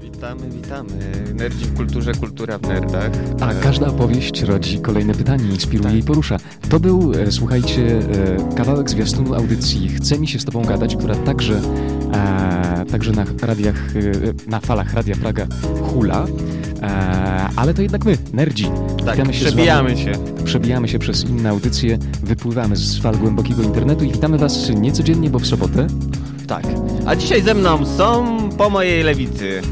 Witamy, witamy. Nerdzi w kulturze, kultura w nerdach. E, tak, A każda opowieść rodzi kolejne pytanie, inspiruje i porusza. To był, e, słuchajcie, e, kawałek zwiastunu audycji Chce mi się z tobą gadać, która także, e, także na radiach, e, na falach Radia Praga hula. E, ale to jednak my, nerdzi. tak, Witamy się z przebijamy się. wami, przebijamy się przez inne audycje, wypływamy z fal głębokiego internetu i witamy was niecodziennie, bo w sobotę. Tak. A dzisiaj ze mną są po mojej lewicy.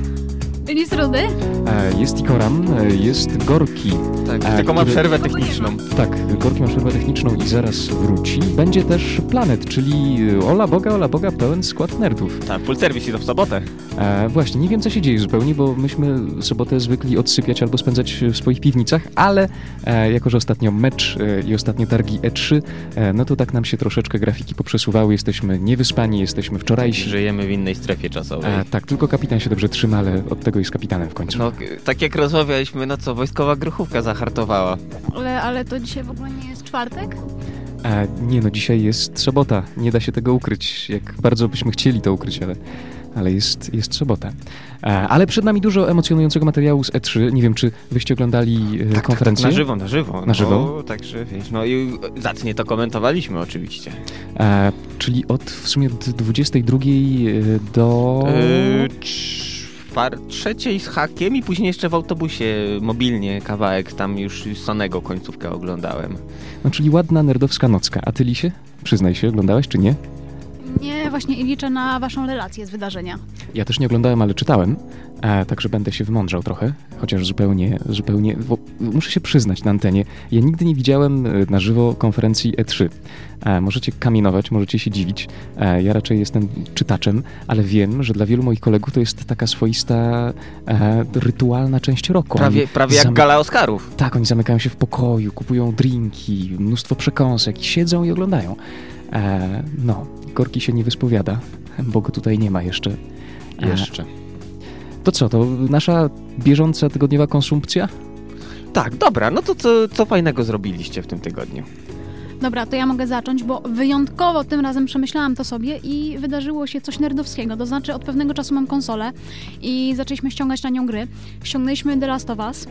Lis Rudy? E, jest Ikoram, e, jest Gorki. Tak, E, tylko ma który- przerwę techniczną. Tak, Gorki ma przerwę techniczną i zaraz wróci. Będzie też Planet, czyli y, Ola Boga, Ola Boga, pełen skład nerdów. Tak, full serwis i to w sobotę. E, właśnie, nie wiem co się dzieje zupełnie, bo myśmy sobotę zwykli odsypiać albo spędzać w swoich piwnicach, ale e, jako, że ostatnio mecz e, i ostatnio targi E3, e, no to tak nam się troszeczkę grafiki poprzesuwały, jesteśmy niewyspani, jesteśmy wczorajsi. Żyjemy w innej strefie czasowej. E, tak, tylko kapitan się dobrze trzyma, ale od tego jest kapitanem w końcu. No, k- tak jak rozmawialiśmy, no co, wojskowa gruchówka zahartowała. Ale, ale to dzisiaj w ogóle nie jest czwartek? E, nie no, dzisiaj jest sobota. Nie da się tego ukryć, jak bardzo byśmy chcieli to ukryć, ale, ale jest, jest sobota. E, ale przed nami dużo emocjonującego materiału z E3. Nie wiem, czy wyście oglądali e, konferencję? Tak, Na żywo, na żywo. Na żywo? No, także, wiesz, no i zacnie to komentowaliśmy oczywiście. e, czyli od w sumie od 22 do... Yy, czwar- trzeciej z hakiem i później jeszcze w autobusie mobilnie kawałek tam już Sonego końcówkę oglądałem. No, czyli ładna nerdowska nocka. A ty, Lisie? Przyznaj się, oglądałaś czy nie? Nie, właśnie i liczę na waszą relację z wydarzenia. Ja też nie oglądałem, ale czytałem, e, także będę się wymądrzał trochę, chociaż zupełnie, zupełnie, bo muszę się przyznać na antenie, ja nigdy nie widziałem e, na żywo konferencji E3. E, możecie kamienować, możecie się dziwić, e, ja raczej jestem czytaczem, ale wiem, że dla wielu moich kolegów to jest taka swoista e, rytualna część roku. Prawie, Oni prawie jak zamy- gala Oscarów. Tak, oni zamykają się w pokoju, kupują drinki, mnóstwo przekąsek, i siedzą i oglądają. E, no, Gorki się nie wyspowiada, bo go tutaj nie ma jeszcze. E, to co, to nasza bieżąca tygodniowa konsumpcja? Tak, dobra, no to co, co fajnego zrobiliście w tym tygodniu? Dobra, to ja mogę zacząć, bo wyjątkowo tym razem przemyślałam to sobie i wydarzyło się coś nerdowskiego. To znaczy, od pewnego czasu mam konsolę i zaczęliśmy ściągać na nią gry. Ściągnęliśmy The Last of Us,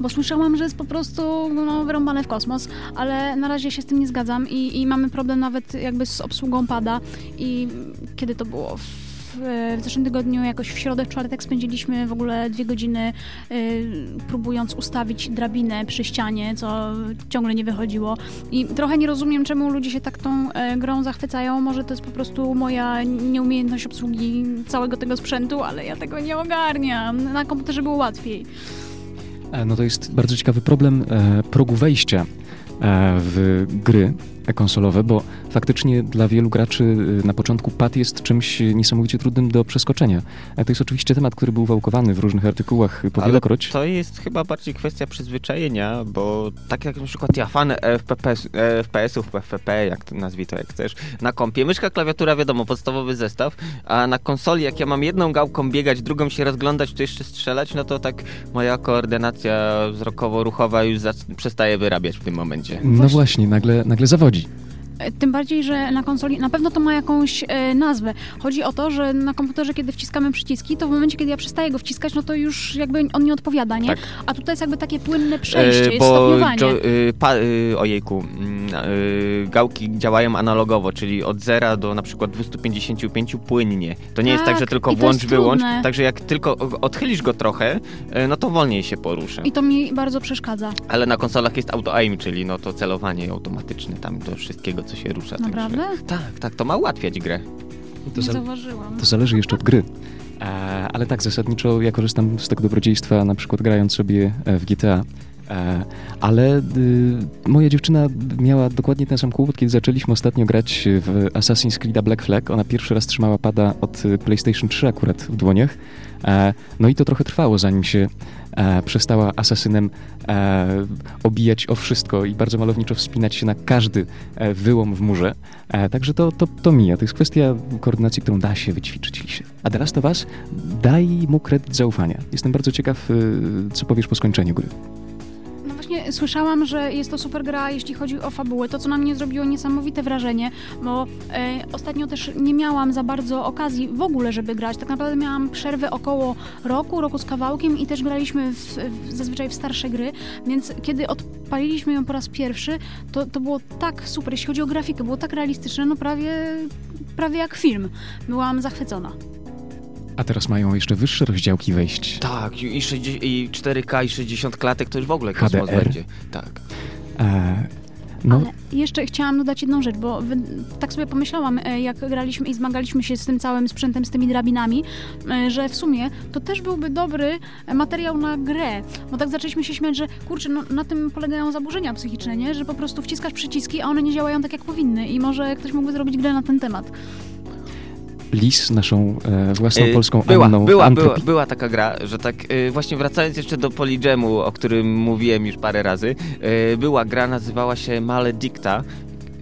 bo słyszałam, że jest po prostu no, wyrąbane w kosmos, ale na razie się z tym nie zgadzam i, i mamy problem nawet jakby z obsługą pada i kiedy to było w w zeszłym tygodniu, jakoś w środę, w czwartek spędziliśmy w ogóle dwie godziny y, próbując ustawić drabinę przy ścianie, co ciągle nie wychodziło. I trochę nie rozumiem, czemu ludzie się tak tą e, grą zachwycają. Może to jest po prostu moja nieumiejętność obsługi całego tego sprzętu, ale ja tego nie ogarniam. Na komputerze było łatwiej. E, No to jest bardzo ciekawy problem e, progu wejścia e, w gry konsolowe, bo faktycznie dla wielu graczy e, na początku pad jest czymś niesamowicie trudnym do przeskoczenia. E, To jest oczywiście temat, który był wałkowany w różnych artykułach po Ale wielokroć. To jest chyba bardziej kwestia przyzwyczajenia, bo tak jak na przykład ja fan FPS, FPS-ów, FPP, jak to nazwij to jak chcesz, na kompie, myszka, klawiatura, wiadomo, podstawowy zestaw, a na konsoli jak ja mam jedną gałką biegać, drugą się rozglądać, tu jeszcze strzelać, no to tak moja koordynacja wzrokowo-ruchowa już zac- przestaje wyrabiać w tym momencie. No właśnie, nagle, nagle zawodzi. E, Tym bardziej, że na konsoli na pewno to ma jakąś e, nazwę. Chodzi o to, że na komputerze, kiedy wciskamy przyciski, to w momencie, kiedy ja przestaję go wciskać, no to już jakby on nie odpowiada, nie? Tak. A tutaj jest jakby takie płynne przejście, E, jest stopniowanie. jo- e, pa, e, ojejku, mm, e, gałki działają analogowo, czyli od 0 do na przykład 255 płynnie. To nie jest tak, Tak, że tylko i to włącz, jest wyłącz. trudne. Także jak tylko odchylisz go trochę, e, no to wolniej się porusza. I to mi bardzo przeszkadza. Ale na konsolach jest auto-aim, czyli no to celowanie automatyczne tam do wszystkiego, co się rusza. także- Naprawdę? Tak, tak, to ma ułatwiać grę. To nie za- zauważyłam. To zależy jeszcze od gry. E, ale tak, zasadniczo ja korzystam z tego dobrodziejstwa, na przykład grając sobie e, w GTA. E, ale y, moja dziewczyna miała dokładnie ten sam kłopot, kiedy zaczęliśmy ostatnio grać w Assassin's Creed Black Flag. Ona pierwszy raz trzymała pada od y, PlayStation 3 akurat w dłoniach. E, no i to trochę trwało, zanim się e, przestała asasynem e, obijać o wszystko i bardzo malowniczo wspinać się na każdy e, wyłom w murze. E, także to, to, to mija. To jest kwestia koordynacji, którą da się wyćwiczyć. Lisie. A teraz to was, daj mu kredyt zaufania. Jestem bardzo ciekaw, y, co powiesz po skończeniu gry. No właśnie, właśnie słyszałam, że jest to super gra, jeśli chodzi o fabułę. To, co na mnie zrobiło niesamowite wrażenie, bo e, ostatnio też nie miałam za bardzo okazji w ogóle, żeby grać. Tak naprawdę miałam przerwę około roku, roku z kawałkiem i też graliśmy w, w, zazwyczaj w starsze gry, więc kiedy odpaliliśmy ją po raz pierwszy, to, to było tak super. Jeśli chodzi o grafikę, było tak realistyczne, no prawie, prawie jak film. Byłam zachwycona. A teraz mają jeszcze wyższe rozdziałki wejść. Tak, i, 60, i 4K i 60 klatek to już w ogóle kosmos HDR. będzie. Tak. E, no, Ale jeszcze chciałam dodać jedną rzecz, bo wy, tak sobie pomyślałam, e, jak graliśmy i zmagaliśmy się z tym całym sprzętem, z tymi drabinami, e, że w sumie to też byłby dobry materiał na grę, bo tak zaczęliśmy się śmiać, że kurczę, no, na tym polegają zaburzenia psychiczne, nie? że po prostu wciskasz przyciski, a one nie działają tak, jak powinny i może ktoś mógłby zrobić grę na ten temat. Lis, naszą e, własną Y, polską była, Anną była, była, Antropii- była taka gra, że tak y, właśnie wracając jeszcze do Polygemu, o którym mówiłem już parę razy, y, była gra, nazywała się Maledicta.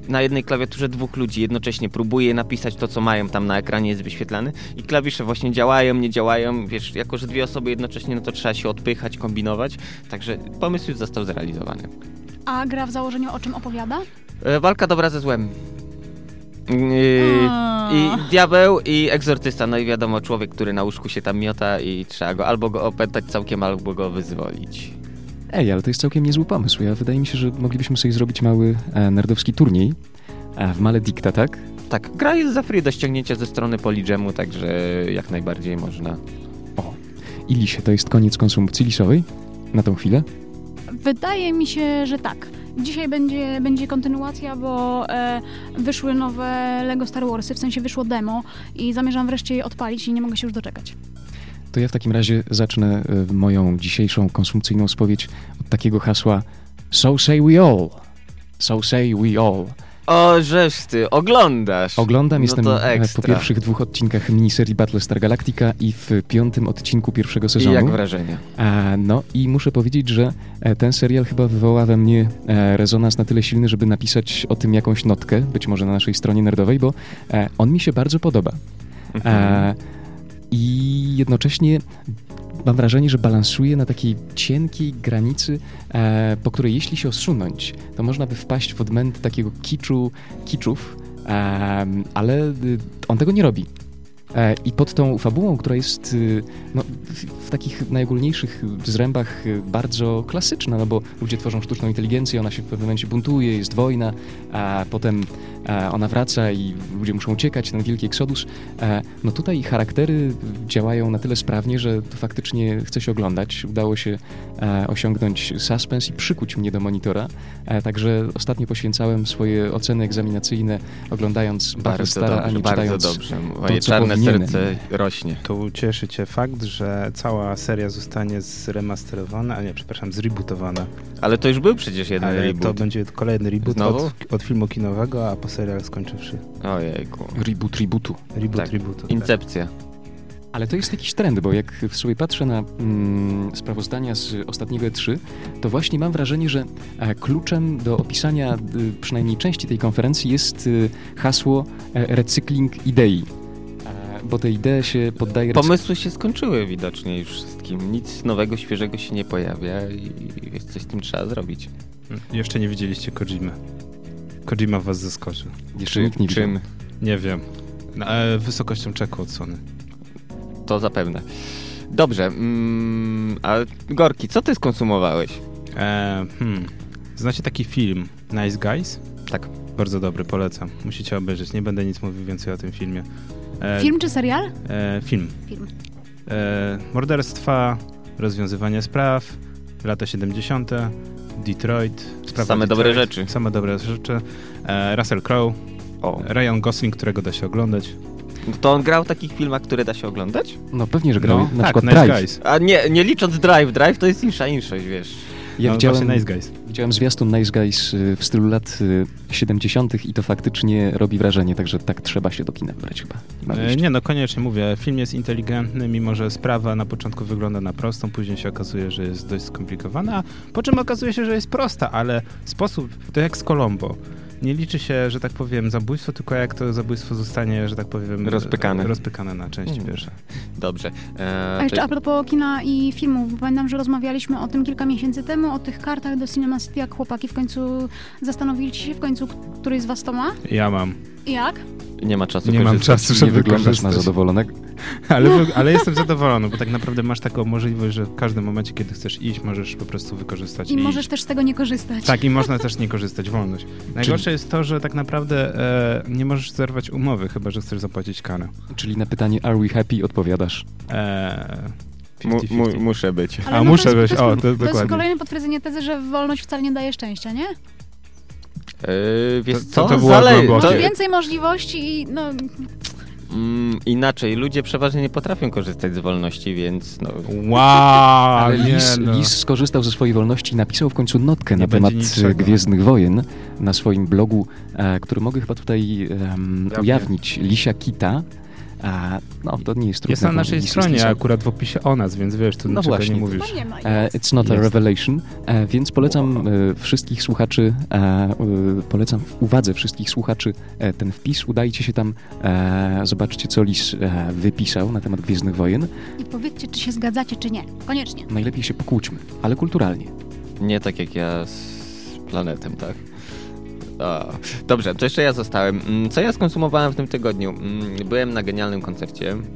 Na jednej klawiaturze dwóch ludzi jednocześnie próbuje napisać to, co mają tam na ekranie, jest wyświetlane i klawisze właśnie działają, nie działają, wiesz, jako że dwie osoby jednocześnie, no to trzeba się odpychać, kombinować, także pomysł już został zrealizowany. A gra w założeniu o czym opowiada? E, Walka dobra ze złem. Yy, A. I diabeł, i egzortysta, no i wiadomo, człowiek, który na łóżku się tam miota i trzeba go albo go opętać całkiem, albo go wyzwolić. Ej, ale to jest całkiem niezły pomysł. Ja wydaje mi się, że moglibyśmy sobie zrobić mały e, nerdowski turniej e, w Maledicta, tak? Tak, gra jest za free do ściągnięcia ze strony Polygemu, także jak najbardziej można. I lisie, to jest koniec konsumpcji lisowej na tą chwilę. Wydaje mi się, że tak. Dzisiaj będzie, będzie kontynuacja, bo e, wyszły nowe Lego Star Warsy, w sensie wyszło demo i zamierzam wreszcie je odpalić i nie mogę się już doczekać. To ja w takim razie zacznę e, moją dzisiejszą konsumpcyjną spowiedź od takiego hasła So say we all. So say we all. O, żeż ty, oglądasz! Oglądam, No jestem to e, po ekstra. pierwszych dwóch odcinkach miniserii Battlestar Galactica i w piątym odcinku pierwszego I sezonu. jak wrażenie? E, No i muszę powiedzieć, że e, ten serial chyba wywoła we mnie e, rezonans na tyle silny, żeby napisać o tym jakąś notkę, być może na naszej stronie nerdowej, bo e, on mi się bardzo podoba. Mhm. E, I jednocześnie mam wrażenie, że balansuje na takiej cienkiej granicy, e, po której jeśli się osunąć, to można by wpaść w odmęty takiego kiczu, kiczów, em, ale y, on tego nie robi. E, I pod tą fabułą, która jest y, no, w- w takich najogólniejszych zrębach y, bardzo klasyczna, no bo ludzie tworzą sztuczną inteligencję, ona się w pewnym momencie buntuje, jest wojna, a potem e, ona wraca i ludzie muszą uciekać, ten wielki eksodus. E, No tutaj charaktery działają na tyle sprawnie, że to faktycznie chce się oglądać. Udało się e, osiągnąć suspens i przykuć mnie do monitora. E, Także ostatnio poświęcałem swoje oceny egzaminacyjne oglądając Bardzo Battlestara, a dobrze, nie bardzo czytając dobrze. Moje co czarne powinienem. serce rośnie. Tu cieszy cię fakt, że cała seria zostanie zremasterowana, a nie, przepraszam, zrebootowana. Ale to już był przecież jeden Ale to reboot. będzie kolejny reboot Znowu? od, od filmu kinowego, a po serial skończywszy. Ojejku. reboot rebootu. Reboot Tak. rebootu. tak. Incepcja. Ale to jest jakiś trend, bo jak w sobie patrzę na mm, sprawozdania z ostatniego E3, to właśnie mam wrażenie, że e, kluczem do opisania y, przynajmniej części tej konferencji jest y, hasło e, recykling idei. E, bo te idee się poddaje recy- Pomysły się skończyły widocznie już wszystkim. Nic nowego, świeżego się nie pojawia i wiesz, coś z tym trzeba zrobić. Tak. Hm. Jeszcze nie widzieliście Kojimy. Kojima was zaskoczył. Jeszcze nikt nie widział. czym? Nie wiem. No, e, wysokością czeku od Sony. To zapewne. Dobrze, mm, a Gorki, co ty skonsumowałeś? E, hmm. Znacie taki film Nice Guys? Tak. Bardzo dobry, polecam. Musicie obejrzeć. Nie będę nic mówił więcej o tym filmie. E, Film czy serial? E, film. Film. E, morderstwa, rozwiązywanie spraw, lata 70., Detroit. sprawa Same Detroit, dobre rzeczy. Same dobre rzeczy. E, Russell Crowe, O, no Ryan Gosling, którego da się oglądać. to on grał w takich filmach, które da się oglądać? No pewnie, że grał No, na tak, przykład Nice Drive. Guys. A nie, nie licząc Drive, Drive to jest insza inszość, wiesz. Ja no, widziałem, właśnie Nice Guys. widziałem zwiastun Nice Guys y, w stylu lat y, 70. i to faktycznie robi wrażenie, także tak trzeba się do kina wybrać chyba. Mam E, iść. nie, no koniecznie mówię. Film jest inteligentny, mimo że sprawa na początku wygląda na prostą, później się okazuje, że jest dość skomplikowana, po czym okazuje się, że jest prosta, ale sposób to jak z Colombo. nie liczy się, że tak powiem, zabójstwo, tylko jak to zabójstwo zostanie, że tak powiem, Rozpykane. rozpykane na części Mm. pierwsze. Dobrze. A E, jeszcze to- a propos kina i filmów, bo pamiętam, że rozmawialiśmy o tym kilka miesięcy temu, o tych kartach do Cinema City, jak chłopaki w końcu zastanowili się w końcu, który z was to ma Ja mam. i jak? nie ma czasu. nie mam korzystać. czasu, nie żeby wyglądasz na korzystać. zadowolonego. Ale, wy- ale jestem zadowolony, bo tak naprawdę masz taką możliwość, że w każdym momencie, kiedy chcesz iść, możesz po prostu wykorzystać I iść. możesz też z tego nie korzystać. Tak, i można też nie korzystać, wolność. Najgorsze jest to, że tak naprawdę e, nie możesz zerwać umowy, chyba że chcesz zapłacić karę. Czyli na pytanie Are we happy odpowiadasz. E, Mu, 50-50. mu, muszę być. Ale A, no to muszę jest- być, jest- o, to To jest dokładnie. kolejne potwierdzenie tezy, że wolność wcale nie daje szczęścia, nie? E, wiesz To- to- co? to było głębokie. to- Masz więcej możliwości i no, Mm, inaczej, ludzie przeważnie nie potrafią korzystać z wolności, więc no, Wow, Ale nie Lis, no. Lis skorzystał ze swojej wolności i napisał w końcu notkę na Nie będzie temat niczego. e, Gwiezdnych Wojen na swoim blogu, e, który mogę chyba tutaj em, Jawnie. ujawnić. Lisia Kita. A, no, to nie jest trudne. Jest na bo naszej Lis jest stronie, Lisem. akurat w opisie o nas, więc wiesz, tu No niczego właśnie. nie to mówisz. nie ma. E, It's not a Jest. revelation, e, więc polecam e, wszystkich słuchaczy, e, e, polecam w uwadze wszystkich słuchaczy e, ten wpis. Udajcie się tam, e, zobaczcie co Lis e, wypisał na temat Gwiezdnych Wojen. I powiedzcie, czy się zgadzacie, czy nie. Koniecznie. Najlepiej się pokłóćmy, ale kulturalnie. nie tak jak ja z planetem, tak? A, dobrze, to jeszcze ja zostałem. Mm, Co ja skonsumowałem w tym tygodniu? Mm, Byłem na genialnym koncercie. Mm,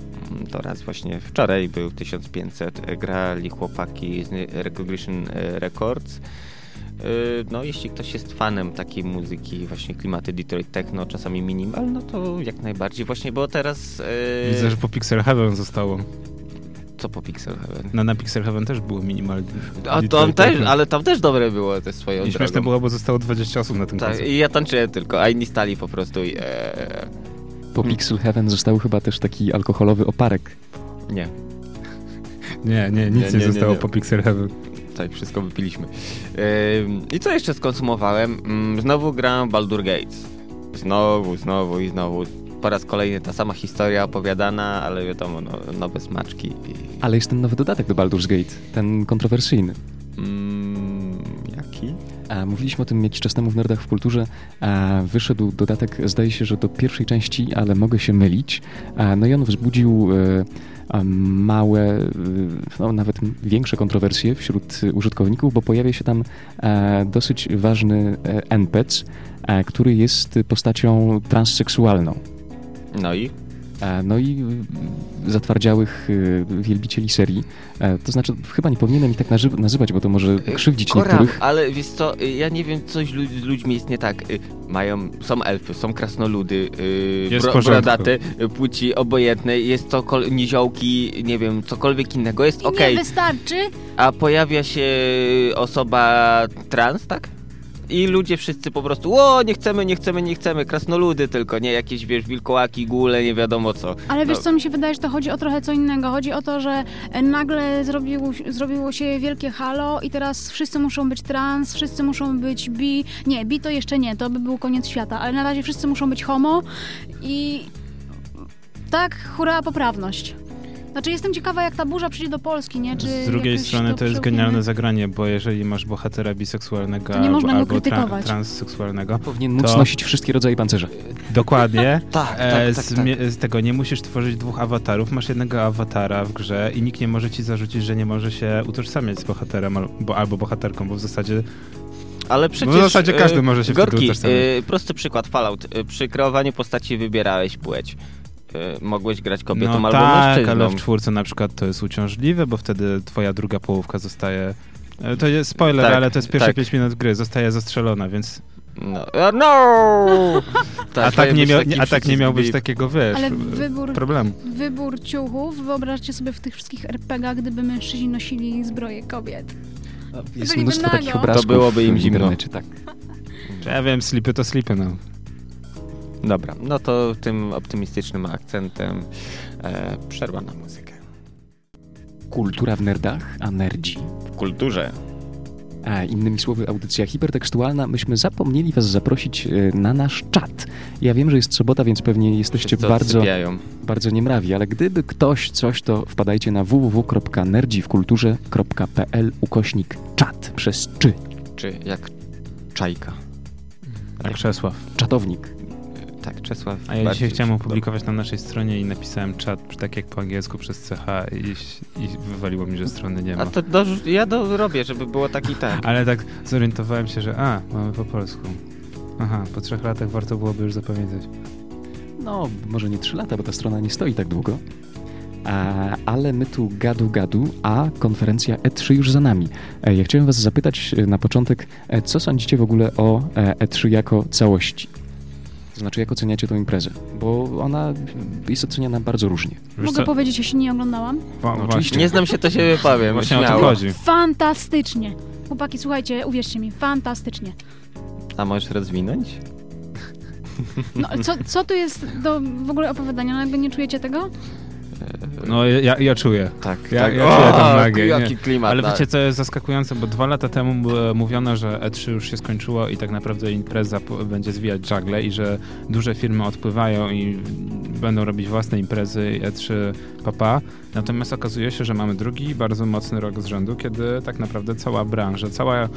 To raz właśnie wczoraj był 1500. e, Grali chłopaki z nie- Recognition e, Records. Y, No, jeśli ktoś jest fanem takiej muzyki, właśnie klimaty Detroit Techno, czasami minimal, no to jak najbardziej. Właśnie, bo teraz... y, Widzę, że po Pixel Heaven zostało. Co po Pixel Heaven? No na Pixel Heaven też było minimalnie. A tam też, ale tam też dobre było te swoje I śmieszne było, bo zostało 20 osób na tym Tak, koncercie. i ja tańczyłem tylko, a inni stali po prostu i... e, Po Hmm. Pixel Heaven został chyba też taki alkoholowy oparek. nie, Nie, nie, nic Nie, nie, nie, nie, zostało nie. po Pixel Heaven. tutaj wszystko wypiliśmy. Ym, I co jeszcze skonsumowałem? Ym, Znowu grałem w Baldur Gates. Znowu, znowu i znowu. Po raz kolejny ta sama historia opowiadana, ale wiadomo, no, nowe smaczki. I, Ale jest ten nowy dodatek do Baldur's Gate, ten kontrowersyjny. mm, jaki? E, Mówiliśmy o tym jakiś czas temu w Nerdach w Kulturze. E, Wyszedł dodatek, zdaje się, że do pierwszej części, ale mogę się mylić. E, No i on wzbudził e, a, małe, e, no nawet m- większe kontrowersje wśród e, użytkowników, bo pojawia się tam e, dosyć ważny e, NPC, e, który jest postacią transseksualną. No i? E, No i y, zatwardziałych y, wielbicieli serii. E, To znaczy, chyba nie powinienem ich tak nazy- nazywać, bo to może krzywdzić Koram, niektórych. ale wiesz co, y, ja nie wiem, coś lu- z ludźmi jest nie tak. Y, Mają, są elfy, są krasnoludy, y, Jest w bro, porządku. brodaty, y, płci obojętnej, jest cokol- niziołki, nie wiem, cokolwiek innego jest I okej. nie wystarczy. A pojawia się osoba trans, tak? I ludzie wszyscy po prostu, o, nie chcemy, nie chcemy, nie chcemy, krasnoludy tylko, nie jakieś, wiesz, wilkołaki, góle, nie wiadomo co. Ale wiesz No. co, mi się wydaje, że to chodzi o trochę co innego. Chodzi o to, że e, nagle zrobiło, zrobiło się wielkie halo i teraz wszyscy muszą być trans, wszyscy muszą być bi. Nie, bi to jeszcze nie, to by był koniec świata, ale na razie wszyscy muszą być homo i tak, hura, poprawność. Znaczy jestem ciekawa, jak ta burza przyjdzie do Polski, nie? Czy Z drugiej jakoś strony to jest przełkniemy? genialne zagranie, bo jeżeli masz bohatera biseksualnego To nie można go albo, albo tra- krytykować. transseksualnego, Powinien móc To- nosić wszystkie rodzaje pancerza. dokładnie, Tak, e, z, mie- z tego nie musisz tworzyć dwóch awatarów, masz jednego awatara w grze i nikt nie może ci zarzucić, że nie może się utożsamiać z bohaterem al- bo, albo bohaterką, bo w zasadzie Ale przecież... e, w zasadzie każdy może się wtedy Gorki, utożsamić. y, prosty przykład, Fallout. Y, Przy kreowaniu postaci wybierałeś płeć. Y, Mogłeś grać kobietą no albo tak, mężczyzną. ale w czwórce na przykład to jest uciążliwe, bo wtedy twoja druga połówka zostaje e, to jest spoiler, Tak, ale to jest pierwsze tak. 5 minut gry, zostaje zastrzelona, więc No. E, no! a tak powinien być nie, miał, taki nie- a tak nie przycisk miałbyś bip. takiego, wiesz, Ale e, wybór problemu. Wybór ciuchów, wyobraźcie sobie w tych wszystkich RPGach, gdyby mężczyźni nosili zbroje kobiet. Jest Byliby mnóstwo nago. takich To obrazków byłoby im w zimno. internecie, tak. Czy Ja wiem, slipy to slipy, no. Dobra, no to tym optymistycznym akcentem e, przerwa na muzykę. Kultura w nerdach, a nerdzi. W kulturze. A innymi słowy, audycja hipertekstualna. Myśmy zapomnieli was zaprosić e, na nasz czat. Ja wiem, że jest sobota, więc pewnie jesteście Wszyscy bardzo... odsypiają. bardzo nie mrawi, ale gdyby ktoś coś, to wpadajcie na www.nerdziwkulturze.pl ukośnik czat przez czy. Czy jak czajka. Tak, Czesław. Czatownik. Tak, Czesław. A ja bardziej dzisiaj chciałem się opublikować na naszej stronie i napisałem czat, tak jak po angielsku, przez CH i, i wywaliło mi, że strony nie podoba. ma. A to do, ja do, robię, żeby było tak i tak. Ale tak zorientowałem się, że a, mamy po polsku. Aha, po trzech latach warto byłoby już zapamiętać. No, może nie 3 lata, bo ta strona nie stoi tak długo. A, ale my tu gadu gadu, a konferencja E3 już za nami. E, Ja chciałem Was zapytać e, na początek, e, co sądzicie w ogóle o e, E3 jako całości? To znaczy, jak oceniacie tą imprezę? Bo ona jest oceniana bardzo różnie. Wiesz Mogę co? powiedzieć, jeśli nie oglądałam? No, Wa- No właśnie, Nie znam się, to się wypowiem. właśnie o to śmiało. chodzi. Fantastycznie. Chłopaki, słuchajcie, uwierzcie mi, fantastycznie. A możesz rozwinąć? No, co, co tu jest do w ogóle opowiadania? No, jakby nie czujecie tego? No ja, ja czuję. Tak, Ja- tak. ja czuję tą O, magię, Jaki nie. klimat. Ale tak. wiecie, co jest zaskakujące, bo dwa lata temu e, mówiono, że E3 już się skończyło i tak naprawdę impreza po- będzie zwijać żagle i że duże firmy odpływają i będą robić własne imprezy E E3 papa. Natomiast okazuje się, że mamy drugi bardzo mocny rok z rzędu, kiedy tak naprawdę cała branża, cała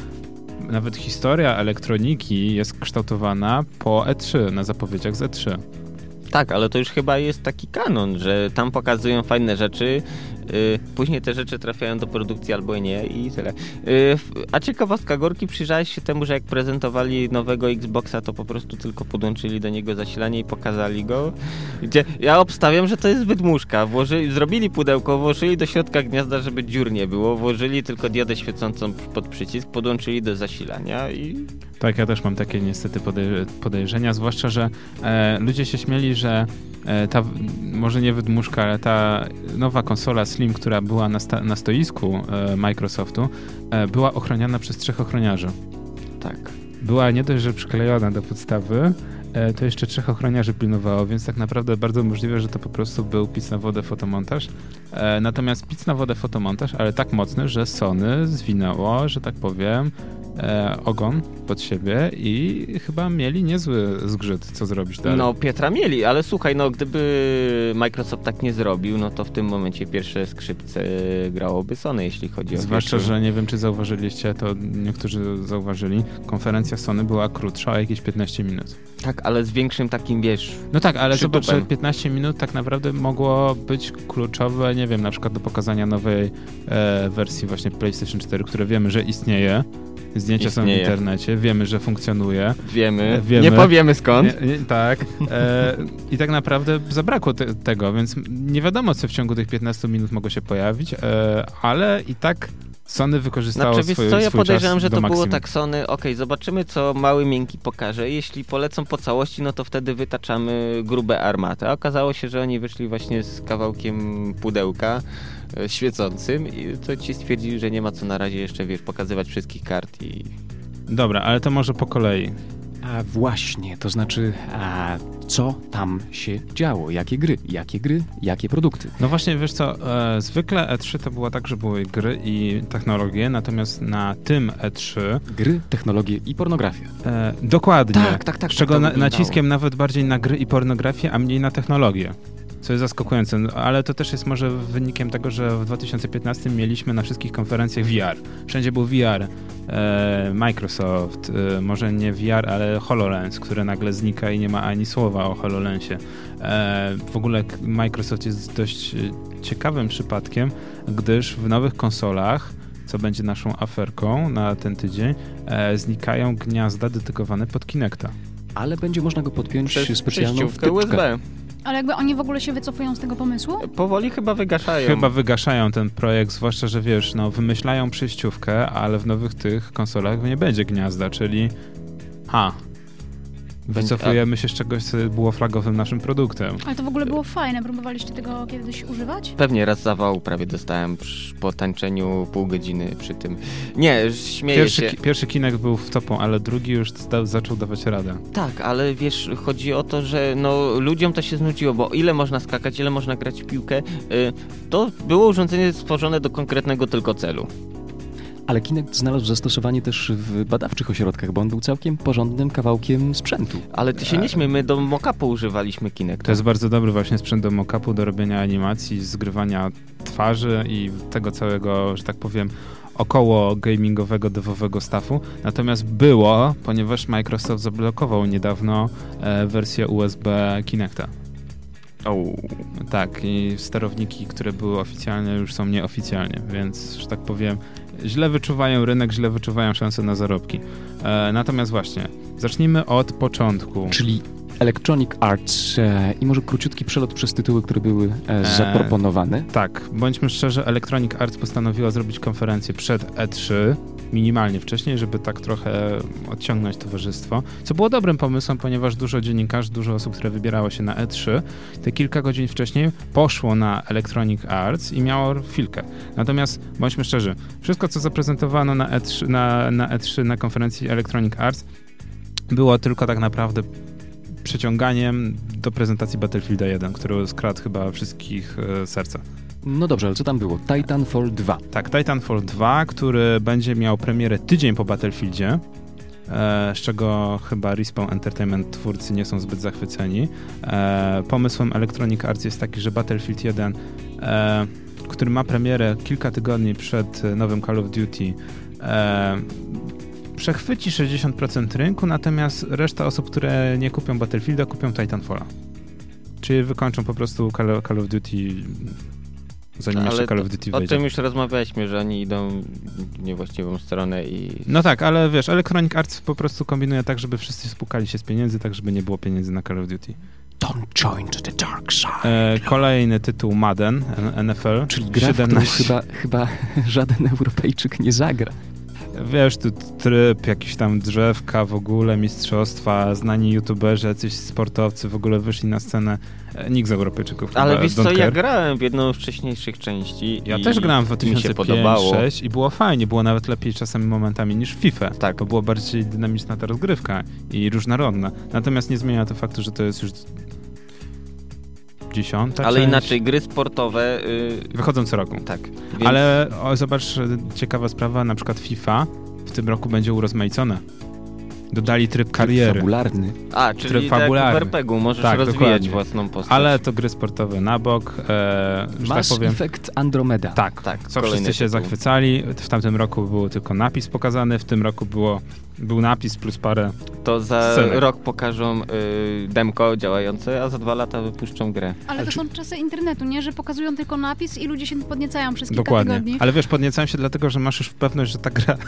nawet historia elektroniki jest kształtowana po E3, na zapowiedziach z E E3. Tak, ale to już chyba jest taki kanon, że tam pokazują fajne rzeczy, y, później te rzeczy trafiają do produkcji albo nie i tyle. Y, f- a ciekawostka, Gorki przyjrzałeś się temu, że jak prezentowali nowego Xboxa, to po prostu tylko podłączyli do niego zasilanie i pokazali go. Gdzie ja obstawiam, że to jest wydmuszka. Włoży, zrobili pudełko, włożyli do środka gniazda, żeby dziur nie było, włożyli tylko diodę świecącą pod przycisk, podłączyli do zasilania i Tak, ja też mam takie niestety podej- podejrzenia, zwłaszcza, że e, ludzie się śmieli, że e, ta, w- może nie wydmuszka, ale ta nowa konsola Slim, która była na, sta- na stoisku e, Microsoftu, e, była ochroniana przez trzech ochroniarzy. tak. Była nie dość, że przyklejona do podstawy, e, to jeszcze trzech ochroniarzy pilnowało, więc tak naprawdę bardzo możliwe, że to po prostu był pic na wodę fotomontaż. E, natomiast pic na wodę fotomontaż, ale tak mocny, że Sony zwinęło, że tak powiem, e, ogon pod siebie i chyba mieli niezły zgrzyt, co zrobić dalej. No, Pietra mieli, ale słuchaj, no gdyby Microsoft tak nie zrobił, no to w tym momencie pierwsze skrzypce grałoby Sony, jeśli chodzi o Zwłaszcza, wieczór. że nie wiem, czy zauważyliście, to niektórzy zauważyli, konferencja Sony była krótsza, o jakieś 15 minut. Tak, ale z większym takim, wiesz... No tak, ale Przytupem. zobacz, że 15 minut tak naprawdę mogło być kluczowe, nie wiem, na przykład do pokazania nowej e, wersji właśnie PlayStation 4, które wiemy, że istnieje. Zdjęcia są w Istnieje. internecie, wiemy, że funkcjonuje. Wiemy, Wiemy. nie powiemy skąd. Nie, nie, tak. E, I tak naprawdę zabrakło te, tego, więc nie wiadomo, co w ciągu tych 15 minut mogło się pojawić, e, ale i tak Sony wykorzystało Znaczy, wiesz swoje, co, ja swój podejrzewam, czas że do to było maksimum. tak Sony, okej, zobaczymy, co mały, miękki pokaże. Jeśli polecą po całości, no to wtedy wytaczamy grube armaty. A okazało się, że oni wyszli właśnie z kawałkiem pudełka e, świecącym i to ci stwierdzili, że nie ma co na razie jeszcze, wiesz, pokazywać wszystkich kart i... Dobra, ale to może po kolei. A właśnie, to znaczy, a co tam się działo? Jakie gry? Jakie gry? Jakie produkty? No właśnie, wiesz co, e, zwykle E3 to było tak, że były gry i technologie, natomiast na tym E3 Gry, technologie i pornografia. e, dokładnie, Tak, tak, tak, z czego tak to na, wyglądało. naciskiem nawet bardziej na gry i pornografię, a mniej na technologię. Co jest zaskakujące, no, ale to też jest może wynikiem tego, że w 2015 mieliśmy na wszystkich konferencjach VR. Wszędzie był VR, e, Microsoft, e, może nie VR, ale HoloLens, które nagle znika i nie ma ani słowa o HoloLensie. E, w ogóle k- Microsoft jest dość e, ciekawym przypadkiem, gdyż w nowych konsolach, co będzie naszą aferką na ten tydzień, e, znikają gniazda dedykowane pod Kinecta. Ale będzie można go podpiąć Przez specjalną przejściówkę USB. Ale jakby oni w ogóle się wycofują z tego pomysłu? Powoli chyba wygaszają. Chyba wygaszają ten projekt, zwłaszcza, że wiesz, no wymyślają przejściówkę, ale w nowych tych konsolach nie będzie gniazda, czyli ha, wycofujemy się z czegoś, co było flagowym naszym produktem. Ale to w ogóle było fajne. Próbowaliście tego kiedyś używać? Pewnie raz zawału prawie dostałem przy, po tańczeniu pół godziny przy tym. Nie, śmieję Pierwszy, się. ki- pierwszy kinek był w topą, ale drugi już zdał- zaczął dawać radę. Tak, ale wiesz, chodzi o to, że no, ludziom to się znudziło, bo ile można skakać, ile można grać w piłkę, y, to było urządzenie stworzone do konkretnego tylko celu. Ale Kinect znalazł zastosowanie też w badawczych ośrodkach, bo on był całkiem porządnym kawałkiem sprzętu. Ale ty się nie śmiej, my do mock-upu używaliśmy kinek. E. Tak, To jest bardzo dobry właśnie sprzęt do mock-upu, do robienia animacji, zgrywania twarzy i tego całego, że tak powiem, około gamingowego, devowego staffu. Natomiast było, ponieważ Microsoft zablokował niedawno e, wersję USB Kinecta. Tak, i sterowniki, które były oficjalne, już są nieoficjalnie, więc, że tak powiem, źle wyczuwają rynek, źle wyczuwają szanse na zarobki. E, natomiast właśnie, zacznijmy od początku. czyli Electronic Arts e, i może króciutki przelot przez tytuły, które były e, zaproponowane. Tak, bądźmy szczerzy, Electronic Arts postanowiła zrobić konferencję przed E3, minimalnie wcześniej, żeby tak trochę odciągnąć towarzystwo, co było dobrym pomysłem, ponieważ dużo dziennikarzy, dużo osób, które wybierało się na E3, te kilka godzin wcześniej poszło na Electronic Arts i miało chwilkę. Natomiast bądźmy szczerzy, wszystko co zaprezentowano na E3 na, na, E3, na konferencji Electronic Arts było tylko tak naprawdę przeciąganiem do prezentacji Battlefielda 1, który skradł chyba wszystkich e, serca. No dobrze, ale co tam było? Titanfall 2. Tak, Titanfall 2, który będzie miał premierę tydzień po Battlefieldzie, e, z czego chyba Respawn Entertainment twórcy nie są zbyt zachwyceni. E, pomysłem Electronic Arts jest taki, że Battlefield 1, e, który ma premierę kilka tygodni przed e, nowym Call of Duty, e, przechwyci 60% rynku, natomiast reszta osób, które nie kupią Battlefielda, kupią Titanfalla. Czyli wykończą po prostu Call Call of Duty zanim jeszcze Ale Call to- of Duty O wejdzie. tym już rozmawialiśmy, że oni idą w niewłaściwą stronę i... No tak, ale wiesz, Electronic Arts po prostu kombinuje tak, żeby wszyscy spłukali się z pieniędzy, tak żeby nie było pieniędzy na Call of Duty. Don't join to the dark side. E, kolejny tytuł Madden, N- NFL, Czyli gra, 17. 17. Chyba, chyba żaden Europejczyk nie zagra. Wiesz, tu tryb, jakiś tam drzewka, w ogóle mistrzostwa, znani youtuberzy, jacyś sportowcy w ogóle wyszli na scenę. E, nikt z Europejczyków Ale chyba, wiesz don't co, ja care. grałem w jedną z wcześniejszych części Ja i też grałem w mi się podobało. 2005-2006 i było fajnie, było nawet lepiej czasami momentami niż w FIFA. Tak. Bo była bardziej dynamiczna ta rozgrywka i różnorodna. Natomiast nie zmienia to faktu, że to jest już dziesiąta Ale część. inaczej, gry sportowe... y, Wychodzą co roku. tak. Więc Ale o, zobacz, e, ciekawa sprawa, na przykład FIFA w tym roku będzie urozmaicona. Dodali tryb kariery. Fabularny. A, czyli tryb tak jak w fabularny. RPG-u możesz Tak, rozwijać dokładnie. własną postać. Ale to gry sportowe na bok, e, że tak Mass powiem. Effect Andromeda. Tak, Tak, co kolejny wszyscy się tytuł. zachwycali. W tamtym roku był tylko napis pokazany, w tym roku było, był napis plus parę. To za Scenek. rok pokażą y, demko działające, a za dwa lata wypuszczą grę. Ale to są Znaczy- czasy internetu, nie? Że pokazują tylko napis i ludzie się podniecają przez kilka Dokładnie. tygodni. Ale wiesz, podniecałem się dlatego, że masz już pewność, że ta gra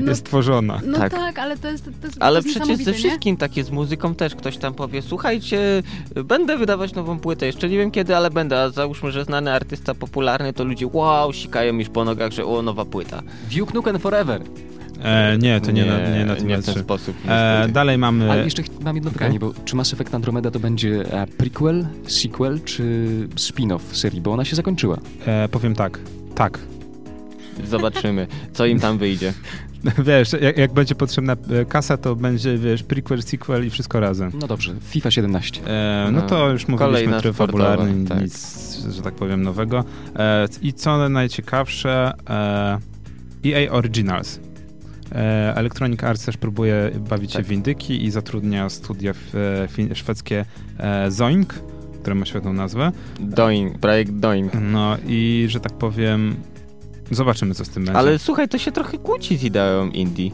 No, jest tworzona. no tak. tak. ale to jest, to jest, to Ale jest przecież niesamowite, ze nie? wszystkim tak jest, z muzyką też. Ktoś tam powie, słuchajcie, y, będę wydawać nową płytę, jeszcze nie wiem kiedy, ale będę. A załóżmy, że znany artysta popularny, to ludzie wow, sikają już po nogach, że o, nowa płyta. Duke Nukem Forever. E, nie, to nie, na, nie na tym nie w ten E3. sposób. E, niestety. dalej mamy... Ale jeszcze ch- mam jedno Okej. pytanie, bo czy Mass Effect Andromeda to będzie e, prequel, sequel czy spin-off serii, bo ona się zakończyła. E, powiem tak. Tak. Zobaczymy, co im tam wyjdzie. Wiesz, jak, jak będzie potrzebna e, kasa, to będzie, wiesz, prequel, sequel i wszystko razem. No dobrze, FIFA 17. E, no No. to już mówiliśmy Kolejna tryb sportowa, fabularny, tak. nic, że tak powiem, nowego. E, I co najciekawsze, e, EA Originals. E, Electronic Arts też próbuje bawić Tak. się w indyki i zatrudnia studia w, e, fin- szwedzkie e, Zoink, które ma świetną nazwę. Doing, projekt Doing. No i, że tak powiem, zobaczymy, co z tym będzie. Ale słuchaj, to się trochę kłóci z ideą indie.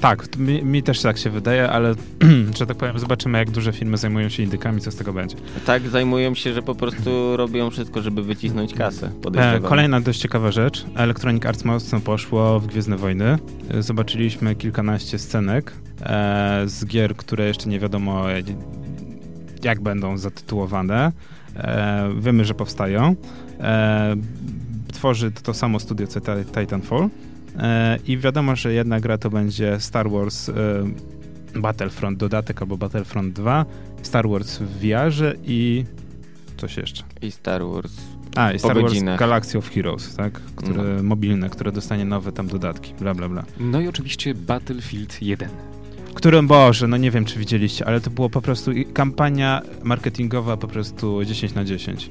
Tak, to mi, mi też tak się wydaje, ale, że tak powiem, zobaczymy, jak duże firmy zajmują się indykami, co z tego będzie. Tak zajmują się, że po prostu robią wszystko, żeby wycisnąć kasę. E, podejrzewam. kolejna dość ciekawa rzecz. Electronic Arts mocno poszło w Gwiezdne Wojny. E, Zobaczyliśmy kilkanaście scenek e, z gier, które jeszcze nie wiadomo e, jak będą zatytułowane. E, wiemy, że powstają. E, tworzy to, to samo studio co Ti- Titanfall. E, I wiadomo, że jedna gra to będzie Star Wars e, Battlefront dodatek albo Battlefront 2, Star Wars w VR i coś jeszcze. I Star Wars. A, i Po Star Wars godzinach. No. Galaxy of Heroes, tak? Które, Mobilne, które dostanie nowe tam dodatki, bla, bla, bla. No i oczywiście Battlefield 1. Którym, Boże, no nie wiem, czy widzieliście, ale to było po prostu i- kampania marketingowa po prostu 10 na 10.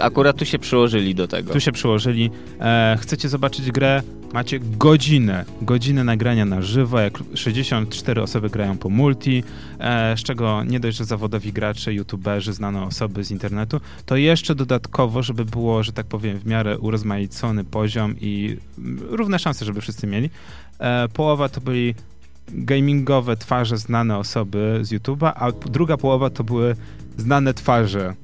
Akurat tu się przyłożyli do tego. Tu się przyłożyli. E, chcecie zobaczyć grę? Macie godzinę. Godzinę nagrania na żywo, jak 64 osoby grają po multi, e, z czego nie dość, że zawodowi gracze, youtuberzy, znane osoby z internetu, to jeszcze dodatkowo, żeby było, że tak powiem, w miarę urozmaicony poziom i mm, równe szanse, żeby wszyscy mieli. E, połowa to byli gamingowe twarze, znane osoby z YouTube'a, a p- druga połowa to były znane twarze.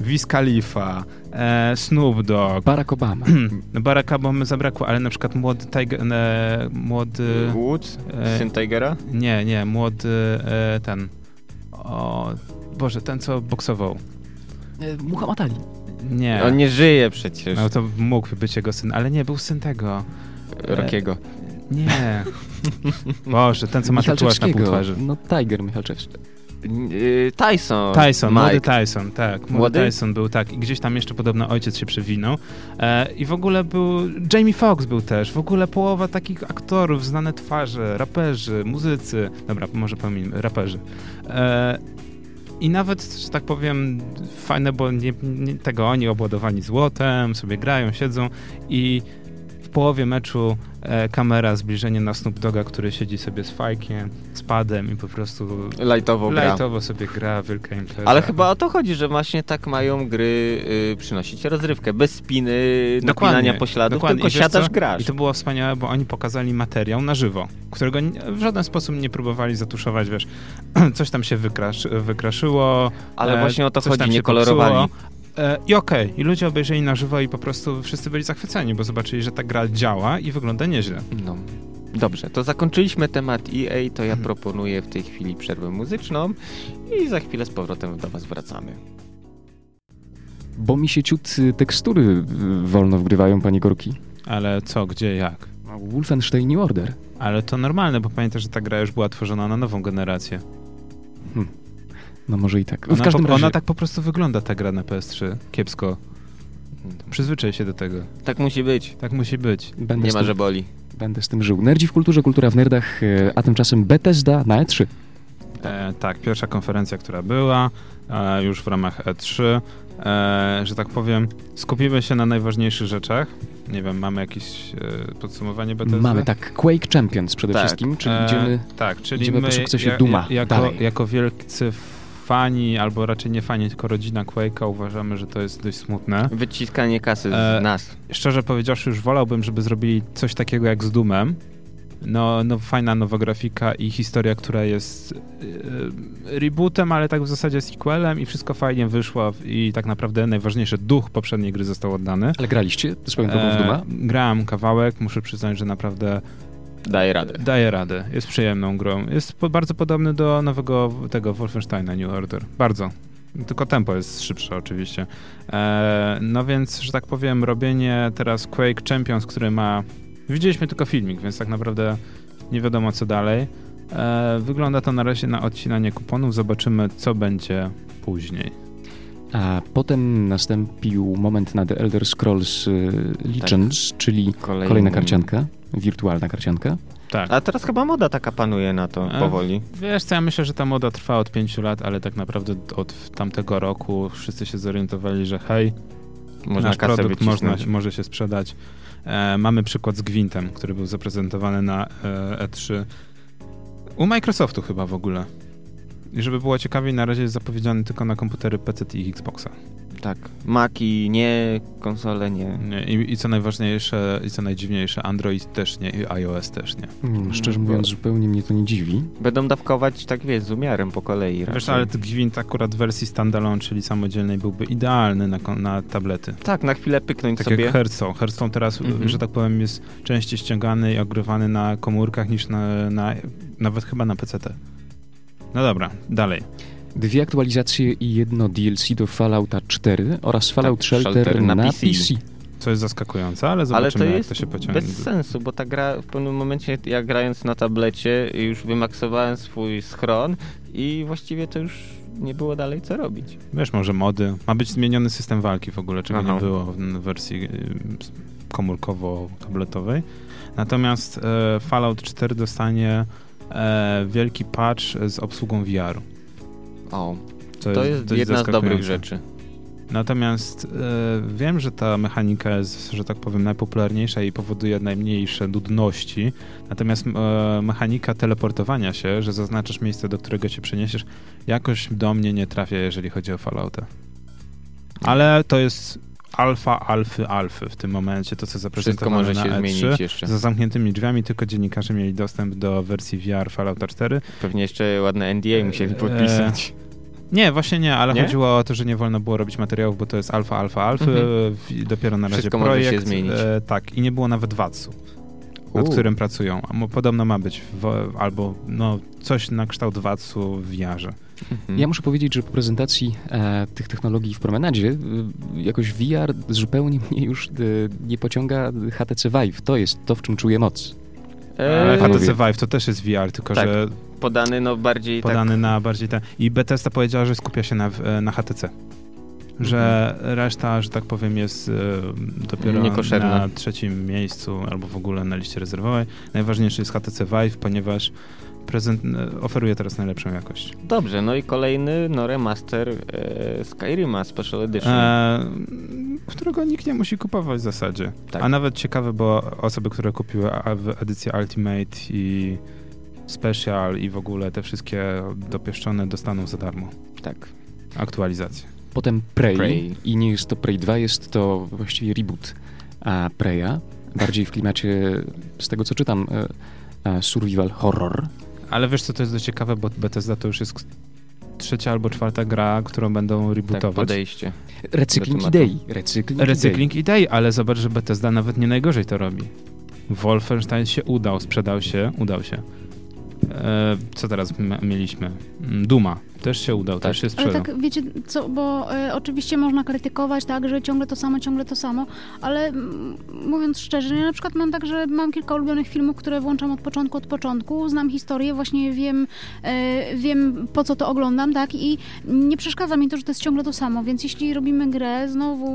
Wiz Khalifa, e, Snoop Dogg, Barack Obama. Barack Obama zabrakło, ale na przykład młody Tiger, e, młody, Woods, e, syn Tigera? nie, nie, młody e, ten, o, Boże, ten co boksował. E, Muhammad Ali. Nie, On No nie żyje przecież, no to mógł być jego syn, ale nie, był syn tego. e, Rockiego. Nie. Boże, ten co ma tatuaż na pół Michalczewskiego. twarzy. No Tiger Michalczewski. Y, Tyson. Tyson, no, młody Mike. Tyson, tak. Młody, Młody? Tyson był tak. I gdzieś tam jeszcze podobno ojciec się przewinął. E, I w ogóle był. Jamie Foxx był też. W ogóle połowa takich aktorów, znane twarze, raperzy, muzycy. Dobra, może pomijmy, raperzy. E, i nawet, że tak powiem, fajne, bo nie, nie, tego oni obładowani złotem, sobie grają, siedzą i w połowie meczu e, kamera, zbliżenie na Snoop Doga, który siedzi sobie z fajkiem, z padem i po prostu Lightowo gra. Lightowo sobie gra, wielka impreza. Ale chyba o to chodzi, że właśnie tak mają gry y, przynosić rozrywkę. Bez spiny, napinania pośladów, dokładnie. tylko I wiesz siadasz, co? grasz. I to było wspaniałe, bo oni pokazali materiał na żywo, którego ni- w żaden sposób nie próbowali zatuszować, wiesz, coś tam się wykrasz, wykraszyło. Ale e, właśnie o to coś chodzi, tam nie się popsuło. kolorowali. E, I okej, i ludzie obejrzeli na żywo i po prostu wszyscy byli zachwyceni, bo zobaczyli, że ta gra działa i wygląda nieźle. No. Dobrze, to zakończyliśmy temat EA, to ja Mhm. proponuję w tej chwili przerwę muzyczną i za chwilę z powrotem do was wracamy. Bo mi się ciut y, tekstury y, wolno wgrywają, panie Gorki. Ale co, gdzie, jak? Wolfenstein New Order. Ale to normalne, bo pamiętaj, że ta gra już była tworzona na nową generację. No może i tak. Ona, W każdym po, razie... ona tak po prostu wygląda, ta gra na PS3. Kiepsko. Mhm. Przyzwyczaj się do tego. Tak musi być. Tak musi być. Będę, Nie z ma, tym, że boli. będę z tym żył. Nerdzi w kulturze, kultura w nerdach, y, a tymczasem Bethesda na E3. E, tak, pierwsza konferencja, która była e, już w ramach E3, e, że tak powiem, skupimy się na najważniejszych rzeczach. Nie wiem, mamy jakieś e, podsumowanie Bethesdy? Mamy tak Quake Champions przede Tak, wszystkim, czyli E, idziemy... tak, czyli idziemy my po sukcesie ja- Duma ja- jako, dalej. jako wielcy fani, albo raczej nie fani, tylko rodzina Quake'a uważamy, że to jest dość smutne. Wyciskanie kasy z E, nas. Szczerze powiedziawszy, już wolałbym, żeby zrobili coś takiego jak z Doomem. No, no fajna nowa grafika i historia, która jest yy, rebootem, ale tak w zasadzie sequelem i wszystko fajnie wyszło i tak naprawdę najważniejszy duch poprzedniej gry został oddany. E, Ale graliście z pewną drogą w Duma? grałem kawałek, muszę przyznać, że naprawdę Daję radę. daje radę. Jest przyjemną grą. Jest po, bardzo podobny do nowego tego Wolfensteina New Order. Bardzo. Tylko tempo jest szybsze oczywiście. E, no więc, że tak powiem, robienie teraz Quake Champions, który ma... Widzieliśmy tylko filmik, więc tak naprawdę nie wiadomo co dalej. E, wygląda to na razie na odcinanie kuponów. Zobaczymy, co będzie później. A potem nastąpił moment na The Elder Scrolls y, Legends, czyli Kolejny. kolejna karcianka, wirtualna karcianka. Tak. A teraz chyba moda taka panuje na to E, powoli. Wiesz co, ja myślę, że ta moda trwa od pięciu lat, ale tak naprawdę od tamtego roku wszyscy się zorientowali, że hej, Można nasz kasę produkt wycisnąć. można, może się sprzedać. E, mamy przykład z Gwintem, który był zaprezentowany na e, E3 u Microsoftu chyba w ogóle. I żeby było ciekawiej, na razie jest zapowiedziany tylko na komputery PC i Xboxa. Tak. Maki nie, konsole nie. Nie, I, I co najważniejsze i co najdziwniejsze, Android też nie i iOS też nie. Mm, Szczerze No, mówiąc, bo- zupełnie mnie to nie dziwi. Będą dawkować, tak wiesz, z umiarem po kolei raczej. Wiesz, ale ten Gwint akurat w wersji standalone, czyli samodzielnej, byłby idealny na, kon- na tablety. Tak, na chwilę pyknąć Tak sobie. jak Hearthstone. Hearthstone teraz, Mhm. że tak powiem, jest częściej ściągany i ogrywany na komórkach niż na, na nawet chyba na PC. No dobra, dalej. Dwie aktualizacje i jedno DLC do Fallouta 4 oraz Fallout Tak, Shelter, Shelter na na, PC. PC. Co jest zaskakujące, ale Ale zobaczymy, to jest jak to się pociągnie. bez sensu, bo ta gra w pewnym momencie, ja grając na tablecie, już wymaksowałem swój schron i właściwie to już nie było dalej co robić. Wiesz, może mody. Ma być zmieniony system walki w ogóle, czego Aha. nie było w w wersji y, komórkowo-tabletowej. Natomiast e, Fallout 4 dostanie e, wielki patch z obsługą VR-u. O, To, to jest dość jedna z dobrych zaskakujące. rzeczy. Natomiast e, wiem, że ta mechanika jest, że tak powiem, najpopularniejsza i powoduje najmniejsze nudności. Natomiast e, mechanika teleportowania się, że zaznaczasz miejsce, do którego się przeniesiesz, jakoś do mnie nie trafia, jeżeli chodzi o Fallouta. Ale to jest alfa, alfy, alfy w tym momencie, to co Wszystko zaprezentowano może na E się E3. zmienić jeszcze. Za zamkniętymi drzwiami tylko dziennikarze mieli dostęp do wersji VR Fallouta 4. Pewnie jeszcze ładne NDA musieli E, podpisać. Nie, właśnie nie, ale Nie? chodziło o to, że nie wolno było robić materiałów, bo to jest alfa, alfa, alfy, Mhm. w- dopiero na razie Wszystko może się projekt. zmienić. e, tak, i nie było nawet wacu, nad U. którym pracują. A mo- Podobno ma być w, albo no, coś na kształt wacu w jarze. Mhm. Ja muszę powiedzieć, że po prezentacji e, tych technologii w promenadzie y, jakoś VR zupełnie mnie już y, nie pociąga HTC Vive. To jest to, w czym czuję moc. Ale e, tak HTC mówię. Vive to też jest VR, tylko Tak, że podany no bardziej podany na bardziej ten. I Bethesda powiedziała, że skupia się na, w- e, na HTC. Że Mhm. reszta, że tak powiem, jest e, dopiero Niekoszerna. na trzecim miejscu albo w ogóle na liście rezerwowej. Najważniejszy jest HTC Vive, ponieważ prezent e, oferuje teraz najlepszą jakość. tak dobrze. No i kolejny no remaster e, Skyrima Special Edition. E, którego nikt nie musi kupować w zasadzie. Tak. A nawet ciekawe, bo osoby, które kupiły a- w- edycję Ultimate i Special i w ogóle te wszystkie dopieszczone dostaną za darmo tak. aktualizację. Potem Prey, Prey. i nie jest to Prey 2, jest to właściwie reboot a Preya, bardziej w klimacie, z tego co czytam, e, e, survival horror. Ale wiesz co, to jest dość ciekawe, bo Bethesda to już jest trzecia albo czwarta gra, którą będą Tak, rebootować. podejście. Recykling Do tematu. idei. Recykling, Recykling idei, ale zobacz, że Bethesda nawet nie najgorzej to robi. Wolfenstein się udał, sprzedał się, udał się. E, co teraz m- mieliśmy? Mm, Duma też się udał, Tak. też się Ale sprzedał. tak, wiecie co, bo e, oczywiście można krytykować tak, że ciągle to samo, ciągle to samo, ale mm, mówiąc szczerze, ja na przykład mam tak, że mam kilka ulubionych filmów, które włączam od początku, od początku, znam historię, właśnie wiem, e, wiem po co to oglądam, tak, i nie przeszkadza mi to, że to jest ciągle to samo, więc jeśli robimy grę znowu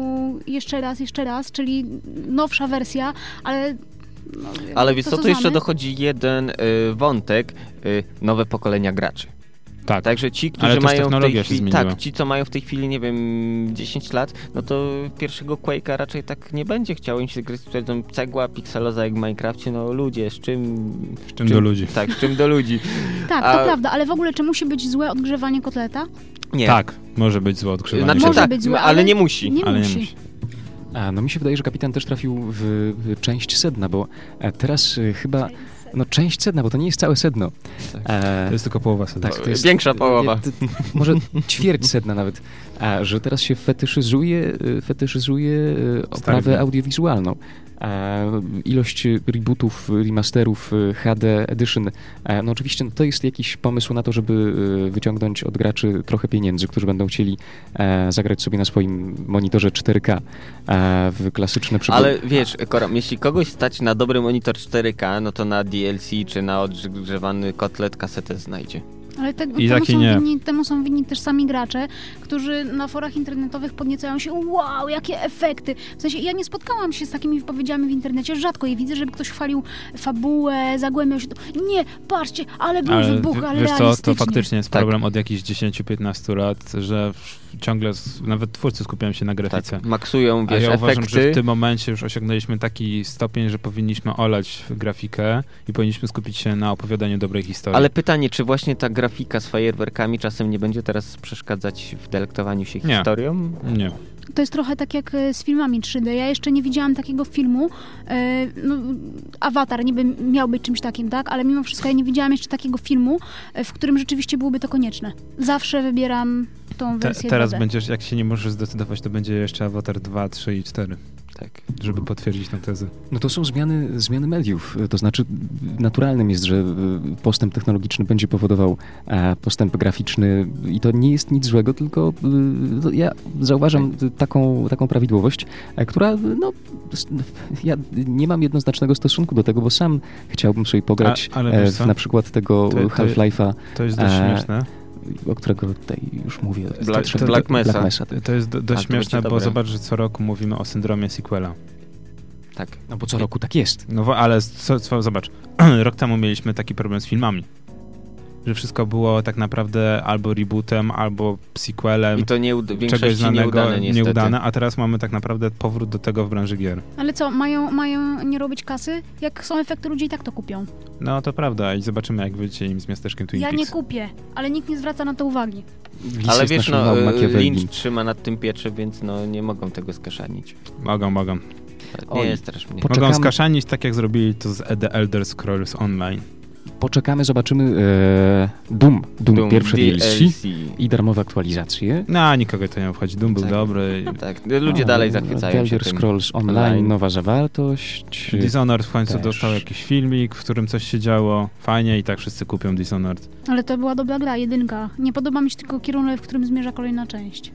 jeszcze raz, jeszcze raz, czyli nowsza wersja, ale... No, Ale wiesz to, co, co tu jeszcze znamy- dochodzi jeden y, wątek, y, nowe pokolenia graczy. Tak. Także ci, Ale którzy też mają w tej technologia się chwili, zmieniła. tak, ci co mają w tej chwili, nie wiem, 10 lat, no to pierwszego Quake'a raczej tak nie będzie chciało im się gry stwierdzą cegła, pikseloza jak w Minecrafcie, no ludzie, z czym... Z czym do ludzi. Tak, z czym do ludzi. Tak, A- to prawda, ale w ogóle czy musi być złe odgrzewanie kotleta? Nie. Tak, może być złe odkrywanie. Znaczy Może tak, być złe, ale, ale nie musi. Nie ale musi. nie musi. A, no mi się wydaje, że kapitan też trafił w, w część sedna, bo e, teraz e, chyba... No część sedna, bo to nie jest całe sedno. E, To jest tylko połowa sedna. Tak, to jest- Większa połowa. Nie, ty- może ćwierć sedna nawet, a, że teraz się fetyszyzuje, y, fetyszyzuje y, oprawę film. audiowizualną. A, ilość y, rebootów, y, remasterów, y, HD Edition, a, no oczywiście no, to jest jakiś pomysł na to, żeby y, wyciągnąć od graczy trochę pieniędzy, którzy będą chcieli e, zagrać sobie na swoim monitorze 4K e, w klasyczne przygody. Ale wiesz, Koram, jeśli kogoś stać na dobry monitor 4K, no to na DLC czy na odgrzewany kotlet kasetę znajdzie. Tak, Ale te, I temu, taki są nie. Winni, temu są winni też sami gracze, którzy na forach internetowych podniecają się, wow, jakie efekty. W sensie ja nie spotkałam się z takimi wypowiedziami w internecie, rzadko je widzę, żeby ktoś chwalił fabułę, zagłębiał się. To, nie, patrzcie, ale był Ale wybuch, w- ale wiesz co, realistycznie. to faktycznie jest Tak. problem od jakichś 10-15 lat, że w- ciągle, s- nawet twórcy skupiają się na Tak, grafice. maksują, A wiesz, ja uważam, że efekty. w tym momencie już osiągnęliśmy taki stopień, że powinniśmy olać grafikę i powinniśmy skupić się na opowiadaniu dobrej historii. Ale pytanie, czy właśnie ta grafika z fajerwerkami czasem nie będzie teraz przeszkadzać w delektowaniu się Nie. Mm. historią? Nie. To jest trochę tak jak e, z filmami 3D. Ja jeszcze nie widziałam takiego filmu. E, No, Awatar niby miał być czymś takim, tak? Ale mimo wszystko ja nie widziałam jeszcze takiego filmu, e, w którym rzeczywiście byłoby to konieczne. Zawsze wybieram tą Te, wersję teraz 2D. będziesz, jak się nie możesz zdecydować, to będzie jeszcze Avatar 2, 3 i 4, Tak. żeby potwierdzić tę tezę. No to są zmiany, zmiany mediów. To znaczy, naturalnym jest, że y, postęp technologiczny będzie powodował e, postęp graficzny i to nie jest nic złego, tylko y, to ja zauważam Tak. y, taką, taką prawidłowość, e, która, no, s- ja nie mam jednoznacznego stosunku do tego, bo sam chciałbym sobie pograć A- ale e, wiesz w co? na przykład tego To- to- Half-Life'a, To jest dość E, Eee, śmieszne. o którego tutaj już mówię. Black- Trzeba- Black Mesa. Black Mesa. To jest do, dość Ale to będzie śmieszne, bo dobre. zobacz, że co roku mówimy o syndromie sequela. Tak. No bo co roku tak jest. No wo- ale co, co, zobacz, rok temu mieliśmy taki problem z filmami. że wszystko było tak naprawdę albo rebootem, albo sequelem. I to nie, w Czegoś większości znanego, nieudane niestety. nieudane, a teraz mamy tak naprawdę powrót do tego w branży gier. Ale co, mają, mają nie robić kasy? Jak są efekty, ludzie i tak to kupią. No to prawda i zobaczymy jak wyjdzie im z miasteczkiem Twin Ja nie Peaks. kupię, ale nikt nie zwraca na to uwagi. Lis Ale jest wiesz, naszym no, małym e, Machiavellem. Lynch trzyma nad tym pieczy, więc no nie mogą tego skaszanić. Mogą, mogą. Nie Oj. jest strasz mnie. Poczekamy. Mogą skaszanić tak jak zrobili to z The Elder Scrolls Online. Poczekamy, zobaczymy e, Doom, Doom, Doom, pierwsze DLC DLC. i darmowe aktualizacje. No, a nikogo to nie obchodzi. Doom był Tak. dobry. No tak, ludzie A, dalej The zachwycają się Elder tym. Scrolls online, Online. nowa zawartość. Dishonored w końcu Też. dostał jakiś filmik, w którym coś się działo. Fajnie i tak wszyscy kupią Dishonored. Ale to była dobra gra, jedynka. Nie podoba mi się tylko kierunek, w którym zmierza kolejna część.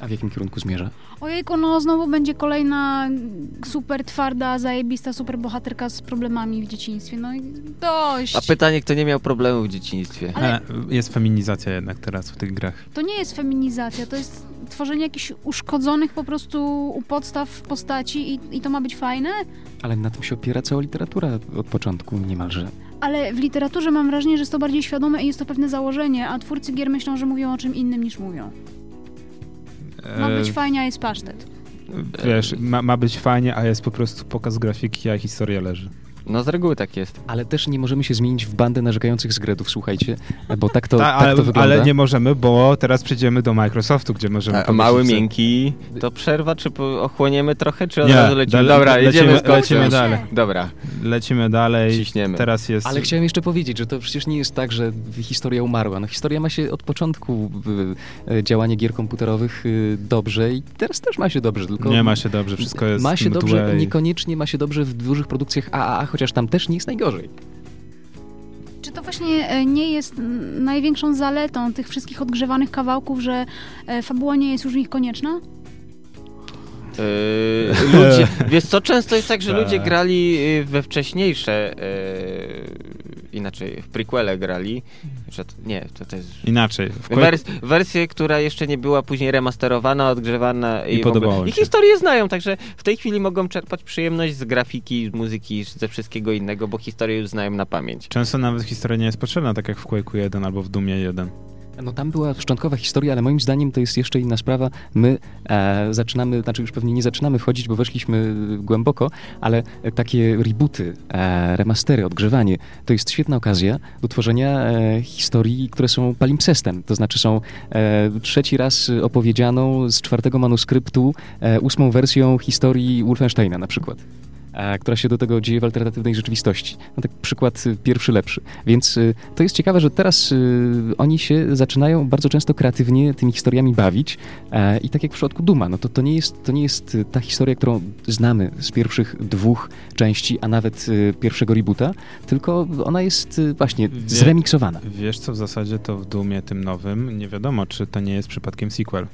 A w jakim kierunku zmierza? Ojejku, no znowu będzie kolejna mm, super twarda, zajebista superbohaterka z problemami w dzieciństwie. No i dość. A pytanie, kto nie miał problemu w dzieciństwie? Ale- E, Jest feminizacja jednak teraz w tych grach. To nie jest feminizacja, to jest tworzenie jakichś uszkodzonych po prostu u podstaw postaci i, i to ma być fajne? Ale na tym się opiera cała literatura od początku niemalże. Ale w literaturze mam wrażenie, że jest to bardziej świadome i jest to pewne założenie, a twórcy gier myślą, że mówią o czym innym niż mówią. Ma E, być fajnie, a jest pasztet. Wiesz, ma, ma być fajnie, a jest po prostu pokaz grafiki, a historia leży. No z reguły tak jest. Ale też nie możemy się zmienić w bandę narzekających zgredów, słuchajcie, bo tak to, Ta, tak ale, to wygląda. ale nie możemy, bo teraz przejdziemy do Microsoftu, gdzie możemy. A, powiedzieć, Tak, mały, że- miękki, to przerwa, czy po- ochłoniemy trochę, czy od Nie, razu lecimy? dale- Dobra, lecimy- jedziemy z końcem. lecimy dalej. Dobra, Lecimy dalej. Ciśniemy. Teraz jest. Ale chciałem jeszcze powiedzieć, że to przecież nie jest tak, że historia umarła. No, historia ma się od początku y, y, działania gier komputerowych y, dobrze i teraz też ma się dobrze, tylko... Nie ma się dobrze, wszystko jest. Ma się mdłe dobrze, i- niekoniecznie ma się dobrze w dużych produkcjach AAA, chociaż tam też nie jest najgorzej. Czy to właśnie e, nie jest mm, największą zaletą tych wszystkich odgrzewanych kawałków, że e, fabuła nie jest już w nich konieczna? Yy, ludzie, wiesz co, często jest tak, że Tak. ludzie grali yy, we wcześniejsze, yy, inaczej, w prequele grali, że to- nie, to, to jest... Inaczej. W ko- Wers, wersję, która jeszcze nie była później remasterowana, odgrzewana I w ogóle- podobało im I się. historię znają, także w tej chwili mogą czerpać przyjemność z grafiki, z muzyki, ze wszystkiego innego, bo historię już znają na pamięć. Często nawet historia nie jest potrzebna, tak jak w Quake'u 1 albo w Dumie 1. No tam była szczątkowa historia, ale moim zdaniem to jest jeszcze inna sprawa. My e, zaczynamy, znaczy już pewnie nie zaczynamy wchodzić, bo weszliśmy głęboko, ale takie rebooty, e, remastery, odgrzewanie, to jest świetna okazja do tworzenia e, historii, które są palimpsestem, to znaczy są e, trzeci raz opowiedzianą z czwartego manuskryptu e, ósmą wersją historii Wolfensteina na przykład. e, Która się do tego dzieje w alternatywnej rzeczywistości. No tak przykład y, pierwszy lepszy. Więc y, to jest ciekawe, że teraz y, oni się zaczynają bardzo często kreatywnie tymi historiami bawić. E, I tak jak w przypadku Duma, no to, to, nie jest, to nie jest y, ta historia, którą znamy z pierwszych dwóch części, a nawet y, pierwszego reboota, tylko ona jest y, właśnie Wie- zremiksowana. Wiesz co, w zasadzie to w Dumie tym nowym nie wiadomo, czy to nie jest przypadkiem sequel.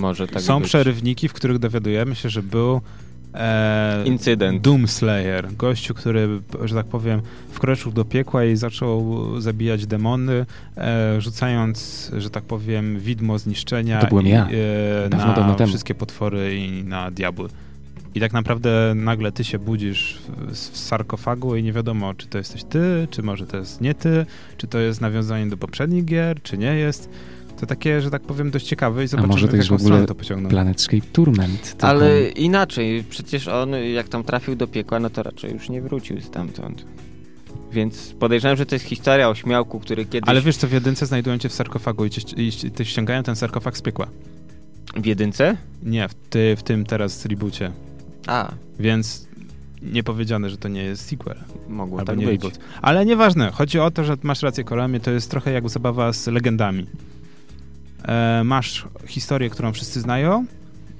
Może tak Są być. przerywniki, w których dowiadujemy się, że był e, Incydent. Doomslayer, gościu, który, że tak powiem, wkroczył do piekła i zaczął zabijać demony, e, rzucając, że tak powiem, widmo zniszczenia To byłem i, ja. e, Dawno, na dawno temu. wszystkie potwory i na diabły. I tak naprawdę nagle ty się budzisz w, w sarkofagu i nie wiadomo, czy to jesteś ty, czy może to jest nie ty, czy to jest nawiązanie do poprzednich gier, czy nie jest. To takie, że tak powiem, dość ciekawe i zobaczymy, może to w jest jaką w ogóle stronę to pociągną. Planetscape Tournament. taką- Ale inaczej, przecież on jak tam trafił do piekła, no to raczej już nie wrócił stamtąd. Więc podejrzewam, że to jest historia o śmiałku, który kiedyś Ale wiesz co, w jedynce znajdują cię w sarkofagu i, cię, i ści- ty ściągają ten sarkofag z piekła. w jedynce? Nie, w, ty, w tym teraz reboocie. A, Więc nie powiedziane, że to nie jest sequel. mogło Albo tak nie być. reboot. Ale nieważne, chodzi o to, że masz rację Koramie, to jest trochę jak zabawa z legendami. E, masz historię, którą wszyscy znają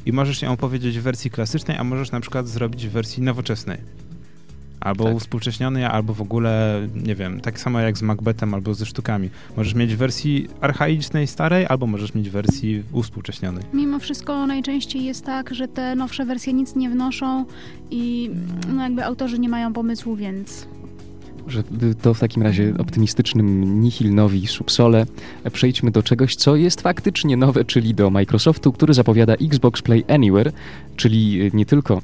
i możesz ją opowiedzieć w wersji klasycznej, a możesz na przykład zrobić w wersji nowoczesnej. Albo Tak. uwspółcześnionej, albo w ogóle, nie wiem, tak samo jak z Macbethem albo ze sztukami. Możesz mieć w wersji archaicznej, starej, albo możesz mieć w wersji uwspółcześnionej. Mimo wszystko najczęściej jest tak, że te nowsze wersje nic nie wnoszą i no jakby autorzy nie mają pomysłu, więc Że y, to w takim razie optymistycznym nihilnowi subsole e, przejdźmy do czegoś, co jest faktycznie nowe, czyli do Microsoftu, który zapowiada Xbox Play Anywhere, czyli y, nie tylko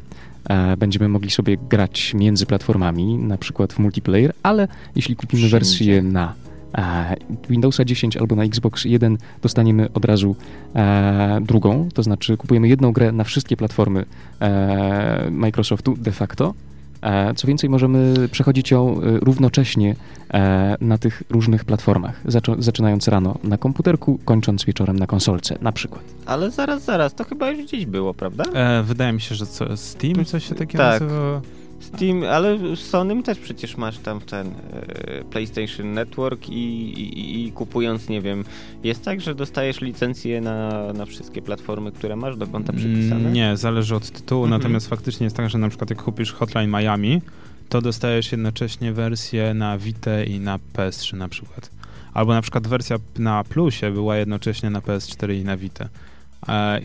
E, Będziemy mogli sobie grać między platformami, na przykład w multiplayer, ale jeśli kupimy Wszędzie. wersję na e, Windowsa 10 albo na Xbox 1, dostaniemy od razu e, drugą, to znaczy kupujemy jedną grę na wszystkie platformy e, Microsoftu de facto. E, Co więcej, możemy przechodzić ją e, równocześnie e, na tych różnych platformach, zaczą- zaczynając rano na komputerku, kończąc wieczorem na konsolce na przykład. Ale zaraz, zaraz, to chyba już gdzieś było, prawda? E, wydaje mi się, że co, Steam coś się takiego Tak. nazywało? Steam, ale z Sonym też przecież masz tam ten e, PlayStation Network i, i, i kupując, nie wiem, jest tak, że dostajesz licencję na, na wszystkie platformy, które masz do konta przypisane? Mm, Nie, zależy od tytułu, Mhm. natomiast faktycznie jest tak, że na przykład jak kupisz Hotline Miami, to dostajesz jednocześnie wersję na Vita i na PS3 na przykład. Albo na przykład wersja p- na Plusie była jednocześnie na PS4 i na Vita. E,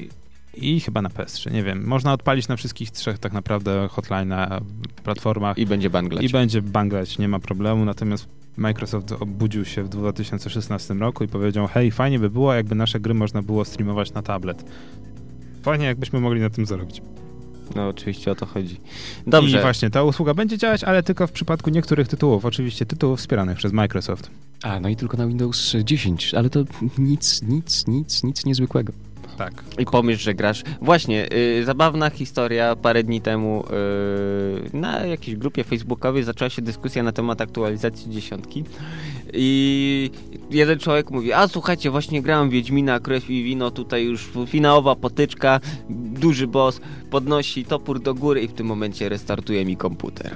I chyba na PS3, nie wiem. Można odpalić na wszystkich trzech tak naprawdę Hotline na platformach I będzie banglać. i będzie banglać, nie ma problemu, natomiast Microsoft obudził się w 2016 roku i powiedział, hej, fajnie by było, jakby nasze gry można było streamować na tablet. Fajnie, jakbyśmy mogli na tym zarobić. No oczywiście o to chodzi. I Dobrze, właśnie, ta usługa będzie działać, ale tylko w przypadku niektórych tytułów. Oczywiście tytułów wspieranych przez Microsoft. A, no i tylko na Windows 10, ale to nic, nic, nic, nic niezwykłego. Tak. i pomyśl, że grasz. Właśnie, y, zabawna historia. Parę dni temu y, na jakiejś grupie facebookowej zaczęła się dyskusja na temat aktualizacji dziesiątki. I jeden człowiek mówi, a słuchajcie, właśnie grałem w Wiedźmina, krew i wino, tutaj już finałowa potyczka, duży boss, podnosi topór do góry i w tym momencie restartuje mi komputer.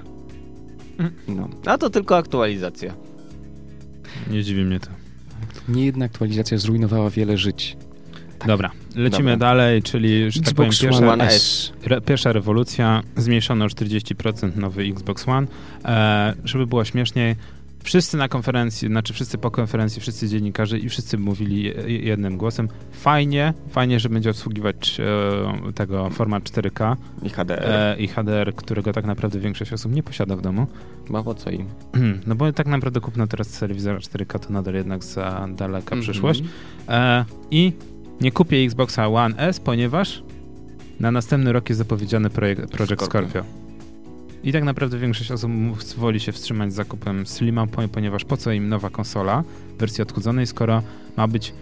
Mhm. No, a to tylko aktualizacja. Nie dziwi mnie to. Nie jedna aktualizacja zrujnowała wiele żyć. Dobra, lecimy Dobra. dalej, czyli, że tak powiem, Xbox pierwsza, One One S. re, pierwsza rewolucja, zmniejszono o 40% nowy Xbox One. E, żeby było śmieszniej, wszyscy na konferencji, znaczy wszyscy po konferencji, wszyscy dziennikarze i wszyscy mówili je- jednym głosem, fajnie, fajnie, że będzie obsługiwać e, tego format 4K I HDR. e, i HDR, którego tak naprawdę większość osób nie posiada w domu. Mało co im. No bo tak naprawdę kupno teraz telewizora 4K to nadal jednak za daleka Mhm. przyszłość. E, I nie kupię Xboxa One S, ponieważ na następny rok jest zapowiedziany projekt Project Scorpio. Scorpio. I tak naprawdę większość osób woli się wstrzymać z zakupem Slima, po- ponieważ po co im nowa konsola w wersji odchudzonej, skoro ma być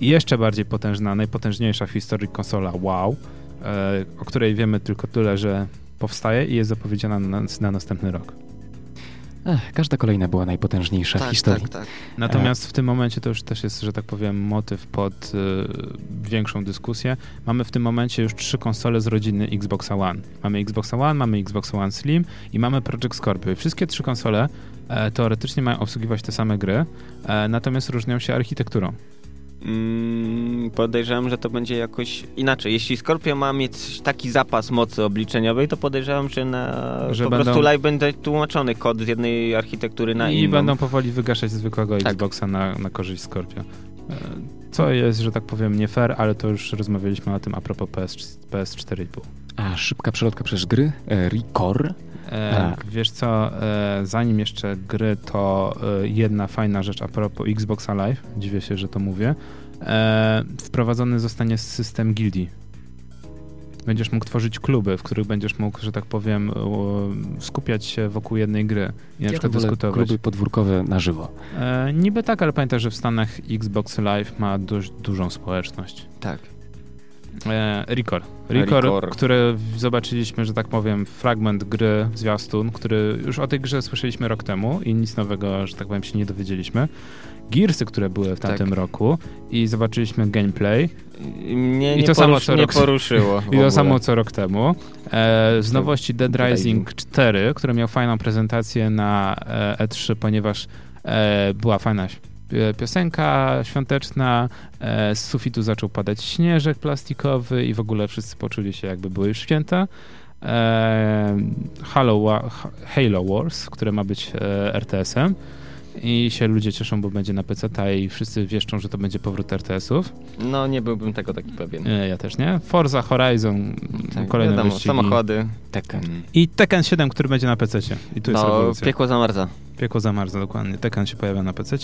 jeszcze bardziej potężna, najpotężniejsza w historii konsola wow, e, o której wiemy tylko tyle, że powstaje i jest zapowiedziana na, na następny rok. Ech, każda kolejna była najpotężniejsza w Tak, historii. tak, tak. Natomiast w tym momencie to już też jest, że tak powiem, motyw pod y, większą dyskusję. Mamy w tym momencie już trzy konsole z rodziny Xboxa One. Mamy Xboxa One, mamy Xbox One Slim i mamy Project Scorpio. I Wszystkie trzy konsole e, teoretycznie mają obsługiwać te same gry, e, natomiast różnią się architekturą. Mm, podejrzewam, że to będzie jakoś inaczej. Jeśli Scorpio ma mieć taki zapas mocy obliczeniowej, to podejrzewam, że na Że po będą- prostu live będzie tłumaczony kod z jednej architektury na I inną. będą powoli wygaszać zwykłego Tak. Xboxa na, na korzyść Scorpio. E, co jest, że tak powiem, nie fair, ale to już rozmawialiśmy o tym a propos PS, PS4,5. A szybka przelotka przez gry, e, Recore. E, Tak. Wiesz co, e, zanim jeszcze gry, to e, jedna fajna rzecz a propos Xbox Live, dziwię się, że to mówię, e, wprowadzony zostanie system gildii. Będziesz mógł tworzyć kluby, w których będziesz mógł, że tak powiem, e, skupiać się wokół jednej gry i na Ja to przykład wolę dyskutować. kluby podwórkowe na żywo. E, niby tak, ale pamiętaj, że w Stanach Xbox Live ma dość dużą społeczność. Tak. E, Record. Record, Record. które w- zobaczyliśmy, że tak powiem, fragment gry, zwiastun, który już o tej grze słyszeliśmy rok temu i nic nowego, że tak powiem, się nie dowiedzieliśmy. Gearsy, które były w Tak. tamtym roku i zobaczyliśmy gameplay I Mnie I nie, to samo, co nie rok- poruszyło. w i ogóle. Tak. to samo co rok temu. E, z nowości Dead Dead Rising Rising. 4, który miał fajną prezentację na e, E3, ponieważ e, była fajna ś- piosenka świąteczna, e, z sufitu zaczął padać śnieżek plastikowy i w ogóle wszyscy poczuli się jakby były już święta. E, Halo, Wa- Halo Wars, które ma być e, RTS-em. i się ludzie cieszą, bo będzie na PC i wszyscy wieszczą, że to będzie powrót RTS-ów. No nie byłbym tego taki pewien. E, Ja też nie. Forza Horizon, Tak, kolejne wiadomo, wyścigi. samochody. Tekken. I Tekken 7, który będzie na PC. I tu jest No, rewolucja. piekło zamarza. Piekło zamarza, dokładnie. Tekken się pojawia na PC.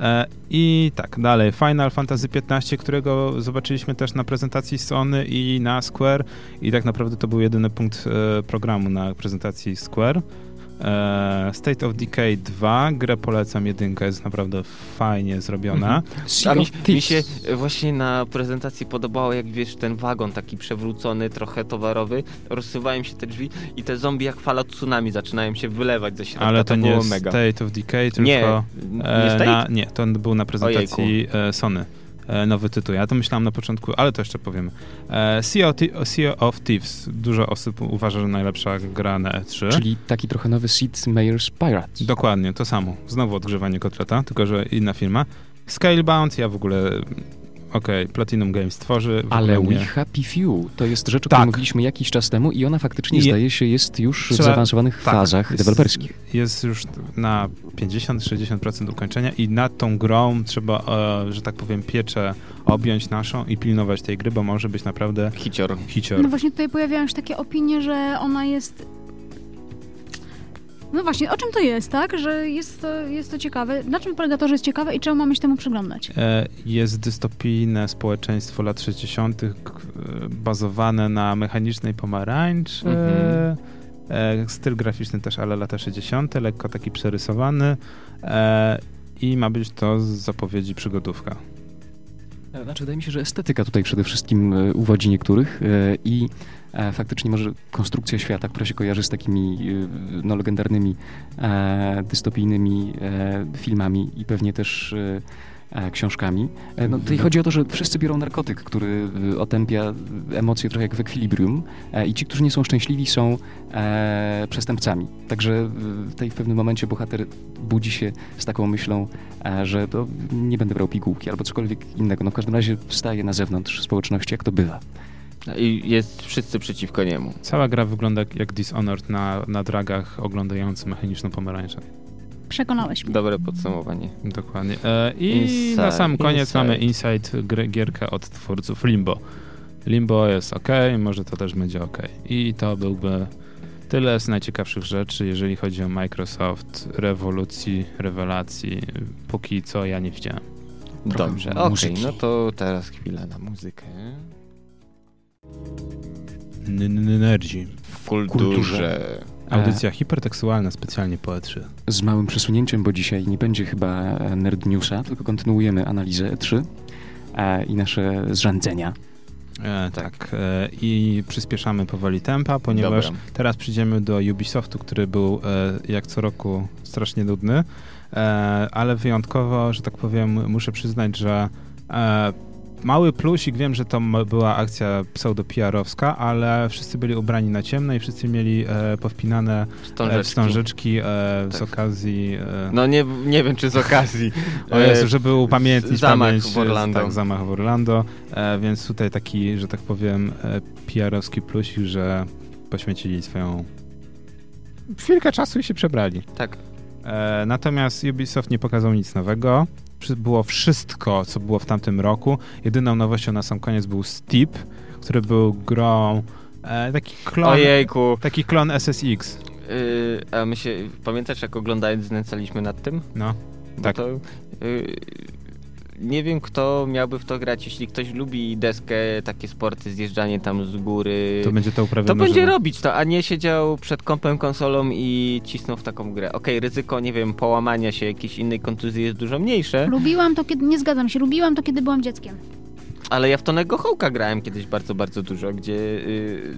E, I tak, dalej. Final Fantasy 15, którego zobaczyliśmy też na prezentacji Sony i na Square. I tak naprawdę to był jedyny punkt e, programu na prezentacji Square. E, State of Decay 2, grę polecam, jedynka jest naprawdę fajnie Mhm. zrobiona. A mi, mi się e, właśnie na prezentacji podobało, jak wiesz, ten wagon taki przewrócony, trochę towarowy, rozsuwają się te drzwi i te zombie jak fala tsunami zaczynają się wylewać ze środka. Ale to, nie było jest mega. State of Decay, tylko... nie, nie E, stoi? na, nie, to był na prezentacji e, Sony. E, nowy tytuł. Ja to myślałem na początku, ale to jeszcze powiem. E, sea, of Thi- sea of Thieves. Dużo osób uważa, że najlepsza gra na E E3. Czyli taki trochę nowy Sid Meier's Pirates. Dokładnie, to samo. Znowu odgrzewanie kotleta, tylko że inna firma. Scalebound, ja w ogóle... mm, Okej, Platinum Games tworzy. w Ale ogóle We nie. Happy Few to jest rzecz, o Tak. której mówiliśmy jakiś czas temu i ona faktycznie Je- zdaje się jest już w Trzeba- zaawansowanych tak, fazach jest- deweloperskich. Jest już na 50-60% ukończenia i nad tą grą trzeba, e, że tak powiem, pieczę objąć naszą i pilnować tej gry, bo może być naprawdę Hicior. hicior. No właśnie tutaj pojawiają się takie opinie, że ona jest. No właśnie, o czym to jest, tak? Że jest to, jest to ciekawe. Na czym polega to, że jest ciekawe i czemu mamy się temu przyglądać? E, jest dystopijne społeczeństwo lat 60., k- e, bazowane na mechanicznej pomarańczy. Mhm. E, styl graficzny też, ale lata 60., lekko taki przerysowany. E, I ma być to z zapowiedzi przygodówka. Znaczy, wydaje mi się, że estetyka tutaj przede wszystkim e, uwodzi niektórych e, i e, faktycznie może konstrukcja świata, która się kojarzy z takimi e, no, legendarnymi e, dystopijnymi e, filmami i pewnie też e, e, książkami. E, No, tutaj chodzi o to, że wszyscy biorą narkotyk, który e, otępia emocje trochę jak w ekwilibrium e, i ci, którzy nie są szczęśliwi są e, przestępcami. Także e, tutaj w pewnym momencie bohater budzi się z taką myślą, e, że to nie będę brał pigułki albo cokolwiek innego. No w każdym razie wstaje na zewnątrz społeczności, jak to bywa. I jest wszyscy przeciwko niemu. Cała gra wygląda jak- jak Dishonored na, na dragach oglądający mechaniczną pomarańczę. Przekonałeś mnie. Dobre podsumowanie. Dokładnie. E, I Inside, na sam koniec Inside. mamy Inside gry, gierkę od twórców Limbo. Limbo jest ok, może to też będzie ok. I to byłby tyle z najciekawszych rzeczy, jeżeli chodzi o Microsoft, rewolucji, rewelacji. Póki co ja nie widziałem. Trochę Dobrze, mu- okej, muzyki. no to teraz chwila na muzykę. Nerdzi. W Kulturze. kulturze. Audycja hipertekstualna specjalnie po E E3. Z małym przesunięciem, bo dzisiaj nie będzie chyba e, Nerd Newsa, tylko kontynuujemy analizę E3 e, i nasze zrządzenia. E, tak. E, I przyspieszamy powoli tempa, ponieważ Dobra. Teraz przyjdziemy do Ubisoftu, który był e, jak co roku strasznie nudny, e, ale wyjątkowo, że tak powiem, muszę przyznać, że e, mały plusik, wiem, że to m- była akcja pseudo-PR-owska, ale wszyscy byli ubrani na ciemno i wszyscy mieli e, powpinane e, Wstążeczki. wstążeczki e, z Tak. okazji... E, No nie, nie wiem, czy z okazji. E, o Jezu, żeby upamiętnić zamach pamięć, w Orlando. Tak, zamach w Orlando. E, więc tutaj taki, że tak powiem, e, PR-owski plusik, że poświęcili swoją chwilkę czasu i się przebrali. Tak. E, natomiast Ubisoft nie pokazał nic nowego. Przy- Było wszystko, co było w tamtym roku. Jedyną nowością na sam koniec był Steep, który był grą e, taki klon, Ojejku. taki klon SSX. Yy, a my się, pamiętasz jak oglądając znęcaliśmy nad tym? No, Bo tak. To, yy, nie wiem kto miałby w to grać, jeśli ktoś lubi deskę, takie sporty, zjeżdżanie tam z góry. To będzie to to uprawione. będzie żywo. robić to, a nie siedział przed kompem, konsolą i cisnął w taką grę. Okej, ryzyko, nie wiem, połamania się jakiejś innej kontuzji jest dużo mniejsze, Lubiłam to, kiedy. Nie zgadzam się, lubiłam to, kiedy byłam dzieckiem. ale ja w Tonego Hołka grałem kiedyś bardzo, bardzo dużo, gdzie... Yy,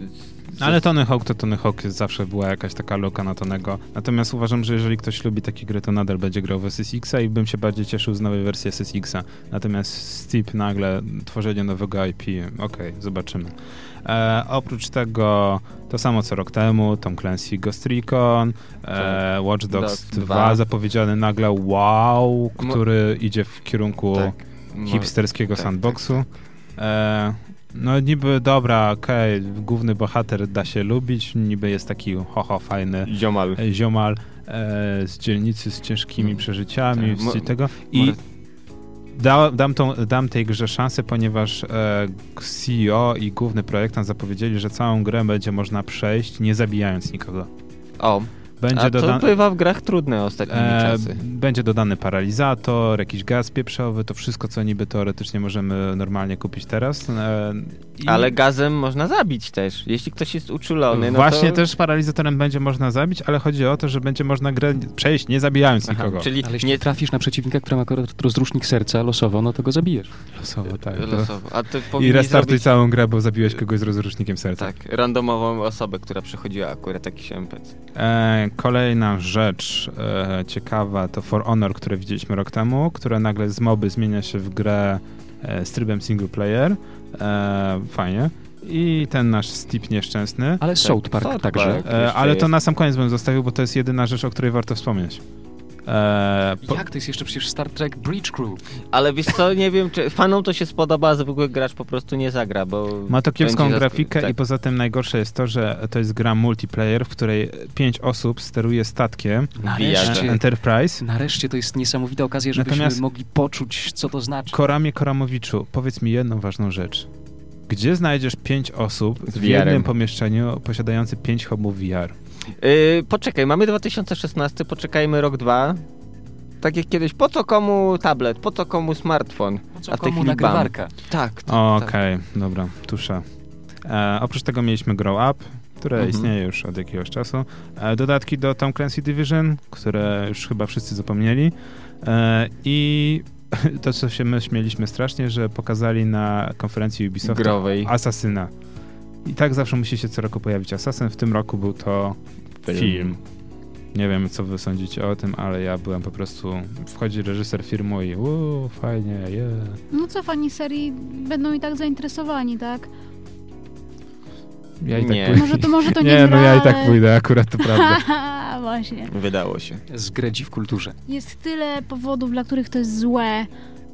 z- No Ale Tony Hawk to Tony Hawk jest, zawsze była jakaś taka luka na Tonego. Natomiast uważam, że jeżeli ktoś lubi takie gry, to nadal będzie grał w SSX-a i bym się bardziej cieszył z nowej wersji SSX-a. Natomiast Steep nagle, tworzenie nowego IP, okej, zobaczymy. E, oprócz tego, to samo co rok temu, Tom Clancy Ghost Recon, e, Watch Dogs Tak. Dogs 2, 2. zapowiedziany nagle wow, Mo- który idzie w kierunku Tak. Mo- hipsterskiego tak, sandboxu. E, no niby dobra, okej, główny bohater da się lubić, niby jest taki ho, ho fajny Ziomal. e, ziomal, e, z dzielnicy z ciężkimi No. przeżyciami, Tak, mo- z tego. I da, dam, tą, dam tej grze szansę, ponieważ e, CEO i główny projektant zapowiedzieli, że całą grę będzie można przejść nie zabijając nikogo. O, Będzie a to doda- bywa w grach trudne ostatnimi e, czasy. będzie dodany paralizator, jakiś gaz pieprzowy, to wszystko, co niby teoretycznie możemy normalnie kupić teraz. E, i- Ale gazem można zabić też. Jeśli ktoś jest uczulony, no Właśnie to... też paralizatorem będzie można zabić, ale chodzi o to, że będzie można grę przejść nie zabijając Aha, nikogo. Czyli Ale jeśli nie trafisz na przeciwnika, który ma akurat rozrusznik serca losowo, no to go zabijesz. Losowo, tak. to- losowo. A ty I powinieneś restartuj zrobić... całą grę, bo zabiłeś kogoś z rozrusznikiem serca. Tak, randomową osobę, która przechodziła akurat jakiś NPC. E, kolejna rzecz e, ciekawa to For Honor, które widzieliśmy rok temu, które nagle z moby zmienia się w grę e, z trybem single player. E, fajnie. I ten nasz Steep nieszczęsny. Ale South Park Tak. South także. Park. E, ale jeszcze to jest. na sam koniec bym zostawił, bo to jest jedyna rzecz, o której warto wspomnieć. E, po- Jak to jest jeszcze przecież Star Trek Bridge Crew? Ale wiesz co, nie wiem, czy fanom to się spodoba, a zwykły gracz po prostu nie zagra, bo... Ma to kiepską będzie zask- grafikę tak. i poza tym najgorsze jest to, że to jest gra multiplayer, w której pięć osób steruje statkiem Nareszcie. e, Enterprise. nareszcie to jest niesamowita okazja, żebyśmy żebyśmy Natomiast- mogli poczuć, co to znaczy. Koramie Koramowiczu, powiedz mi jedną ważną rzecz. Gdzie znajdziesz pięć osób Z w VR-em. jednym pomieszczeniu posiadający pięć hobów VR? Yy, poczekaj, mamy 2016, poczekajmy rok, dwa. Tak jak kiedyś, po co komu tablet, po co komu smartfon? Co A tych komu libam. nagrywarka? Tak, tak, tak. Okej, dobra, tusza. E, oprócz tego mieliśmy Grow Up, które Mhm. istnieje już od jakiegoś czasu. E, dodatki do Tom Clancy Division, które już chyba wszyscy zapomnieli. E, I to, co się my śmieliśmy strasznie, że pokazali na konferencji Ubisoftu Growej. Asasyna. I tak zawsze musi się co roku pojawić Assassin. W tym roku był to film. Film. Nie wiem, co wy sądzicie o tym, ale ja byłem po prostu... Wchodzi reżyser filmu i uuu, fajnie, yeah. No co, fani serii będą i tak zainteresowani, tak? Ja i tak Nie. pójdę. Może to, może to nie, nie, no gra, ja i tak ale- pójdę, akurat to prawda. Haha, Właśnie. Wydało się. Z gredzi w kulturze. No Jest tyle powodów, dla których to jest złe,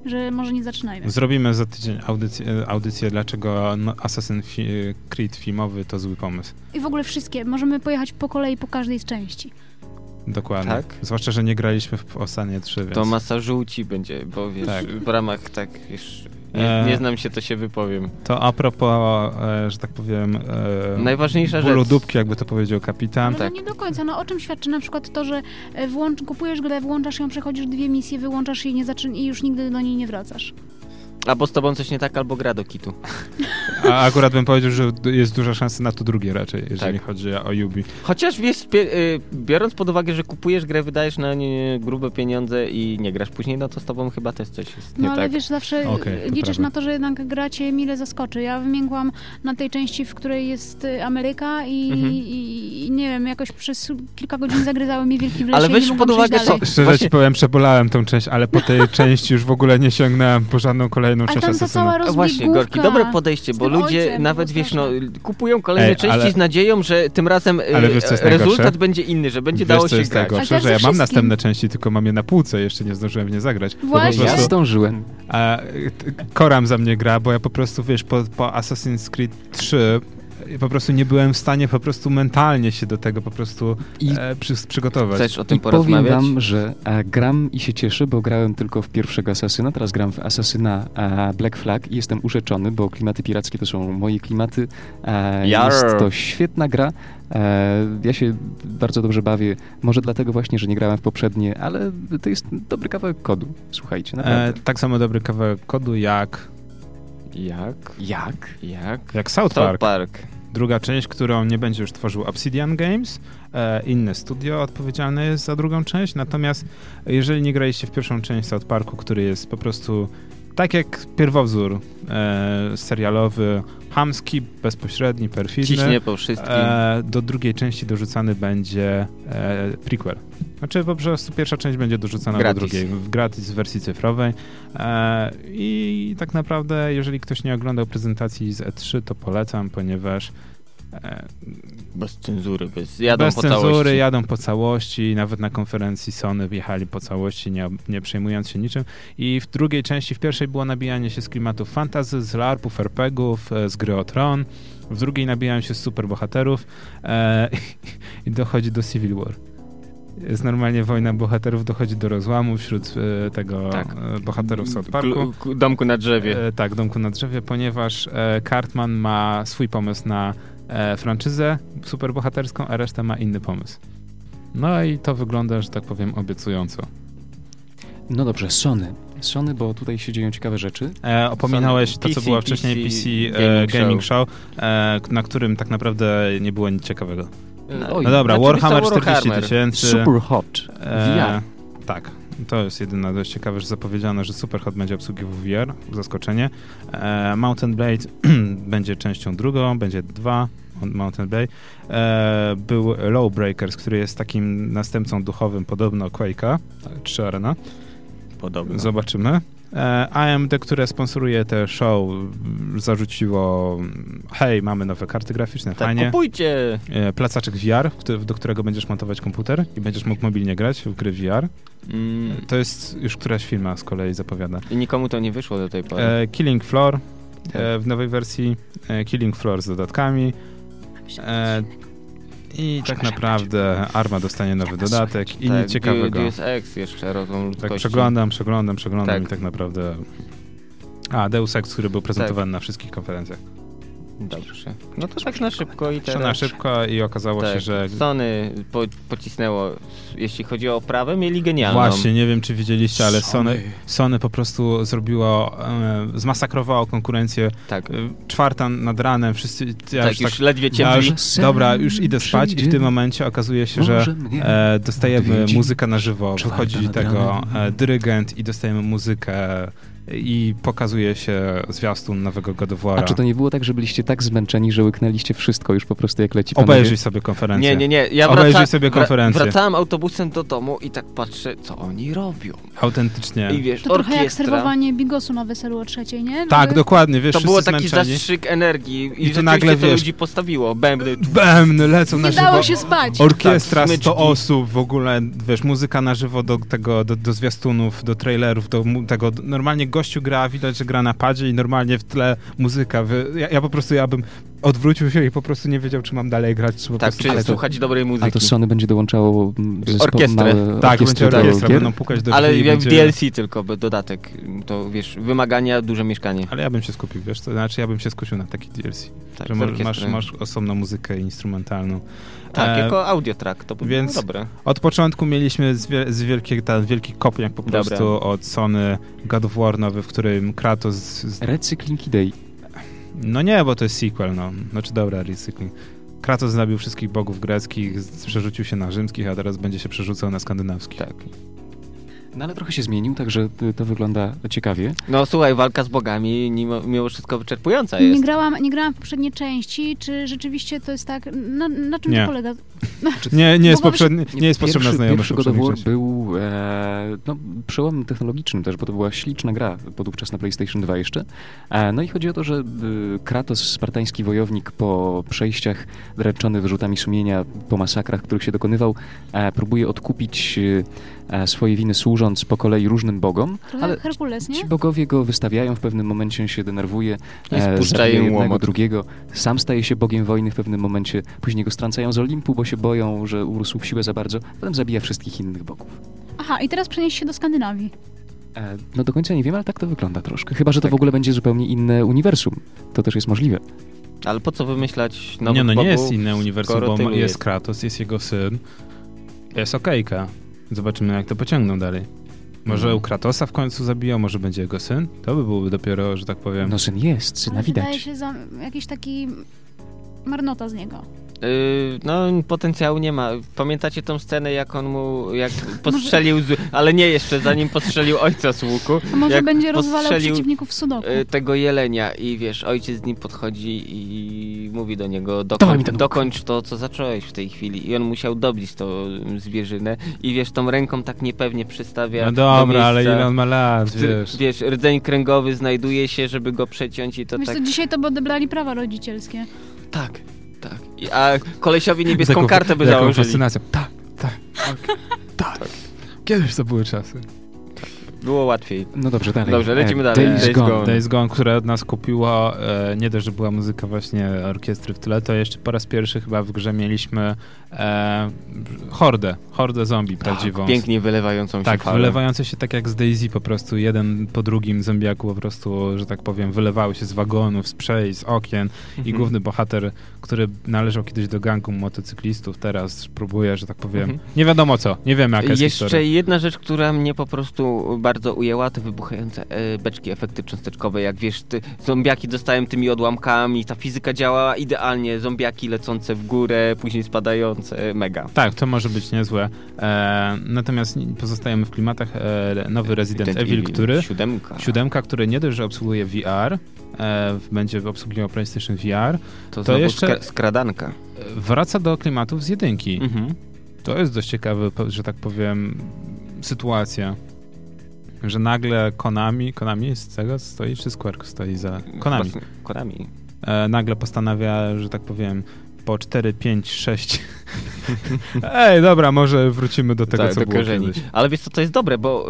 że może nie zaczynajmy. Zrobimy za tydzień audycję, audycję dlaczego no- Assassin's fi- Creed filmowy to zły pomysł. I w ogóle wszystkie. Możemy pojechać po kolei po każdej z części. Dokładnie. Tak? Zwłaszcza, że nie graliśmy w ostatnie trzy, więc... To masa żółci będzie, bo wiesz, Tak. w ramach tak, wiesz, nie, Eee. nie znam się, to się wypowiem. To a propos, e, że tak powiem... E, Najważniejsza bólu rzecz. dupki, jakby to powiedział kapitan. Ale tak. no nie do końca. No o czym świadczy na przykład to, że e, włącz, kupujesz grę, włączasz ją, przechodzisz dwie misje, wyłączasz jej nie zaczyn- i już nigdy do niej nie wracasz. Albo z tobą coś nie tak, albo gra do kitu. A akurat bym powiedział, że d- jest duża szansa na to drugie raczej, jeżeli Tak. chodzi o Yubi. Chociaż wiesz, spie- y, biorąc pod uwagę, że kupujesz grę, wydajesz na nie grube pieniądze i nie grasz później, no to z tobą chyba też coś jest nie No ale tak. wiesz, zawsze Okej, to liczysz prawda. na to, że jednak gra cię mile zaskoczy. Ja wymiękłam na tej części, w której jest y, Ameryka i, Mhm. i, i nie wiem, jakoś przez kilka godzin zagryzały mi wielki w lesie Ale i weź nie mogłam pod przejść uwagę, dalej. co... Szczerze Właśnie, ci powiem, przebolałem tą część, ale po tej części już w ogóle nie sięgnąłem po żadną kolejną Ale część tam ta Asasyna. cała rozbiegówka. No właśnie, Gorki, dobre podejście, Z bo tym ludzie ojcem, nawet, to wiesz, no, straszne. kupują kolejne Ej, części ale- z nadzieją, że tym razem y, Ale wiesz, co jest y, rezultat najgorsze? będzie inny, że będzie Wiesz, dało co się jest grać. tego? najgorsze, Ale tak że ze ja mam wszystkim. następne części, tylko mam je na półce, jeszcze nie zdążyłem w nie zagrać. Bo po Właśnie. Ja prostu- zdążyłem. A y, t- Koram za mnie gra, bo ja po prostu, wiesz, po, po Assassin's Creed 3 y, po prostu nie byłem w stanie po prostu mentalnie się do tego po prostu I- e, przy, przygotować. Chcesz o tym I powiem porozmawiać? wam, że e, gram i się cieszę, bo grałem tylko w pierwszego Asasyna, teraz gram w Asasyna e, Black Flag i jestem urzeczony, bo klimaty pirackie to są moje klimaty. E, Jar. jest to świetna gra. E, ja się bardzo dobrze bawię. Może dlatego właśnie, że nie grałem w poprzednie, ale to jest dobry kawałek kodu. Słuchajcie, E, naprawdę. tak samo dobry kawałek kodu jak, Jak? Jak? Jak? jak South South Park. Park. Druga część, którą nie będzie już tworzył Obsidian Games, e, inne studio odpowiedzialne jest za drugą część. Natomiast jeżeli nie graliście w pierwszą część South Parku, który jest po prostu tak jak pierwowzór e, serialowy, hamski, bezpośredni, perfidny, Ciśnie po wszystkim. e, do drugiej części dorzucany będzie e, prequel. Znaczy po prostu pierwsza część będzie dorzucana Gratis. do drugiej, w gratis w wersji cyfrowej. E, I tak naprawdę, jeżeli ktoś nie oglądał prezentacji z E3, to polecam, ponieważ e, Bez cenzury, bez... Jadą bez po cenzury całości. jadą po całości, nawet na konferencji Sony wjechali po całości, nie, nie przejmując się niczym. I w drugiej części, w pierwszej było nabijanie się z klimatów fantasy, z larpów, RPGów, e, z gry o tron. W drugiej nabijają się z superbohaterów e, i dochodzi do Civil War. jest normalnie wojna bohaterów, dochodzi do rozłamu wśród e, tego Tak. e, bohaterów South Parku. Klu- k- domku na drzewie. E, tak, Domku na drzewie, ponieważ e, Cartman ma swój pomysł na e, franczyzę superbohaterską, a reszta ma inny pomysł. No i to wygląda, że tak powiem, obiecująco. No dobrze, Sony. Sony, bo tutaj się dzieją ciekawe rzeczy. E, opominałeś to, co PC, było wcześniej, PC PC e, Gaming Gaming Show, e, k- na którym tak naprawdę nie było nic ciekawego. No, Oj, No dobra, Znaczy, Warhammer wystał 40 Warhammer. tysięcy. Super hot. VR. tak. To jest jedyna dość ciekawe, że zapowiedziano, że Superhot będzie obsługiwał VR. Zaskoczenie. E, Mountain Blade będzie częścią drugą, będzie dwa Mon- Mountain Blade. E, był Lowbreakers, który jest takim następcą duchowym podobno Quake'a, tak, czy Arena. Podobno. Zobaczymy. E, AMD, które sponsoruje te show, m, zarzuciło m, hej, mamy nowe karty graficzne, Tak, fajnie. kupujcie! E, Placaczek VR, który, do którego będziesz montować komputer i będziesz mógł mobilnie grać w gry VR. Mm, To jest już któraś firma z kolei zapowiada. E, I nikomu to nie wyszło do tej pory. E, Killing Floor Tak. e, w nowej wersji, e, Killing Floor z dodatkami e, i tak naprawdę Arma dostanie nowy dodatek i Tak, nic ciekawego. Deus Ex jeszcze rozum ludzkości. Tak przeglądam, przeglądam, przeglądam Tak. i tak naprawdę... A, Deus Ex, który był prezentowany Tak. na wszystkich konferencjach. Dobrze. No to tak na szybko i Szona teraz... szybko i okazało tak. się, że... Sony po, pocisnęło, jeśli chodzi o oprawę, mieli genialną. Właśnie, nie wiem czy widzieliście, ale Sony, Sony po prostu zrobiło, e, zmasakrowało konkurencję. Tak, E, czwarta nad ranem, wszyscy... Ja tak już ledwie cię Ja już, Może dobra, sen już idę spać i w przyjdzie. tym momencie okazuje się, Może że mnie e, dostajemy odwiedzi. muzykę na żywo. Czwarta Wychodzi nad tego ranem. e, dyrygent i dostajemy muzykę i pokazuje się zwiastun nowego God of A War'a. czy to nie było tak, że byliście tak zmęczeni, że łyknęliście wszystko już po prostu jak leci panowie? Obejrzyj sobie konferencję. Nie, nie, nie. Ja Obejrzyj wraca... sobie wra- konferencję. Wracałem autobusem do domu i tak patrzę, co oni robią. Autentycznie. I wiesz, To trochę jak orkiestra. serwowanie bigosu na weselu o trzeciej, nie? Tak, Żeby- dokładnie, wiesz, To wszyscy było taki zmęczeni. zastrzyk energii i, I tu rzeczywiście nagle, to wiesz- ludzi postawiło. Bębny. Bem, lecą na Nie żywo. dało się spać. Orkiestra, Tak, 100 smyczki. osób, w ogóle, wiesz, muzyka na żywo do tego, do, do zwiastunów, do trailerów, do mu- tego, normalnie gościu gra, widać, że gra na padzie i normalnie w tle muzyka. Wy, ja, ja po prostu, ja bym odwrócił się i po prostu nie wiedział, czy mam dalej grać, czy po Tak, prostu... czyli ale to- słuchać dobrej A muzyki. to Sony będzie dołączało mm, zespo- Orkiestrę. Małe Tak, będzie orkiestry do orkiestra, gier? będą pukać do Ale drzwi i jak będzie... DLC tylko, by dodatek. To wiesz, wymagania, duże mieszkanie. Ale ja bym się skupił, wiesz, to znaczy ja bym się skusił na taki DLC, Tak, że z masz, orkiestrą. masz, masz osobną muzykę instrumentalną. tak E, jako audiotrack, to by więc- było dobre. Od początku mieliśmy z, wie, z wielkie, ten wielki kopniak po Dobra. prostu od Sony God of War nowy, w którym Kratos... Z, Recyklingi Day. no nie, bo to jest sequel, no. Znaczy dobra, recykling. Kratos zabił wszystkich bogów greckich, z- przerzucił się na rzymskich, a teraz będzie się przerzucał na skandynawskich. Tak. No ale trochę się zmienił, także y, to wygląda ciekawie. No słuchaj, walka z bogami mimo, mimo wszystko wyczerpująca Nie jest. grałam, nie grałam w poprzedniej części, czy rzeczywiście to jest tak, na, na czym Nie. to polega? Nie, nie jest, Mogłabyś- poprzedni, nie jest potrzebna pierwszy, znajomość pierwszy God of poprzednich War rzeczy. był e, no, przełomem technologicznym też, bo to była śliczna gra podówczas na PlayStation 2 jeszcze. E, no i chodzi o to, że y, Kratos, spartański wojownik po przejściach dręczony wyrzutami sumienia, po masakrach, których się dokonywał, e, próbuje odkupić y, e, swoje winy służąc po kolei różnym bogom, Trochę ale jak Herkules, nie? Ci bogowie go wystawiają, w pewnym momencie się denerwuje, I e, spuszczają zabija jednego, łomot. drugiego, sam staje się bogiem wojny w pewnym momencie, później go strącają z Olimpu, bo się boją, że urósł w siłę za bardzo, potem zabija wszystkich innych bogów. Aha, i teraz przenieść się do Skandynawii. E, no do końca nie wiem, ale tak to wygląda troszkę. Chyba, że to w ogóle będzie zupełnie inne uniwersum. To też jest możliwe. Ale po co wymyślać nie, nowych no nie bogów, jest inne uniwersum, skoro bo ma- tylu jest Kratos, jest jego syn, jest okejka. Zobaczymy, jak to pociągną dalej. Może No. u Kratosa w końcu zabiją, może będzie jego syn? To by byłoby dopiero, że tak powiem... No syn jest, syna Ale wydaje widać. się za jakiś taki marnota z niego. Yy, no, potencjału nie ma. Pamiętacie tą scenę, jak on mu, jak postrzelił, z, ale nie jeszcze, zanim postrzelił ojca z łuku. A może jak będzie rozwalał postrzelił, przeciwników w sudoku. y, yy, tego jelenia i wiesz, ojciec z nim podchodzi i mówi do niego, Dawaj dokoń, mi ten łuk. dokończ to, co zacząłeś w tej chwili. I on musiał dobić tą zwierzynę i wiesz, tą ręką tak niepewnie przystawia No do miejsca, dobra, ale ile on ma lat, w którym, wiesz. wiesz, rdzeń kręgowy znajduje się, żeby go przeciąć i to Wiesz tak... co, dzisiaj to by odebrali prawa rodzicielskie. Tak, tak. I, a kolesiowi niebieską Jaką- kartę by jaką założyli. fascynacją. Tak, tak, tak, tak. Kiedyś to były czasy. Było łatwiej. No dobrze, dalej. Dobrze, lecimy E, dalej. Days Days Gone. Gone. Days Gone, które od nas kupiło, e, nie dość, że była muzyka właśnie orkiestry w tle, to jeszcze po raz pierwszy chyba w grze mieliśmy e, hordę. hordę Tak, zombie prawdziwą. Pięknie wylewającą się Tak, falę. wylewające się tak jak z Daisy, po prostu jeden po drugim zombiaku po prostu, że tak powiem, wylewały się z wagonów, z przejść, z okien i Mhm. główny bohater, który należał kiedyś do gangu motocyklistów, teraz próbuje, że tak powiem, Mhm. nie wiadomo co, nie wiem jaka jest historia. Jeszcze jedna rzecz, która mnie po prostu bardzo ujęła, to wybuchające e, beczki, efekty cząsteczkowe. Jak wiesz, ty, zombiaki dostałem tymi odłamkami, ta fizyka działała idealnie. Zombiaki lecące w górę, później spadające, mega. Tak, to może być niezłe. E, natomiast nie- pozostajemy w klimatach. E, nowy Resident Evil, który. Siódemka. Siódemka, który nie dość, że obsługuje VR, e, będzie obsługiwał PlayStation VR, e, To, znowu jeszcze- skra- skradanka. wraca do klimatów z jedynki. Mhm. To jest dość ciekawy, po- że tak powiem, sytuacja. Że nagle Konami, Konami jest z tego stoi, czy Square stoi za Konami. Chyba z- Konami. E, nagle postanawia, że tak powiem, po 4, 5, 6. Ej, dobra, może wrócimy do tego, Tak, co do było korzeni. kiedyś. Ale wiesz co, to jest dobre, bo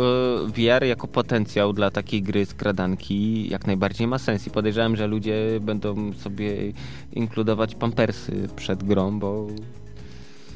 y, VR jako potencjał dla takiej gry skradanki jak najbardziej ma sens i podejrzewam, że ludzie będą sobie inkludować pampersy przed grą, bo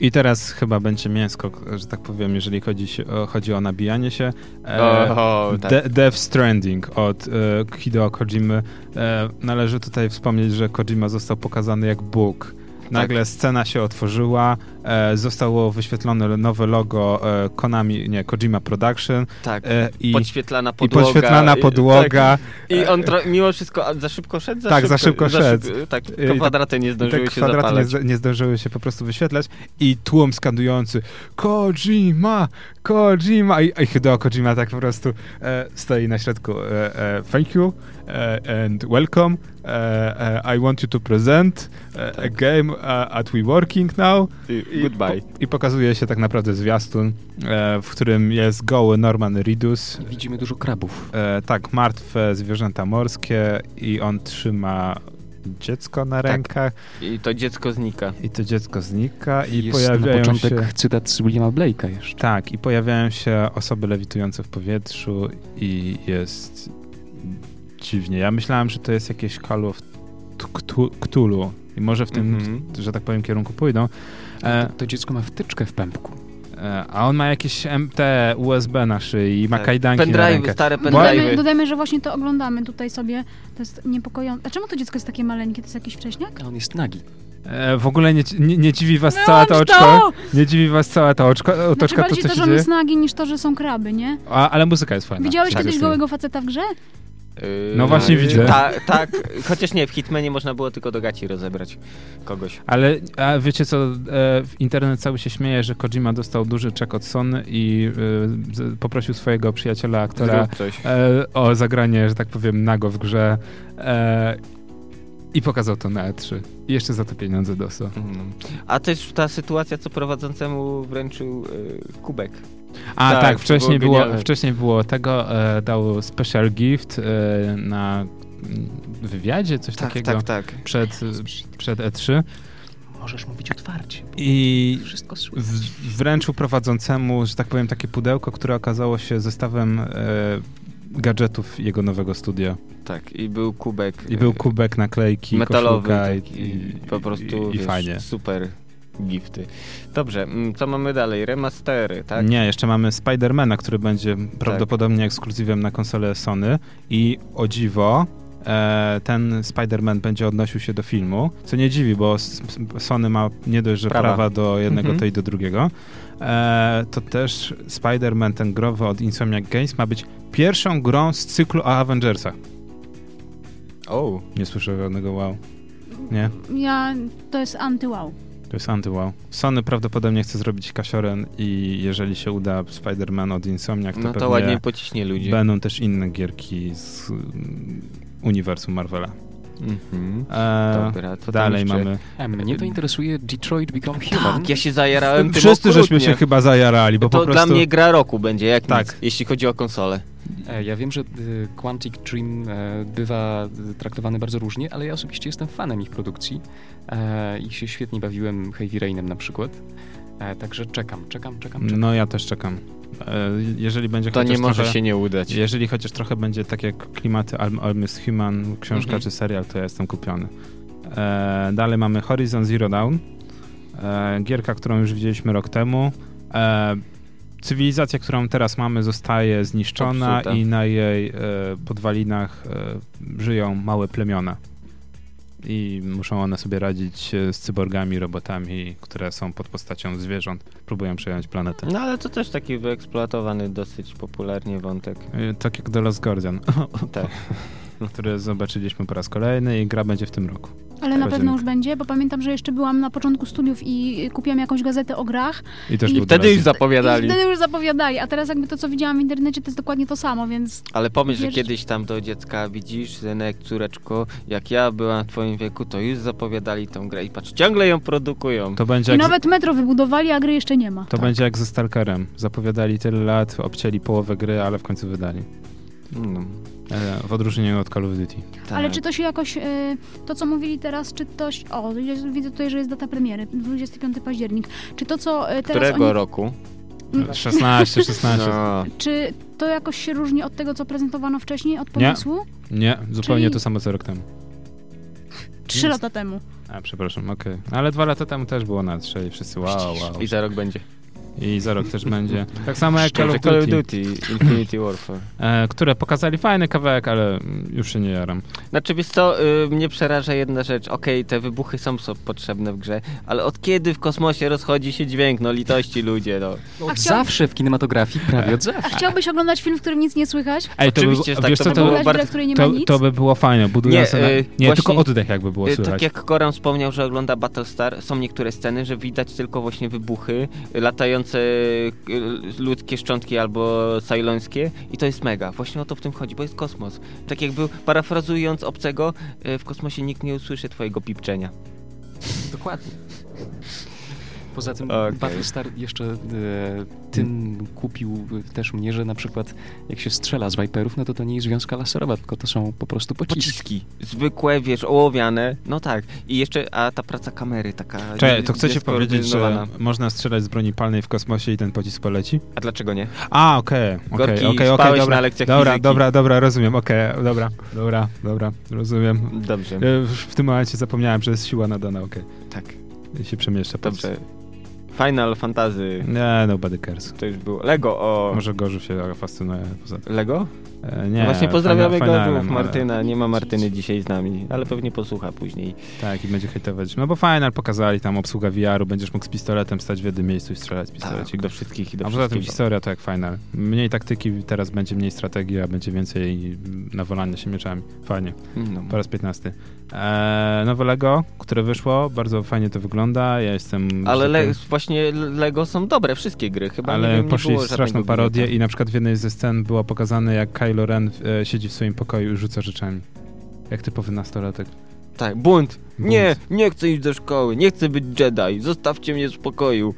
I teraz chyba będzie mięsko, k- że tak powiem, jeżeli chodzi, się, o, chodzi o nabijanie się. E, O, tak. De- Death Stranding od e, Hideo Kojimy. E, należy tutaj wspomnieć, że Kojima został pokazany jak Bóg. Tak. Nagle scena się otworzyła, e, zostało wyświetlone nowe logo e, Konami, nie, Kojima Production tak. e, i, podświetlana i podłoga. podświetlana i- podłoga. E, Tak. I on tro- mimo wszystko a, za szybko szedł? Za Tak, za szybko szedł. szyb- tak, I tak- kwadraty nie I te zdążyły się kwadraty nie, zapalać. zd- nie zdążyły się po prostu wyświetlać i tłum skandujący Kojima, Kojima i, i Hideo Kojima tak po prostu e, stoi na środku e, e, thank you e, and welcome e, e, I want you to present e, a game e, at WeWorking now Tak. I- i, Goodbye. Po, I pokazuje się tak naprawdę zwiastun, e, w którym jest goły Norman Reedus Widzimy dużo krabów. E, tak, martwe zwierzęta morskie i on trzyma dziecko na Tak. rękach I to dziecko znika. i to dziecko znika i jest na pojawiają początek się... cytat z Williama Blake'a jeszcze. Tak, i pojawiają się osoby lewitujące w powietrzu i jest dziwnie. Ja myślałem, że to jest jakieś Call of Cthul- Cthulhu i może w tym, Mhm. że tak powiem, kierunku pójdą. To, E, to dziecko ma wtyczkę w pępku. e, a on ma jakieś MT USB na szyi i ma E, Tak. kajdanki na Pendrive, rękach. stare Dodajmy, pendrive. dodajmy, że właśnie to oglądamy tutaj sobie. To jest niepokojące. A czemu to dziecko jest takie maleńkie? To jest jakiś wcześniak? A on jest nagi. E, w ogóle nie, nie, nie dziwi was No, cała ta on oczko. Nie dziwi was cała ta oczko, Znaczy otoczka, to bardziej co to, się że on dzieje. jest nagi, niż to, że są kraby, nie? A, ale muzyka jest fajna. Widziałeś Tak, kiedyś jest fajna. gołego faceta w grze? Yy, No właśnie yy, widzę. Ta, tak, chociaż nie, w Hitmanie można było tylko do gaci rozebrać kogoś. Ale a wiecie co, e, w internet cały się śmieje, że Kojima dostał duży czek od Sony i e, z- poprosił swojego przyjaciela, aktora Zrób coś. e, o zagranie, że tak powiem, nago w grze e, i pokazał to na E3. I jeszcze za te pieniądze dostał. Mm. A też ta sytuacja, co prowadzącemu wręczył y, kubek. A tak, Tak, to wcześniej, było było, genialne. wcześniej było tego, e, dał special gift e, na mm, wywiadzie, coś takiego tak. Przed, przed E3 Możesz mówić otwarcie. i Wszystko słychać. w, wręczył prowadzącemu, że tak powiem, takie pudełko, które okazało się zestawem e, gadżetów jego nowego studia. Tak, i był kubek. E, I był y, kubek, naklejki, metalowy. koszulka tak, i, po prostu i, i wiesz, fajnie. super gifty. Dobrze, mm, co mamy dalej? Remastery, tak? Nie, jeszcze mamy Spidermana, który będzie prawdopodobnie ekskluzywem na konsolę Sony i o dziwo e, ten Spider-Man będzie odnosił się do filmu, co nie dziwi, bo s- s- Sony ma nie dość, że prawa, Prawa. do jednego, Mhm. to i do drugiego. E, to też Spider-Man, ten growy od Insomniac Games, ma być pierwszą grą z cyklu o Avengersach. O, Nie słyszę żadnego wow. Nie, Ja, to jest anty-wow. to jest anty-wow. Sony prawdopodobnie chce zrobić kasioren i jeżeli się uda Spider-Man od Insomniac, to no pewnie... to ładnie pociśnie ludzi. Będą też inne gierki z mm, uniwersum Marvela. Mhm. E, Dobra, co tam dalej jeszcze? mamy. A E, mnie to interesuje Detroit Become Human. Tak, ja się zajarałem tym Wszyscy żeśmy się okrutnie. chyba zajarali, bo to po prostu dla mnie gra roku będzie, jak Tak. tak. nic, jeśli chodzi o konsolę. E, Ja wiem, że y, Quantic Dream e, bywa y, traktowany bardzo różnie, ale ja osobiście jestem fanem ich produkcji e, i się świetnie bawiłem Heavy Rainem na przykład. E, Także czekam, czekam, czekam, czekam. No ja też czekam. E, jeżeli będzie To chociaż nie może trochę, się nie udać. Jeżeli chociaż trochę będzie tak jak klimaty Al- Almost Human, książka Mhm. czy serial, to ja jestem kupiony. E, dalej mamy Horizon Zero Dawn. E, gierka, którą już widzieliśmy rok temu. E, cywilizacja, którą teraz mamy, zostaje zniszczona Popsuta. i na jej e, podwalinach e, żyją małe plemiona. I muszą one sobie radzić e, z cyborgami, robotami, które są pod postacią zwierząt, próbują przejąć planetę. No ale to też taki wyeksploatowany dosyć popularnie wątek. E, Tak jak The Last Guardian, Tak. który zobaczyliśmy po raz kolejny i gra będzie w tym roku. Ale na Rozumiem. pewno już będzie, bo pamiętam, że jeszcze byłam na początku studiów i kupiłam jakąś gazetę o grach. I też I był The Wtedy Last już Guardian. zapowiadali. I wtedy już zapowiadali, a teraz jakby to, co widziałam w internecie, to jest dokładnie to samo, więc Ale pomyśl, że Wiesz- kiedyś tam do dziecka widzisz, Zenek, córeczko, jak ja byłam w twoim wieku, to już zapowiadali tą grę i patrz, ciągle ją produkują. To będzie I jak nawet metro wybudowali, a gry jeszcze nie ma. Tak. To Tak. będzie jak ze Stalkerem. Zapowiadali tyle lat, obcięli połowę gry, ale w końcu wydali. No, E, w odróżnieniu od Call of Duty. tak. Ale czy to się jakoś, y, to co mówili teraz, czy to, się- o jest- widzę tutaj, że jest data premiery, 25 październik, czy to co y, teraz Którego oni, roku? Mm. 16, 16. No. czy to jakoś się różni od tego, co prezentowano wcześniej, od Nie. pomysłu? Nie, zupełnie Czyli- to samo co rok temu. Trzy lata temu. A, przepraszam, okej. Ale dwa lata temu też było na trze i wszyscy wow, wow. No, I za rok będzie. I za rok też będzie. Tak samo jak Call of Call of Duty, Duty, Infinity Warfare. e, które pokazali fajny kawałek, ale mm, już się nie jaram. Znaczy, wiesz co, y, mnie przeraża jedna rzecz. Okej, te wybuchy są, są potrzebne w grze, ale od kiedy w kosmosie rozchodzi się dźwięk? No litości ludzie, no. Od chciał- zawsze w kinematografii, prawie od zawsze. A chciałbyś oglądać film, w którym nic nie słychać? Ej, to by, Oczywiście, że tak, wiesz to co, by to, było Oglądać bardzo- grę, w której nie ma to, nic? to by było fajne. Budują Nie, sobie na- e, nie tylko właśnie- oddech jakby było Y, słychać. Tak jak Koran wspomniał, że ogląda Battlestar, są niektóre sceny, że widać tylko właśnie wybuchy, y, latające y, ludzkie szczątki albo sajlońskie i to jest mega. Właśnie o to w tym chodzi, bo jest kosmos. Tak jakby, parafrazując obcego, y, w kosmosie nikt nie usłyszy twojego pipczenia. Dokładnie. Poza tym Okej. Battlestar jeszcze e, tym kupił też mnie, że na przykład jak się strzela z Viperów, no to to nie jest związka laserowa, tylko to są po prostu pociski. Pociski. Zwykłe, wiesz, ołowiane. No tak. I jeszcze, a ta praca kamery taka... Czekaj, to chcecie nieskoro powiedzieć, że wyznawana. można strzelać z broni palnej w kosmosie i ten pocisk poleci? A dlaczego nie? A, okej, okej, Gorki, okej, okej, spałeś dobra, na lekcjach dobra, fizyki. dobra, dobra, rozumiem, okej, dobra, dobra, dobra, rozumiem. Dobrze. Ja już w tym momencie zapomniałem, że jest siła nadana, okej, Tak. I się przemieszczę. po Dobrze. Final Fantasy. prostu. Nie, nobody cares. To już było. Lego o... Może Gorzu się fascynuje. Poza... Lego? E, nie, Właśnie pozdrawiamy fajna- fajna Gorzów Island, ale- Martyna. Nie ma Martyny dzisiaj z nami, ale pewnie posłucha później. Tak, i będzie hejtować. No bo Final pokazali tam obsługa VR-u, będziesz mógł z pistoletem stać w jednym miejscu i strzelać z pistolecik. do wszystkich i do A poza tym wszystkiego. historia to jak Final. Mniej taktyki, teraz będzie mniej strategii, a będzie więcej mm, nawalania się mieczami. Fajnie. No. Po raz 15. Eee, nowe Lego, które wyszło, bardzo fajnie to wygląda. Ja jestem. Ale że le- tak- właśnie Lego są dobre, wszystkie gry. Chyba nie ale wiem, nie poszli było w straszną żadnego parodię gniota. i na przykład w jednej ze scen było pokazane, jak Kylo Ren e, siedzi w swoim pokoju i rzuca rzeczami. Jak typowy nastolatek. Tak, bunt. Bunt. Nie, nie chcę iść do szkoły, nie chcę być Jedi, zostawcie mnie w spokoju.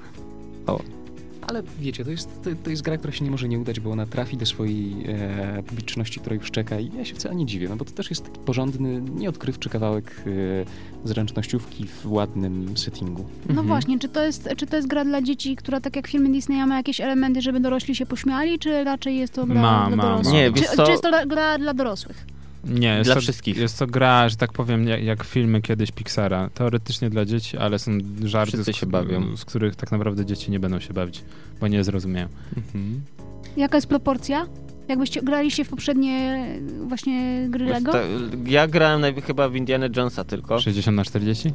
Ale wiecie, to jest, to, to jest gra, która się nie może nie udać, bo ona trafi do swojej e, publiczności, która już czeka i ja się wcale nie dziwię, no bo to też jest taki porządny, nieodkrywczy kawałek e, zręcznościówki w ładnym settingu. Mhm. No właśnie, czy to, jest, czy to jest gra dla dzieci, która tak jak filmy Disneya ma jakieś elementy, żeby dorośli się pośmiali, czy raczej jest to gra Ma, dla ma, ma. dorosłych? Nie, czy, wiesz co- czy jest to dla- gra dla dorosłych? Nie, jest Dla to, wszystkich. Jest to gra, że tak powiem, jak, jak filmy kiedyś Pixara. Teoretycznie dla dzieci, ale są żarty, Wszyscy z, się bawią. z których tak naprawdę dzieci nie będą się bawić, bo nie zrozumieją. Jaka jest proporcja? Jakbyście graliście w poprzednie właśnie gry Lego? Ta- Ja grałem najwy- chyba w Indiana Jonesa tylko. 60 na 40? Yy,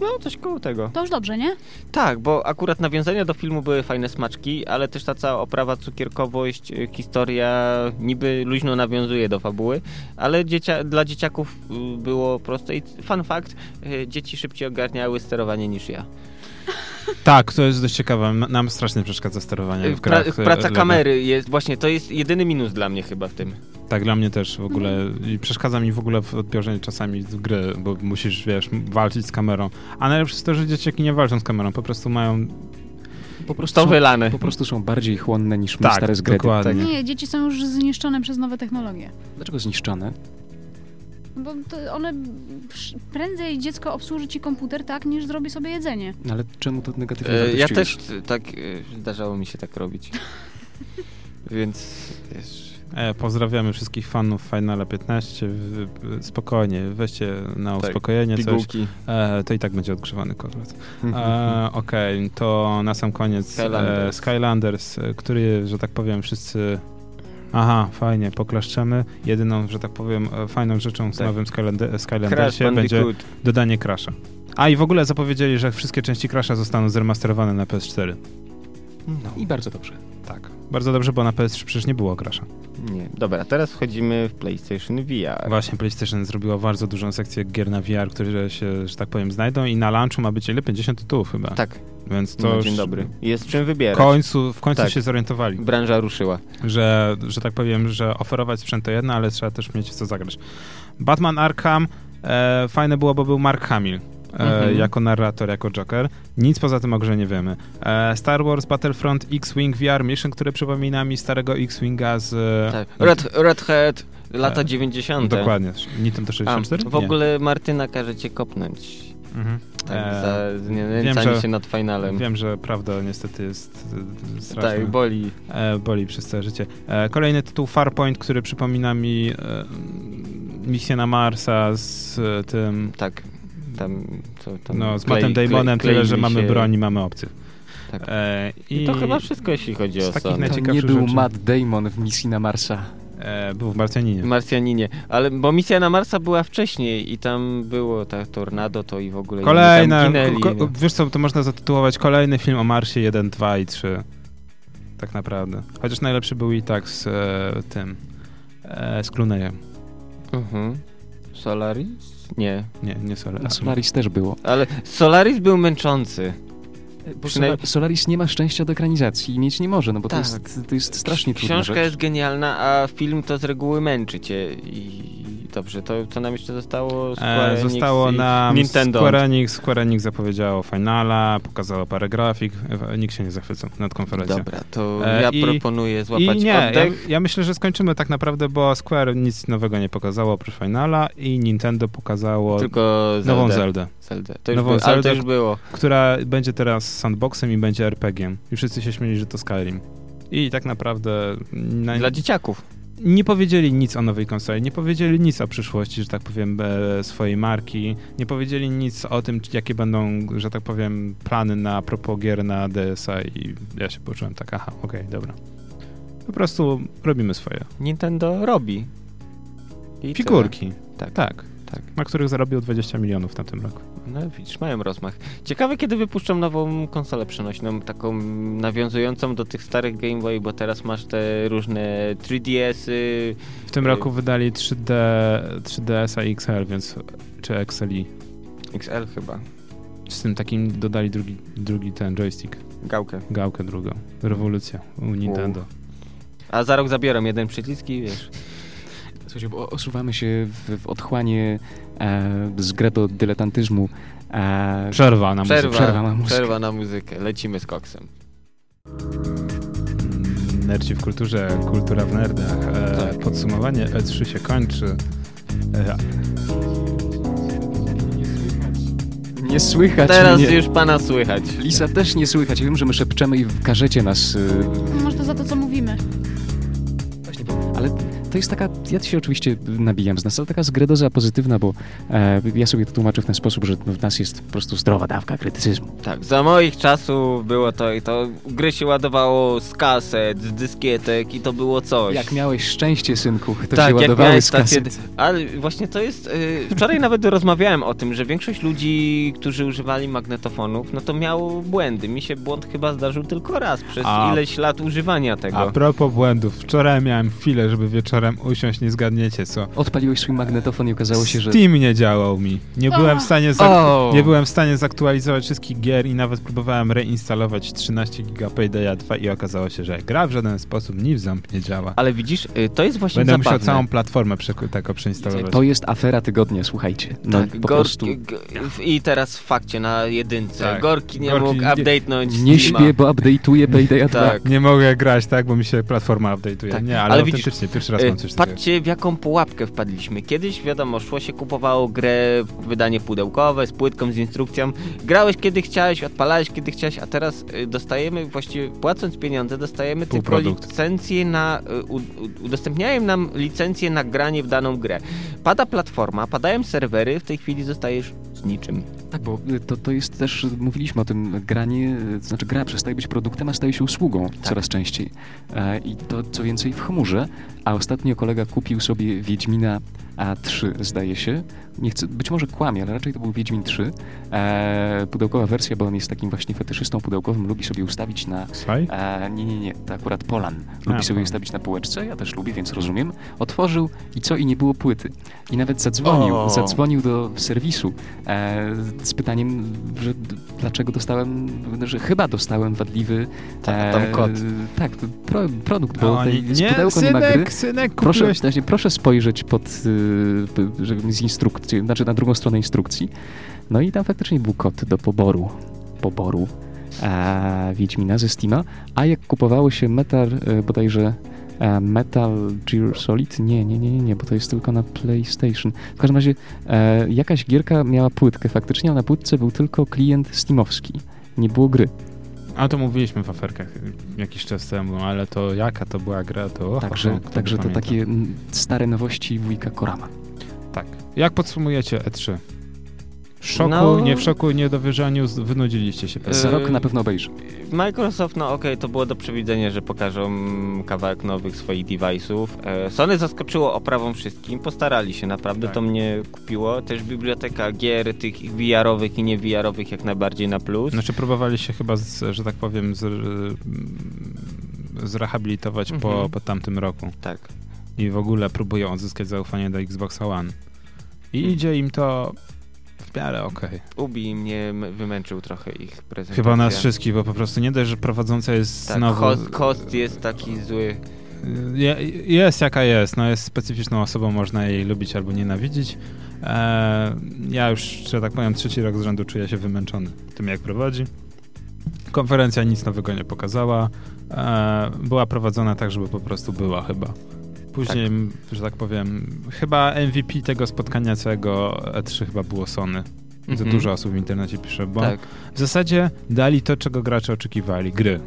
no, coś koło tego. To już dobrze, nie? Tak, bo akurat nawiązania do filmu były fajne smaczki, ale też ta cała oprawa, cukierkowość, y, historia niby luźno nawiązuje do fabuły, ale dziecia- dla dzieciaków y, było proste i fun fact, y, dzieci szybciej ogarniały sterowanie niż ja. Tak, to jest dość ciekawe. M- Nam strasznie przeszkadza sterowanie w Y, Pra- grach. e, praca Lego. kamery jest właśnie, to jest jedyny minus dla mnie chyba w tym. Tak, dla mnie też w ogóle. I przeszkadza mi w ogóle w odbiorze czasami z gry, bo musisz, wiesz, m- walczyć z kamerą. A najlepsze jest to, że dzieciaki nie walczą z kamerą, po prostu mają... Po prostu, To są, wylane. po prostu są bardziej chłonne niż my Tak, stare z gry. dokładnie. Nie, dzieci są już zniszczone przez nowe technologie. No Dlaczego zniszczone? Bo to one przy- prędzej dziecko obsłuży ci komputer tak, niż zrobi sobie jedzenie. No Ale czemu to negatywnie E, tak Ja e, wartościujesz? też y, tak, y, zdarzało mi się tak robić. Więc wiesz, E, pozdrawiamy wszystkich fanów Finala 15. W, w- spokojnie, weźcie na Tak, uspokojenie coś. Pigułki. E, to i tak będzie odgrzewany kotlet. E, Okej, to na sam koniec Mhm. Skylanders. Skylanders, e, Skylanders e, który, że tak powiem, wszyscy... Aha, fajnie, poklaszczemy. Jedyną, że tak powiem, e, fajną rzeczą z Tak. nowym Skylande- Crash Skylandersie będzie Bandicoot. dodanie Crasha. A i w ogóle zapowiedzieli, że wszystkie części Crasha zostaną zremasterowane na PS4. I bardzo dobrze. Tak. Bardzo dobrze, bo na PS3 przecież nie było Crasha. Nie. Dobra, teraz wchodzimy w PlayStation VR. Właśnie PlayStation zrobiła bardzo dużą sekcję gier na VR, które się, że tak powiem, znajdą i na lunchu ma być ile? 50 tytułów chyba. Tak, Więc to no, już dzień dobry. Jest czym W wybierać. końcu, w końcu Tak. się zorientowali, Branża ruszyła. że, że tak powiem, że oferować sprzęt to jedno, ale trzeba też mieć w co zagrać. Batman Arkham, e, fajne było, bo był Mark Hamill. E, Mhm. Jako narrator, jako Joker. Nic poza tym o grze nie wiemy. E, Star Wars Battlefront X-Wing VR Mission, które przypomina mi starego X-Winga z... e, Tak. Red, Red Hat, lata E, 90. Dokładnie. Nitem to A, 64? w Nie. ogóle Martyna każe cię kopnąć. Mhm. Tak, E, za wiem, znęcanie że- się nad finalem. Wiem, że prawda niestety jest e, straszna. tak, boli. e, boli przez całe życie. E, kolejny tytuł Farpoint, który przypomina mi e, misję na Marsa z e, tym Tak. Tam, co tam. no, z klei- Mattem klei- Damonem, tyle, że kleili mamy się. broń i mamy opcje. Tak. E, I to chyba wszystko, jeśli chodzi z o takich Sony. najcie- To Najciekawsze nie był rzeczy. Matt Damon w misji na Marsa. e, był w Marcianinie. Marsjaninie. Ale bo misja na Marsa była wcześniej i tam było ta tornado to i w ogóle Kolejna, inni tam ko- ginęli. ko- wiesz co, to można zatytułować kolejny film o Marsie 1, 2 i 3. Tak naprawdę. Chociaż najlepszy był i tak z e, tym, e, z Clooneyem. Mhm. Solaris? Nie. Nie, nie Solar. Na Solaris też było. Ale Solaris był męczący. E, Bo Przynaj- Solar- Solaris nie ma szczęścia do ekranizacji i mieć nie może, no bo Tak. to, jest, to jest strasznie trudna Książka rzecz. jest genialna, a film to z reguły męczy cię. I dobrze, to co nam jeszcze zostało? Square E, Enix zostało i nam Nintendo. Square Enix, Square Enix zapowiedziało Finala, pokazało parę grafik, e, nikt się nie zachwycał nad konferencją. Dobra, to E, ja i- proponuję I złapać nie, ja, oddech. ja myślę, że skończymy tak naprawdę, bo Square nic nowego nie pokazało oprócz Finala i Nintendo pokazało Tylko Zelda. nową Zeldę, Zelda. To już Nową było, ale to Zeldę. już było. która będzie teraz sandboxem i będzie RPG-iem. I wszyscy się śmieli, że to Skyrim. I tak naprawdę na, Dla dzieciaków. nie powiedzieli nic o nowej konsoli, nie powiedzieli nic o przyszłości, że tak powiem, e, swojej marki, nie powiedzieli nic o tym, czy- jakie będą, że tak powiem, plany na propos gier na DSA i ja się poczułem tak, aha, okej, dobra. Po prostu robimy swoje. Nintendo robi. I tyle. Figurki, Tak, tak. tak, na których zarobił 20 milionów w tamtym roku. No widzisz, mają rozmach. Ciekawe, kiedy wypuszczą nową konsolę przenośną, taką nawiązującą do tych starych Game Boy, bo teraz masz te różne 3DS-y. W tym Y- roku wydali 3D, 3DS-a i XL, więc czy XLI. XL chyba. Z tym takim dodali drugi, drugi ten joystick, Gałkę. gałkę drugą. Rewolucja u Nintendo. A za rok zabiorą jeden przycisk i wiesz. Słuchajcie, bo osuwamy się w, w odchłanie e, z grę do dyletantyzmu. E, Przerwa na muzykę. Przerwa, Przerwa na muzykę. przerwa na muzykę. Lecimy z koksem. Mm, Nerci w kulturze, kultura w nerdach. E, Podsumowanie E3 się kończy. E, nie słychać Teraz mnie. już pana słychać. Lisa też nie słychać. Ja wiem, że my szepczemy i karzecie nas. E, Może to za to, co mówimy. Właśnie, bo- ale to jest taka, ja się oczywiście nabijam z nas, ale taka zgredoza pozytywna, bo e, ja sobie to tłumaczę w ten sposób, że no, w nas jest po prostu zdrowa dawka krytycyzmu. Tak, za moich czasów było to i to gry się ładowało z kaset, z dyskietek i to było coś. Jak miałeś szczęście, synku, to tak, się jak ładowały miałeś z stację. kaset. Ale właśnie to jest. y, wczoraj nawet rozmawiałem o tym, że większość ludzi, którzy używali magnetofonów, no to miało błędy. Mi się błąd chyba zdarzył tylko raz przez A- ileś lat używania A tego. propos błędów, wczoraj miałem chwilę, żeby wieczorem usiąść, nie zgadniecie co. Odpaliłeś swój magnetofon i okazało się, że... Steam nie działał mi. Nie A. byłem, w stanie O. zak- nie byłem w stanie zaktualizować wszystkich gier i nawet próbowałem reinstalować 13 giga Paydaya 2 i okazało się, że gra w żaden sposób ni w ząb nie działa. Ale widzisz, y, to jest właśnie Będę musiał zabawne. całą platformę przeku- tego przeinstalować. To jest afera tygodnia, słuchajcie. No, tak, po gor- prostu g- w- I teraz w fakcie na jedynce. Tak. Gorki nie Gorki mógł nie- update'nąć nie Steama. śpię, bo update'uję Paydaya 2. Tak. Nie mogę grać, tak, bo mi się platforma update'uje. Tak, Nie, ale, ale widzisz, autentycznie, pierwszy raz y, są coś takiego. Patrzcie, w jaką pułapkę wpadliśmy. Kiedyś, wiadomo, szło się, kupowało grę, wydanie pudełkowe, z płytką, z instrukcją. Grałeś kiedy chciałeś, odpalałeś kiedy chciałeś, a teraz y, dostajemy, właściwie płacąc pieniądze, dostajemy tylko Półprodukt. licencję na... y, U, u- udostępniają nam licencję na granie w daną grę. Pada platforma, padają serwery, w tej chwili zostajesz z niczym. Tak, bo y, to, to jest też, y, mówiliśmy o tym, y, granie, y, to znaczy gra przestaje być produktem, a staje się usługą coraz częściej. E, I to co więcej w chmurze, a ostatnio kolega kupił sobie Wiedźmina A3, zdaje się. Nie chcę, być może kłamie, ale raczej to był Wiedźmin 3. E, pudełkowa wersja, bo on jest takim właśnie fetyszystą pudełkowym, lubi sobie ustawić na Slaj? E, nie, nie, nie, to akurat Polan. Lubi A, sobie Polan. ustawić na półeczce, ja też lubię, więc rozumiem. Otworzył i co, i nie było płyty. I nawet zadzwonił, O. zadzwonił do serwisu e, z pytaniem, że d- dlaczego dostałem, że chyba dostałem wadliwy... e, Tak, tam kod. Tak, to pro, produkt, A bo oni, tej, z nie, pudełka nie ma gry. synek, synek, Proszę, kupiłeś... właśnie, proszę spojrzeć pod, y, p- żeby z instrukcji, znaczy na drugą stronę instrukcji. No i tam faktycznie był kod do poboru, poboru e, Wiedźmina ze Steama. A jak kupowało się Metal, e, bodajże e, Metal Gear Solid? Nie, nie, nie, nie, nie, bo to jest tylko na PlayStation. W każdym razie e, jakaś gierka miała płytkę faktycznie, a na płytce był tylko klient Steamowski. Nie było gry. A to mówiliśmy w aferkach jakiś czas temu, ale to jaka to była gra, to... oho, Także, kto by także to pamiętał. takie mm, stare nowości wujka Korama. Tak. Jak podsumujecie E3? W Szoku, No. nie w szoku, nie do wyżaniu, z- wynudziliście się. Za Yy, rok na pewno obejrzy. Microsoft, no okej, to było do przewidzenia, że pokażą kawałek nowych swoich device'ów. E, Sony zaskoczyło oprawą wszystkim, postarali się naprawdę, Tak. to mnie kupiło. Też biblioteka gier tych VR-owych i nie VR-owych jak najbardziej na plus. Znaczy próbowali się chyba, z, że tak powiem, z, zrehabilitować po, Mhm. po tamtym roku. Tak. I w ogóle próbują odzyskać zaufanie do Xbox One. I Mhm. idzie im to w miarę okej. Ubi mnie m- wymęczył trochę ich prezentacja. Chyba nas wszystkich, bo po prostu nie dość, że prowadząca jest Tak, znowu... host, host jest taki zły. Je, jest jaka jest, no jest specyficzną osobą, można jej lubić albo nienawidzić. E, ja już, że tak powiem, trzeci rok z rzędu czuję się wymęczony tym, jak prowadzi. Konferencja nic nowego nie pokazała. E, była prowadzona tak, żeby po prostu była chyba. Później, m, że tak powiem, chyba MVP tego spotkania całego E3 chyba było Sony. Za Mhm. dużo osób w internecie pisze, bo Tak. w zasadzie dali to, czego gracze oczekiwali, gry.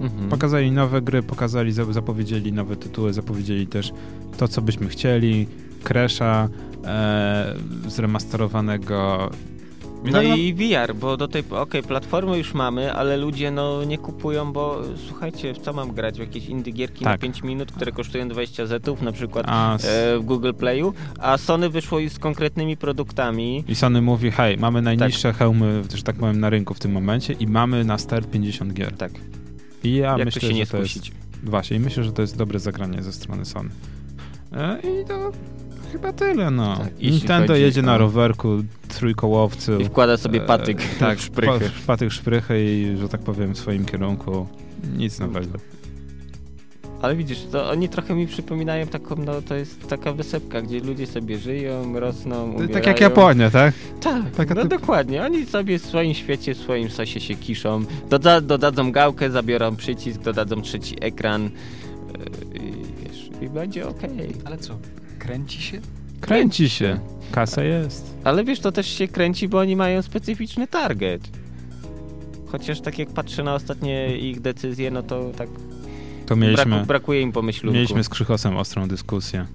Mhm. Pokazali nowe gry, pokazali, za- zapowiedzieli nowe tytuły, zapowiedzieli też to, co byśmy chcieli, Crash'a, e, zremasterowanego. No i VR, bo do tej, okej, platformy już mamy, ale ludzie no nie kupują, bo słuchajcie, w co mam grać? W jakieś indie gierki na Tak. 5 minut, które kosztują 20 zetów na przykład A s- e, w Google Playu, a Sony wyszło już z konkretnymi produktami. I Sony mówi, hej, mamy Tak. najniższe hełmy, że tak powiem, na rynku w tym momencie i mamy na start 50 gier. Tak, I ja jak myślę, to się nie że to jest... skusić. Właśnie, i myślę, że to jest dobre zagranie ze strony Sony. E, I to chyba tyle, no. Tak, jeśli Nintendo chodzi jedzie na o- rowerku, trójkołowcu. I wkłada sobie E, patyk tak, w szprychy. pa- patyk szprychy i, że tak powiem, w swoim kierunku. Nic nowego. Ale widzisz, to oni trochę mi przypominają taką, no to jest taka wysepka, gdzie ludzie sobie żyją, rosną, umierają. Tak jak Japonia, tak? Tak, Taka no typ- dokładnie. Oni sobie w swoim świecie, w swoim sosie się kiszą. Doda- dodadzą gałkę, zabiorą przycisk, dodadzą trzeci ekran. Yy, I wiesz, i będzie okej. Ale co? Kręci się? Kręci się. Kasa jest. Ale wiesz, to też się kręci, bo oni mają specyficzny target. Chociaż tak jak patrzę na ostatnie ich decyzje, no to tak To braku, mieliśmy, brakuje im pomyślunku. Yy, mieliśmy z Krzychosem ostrą dyskusję.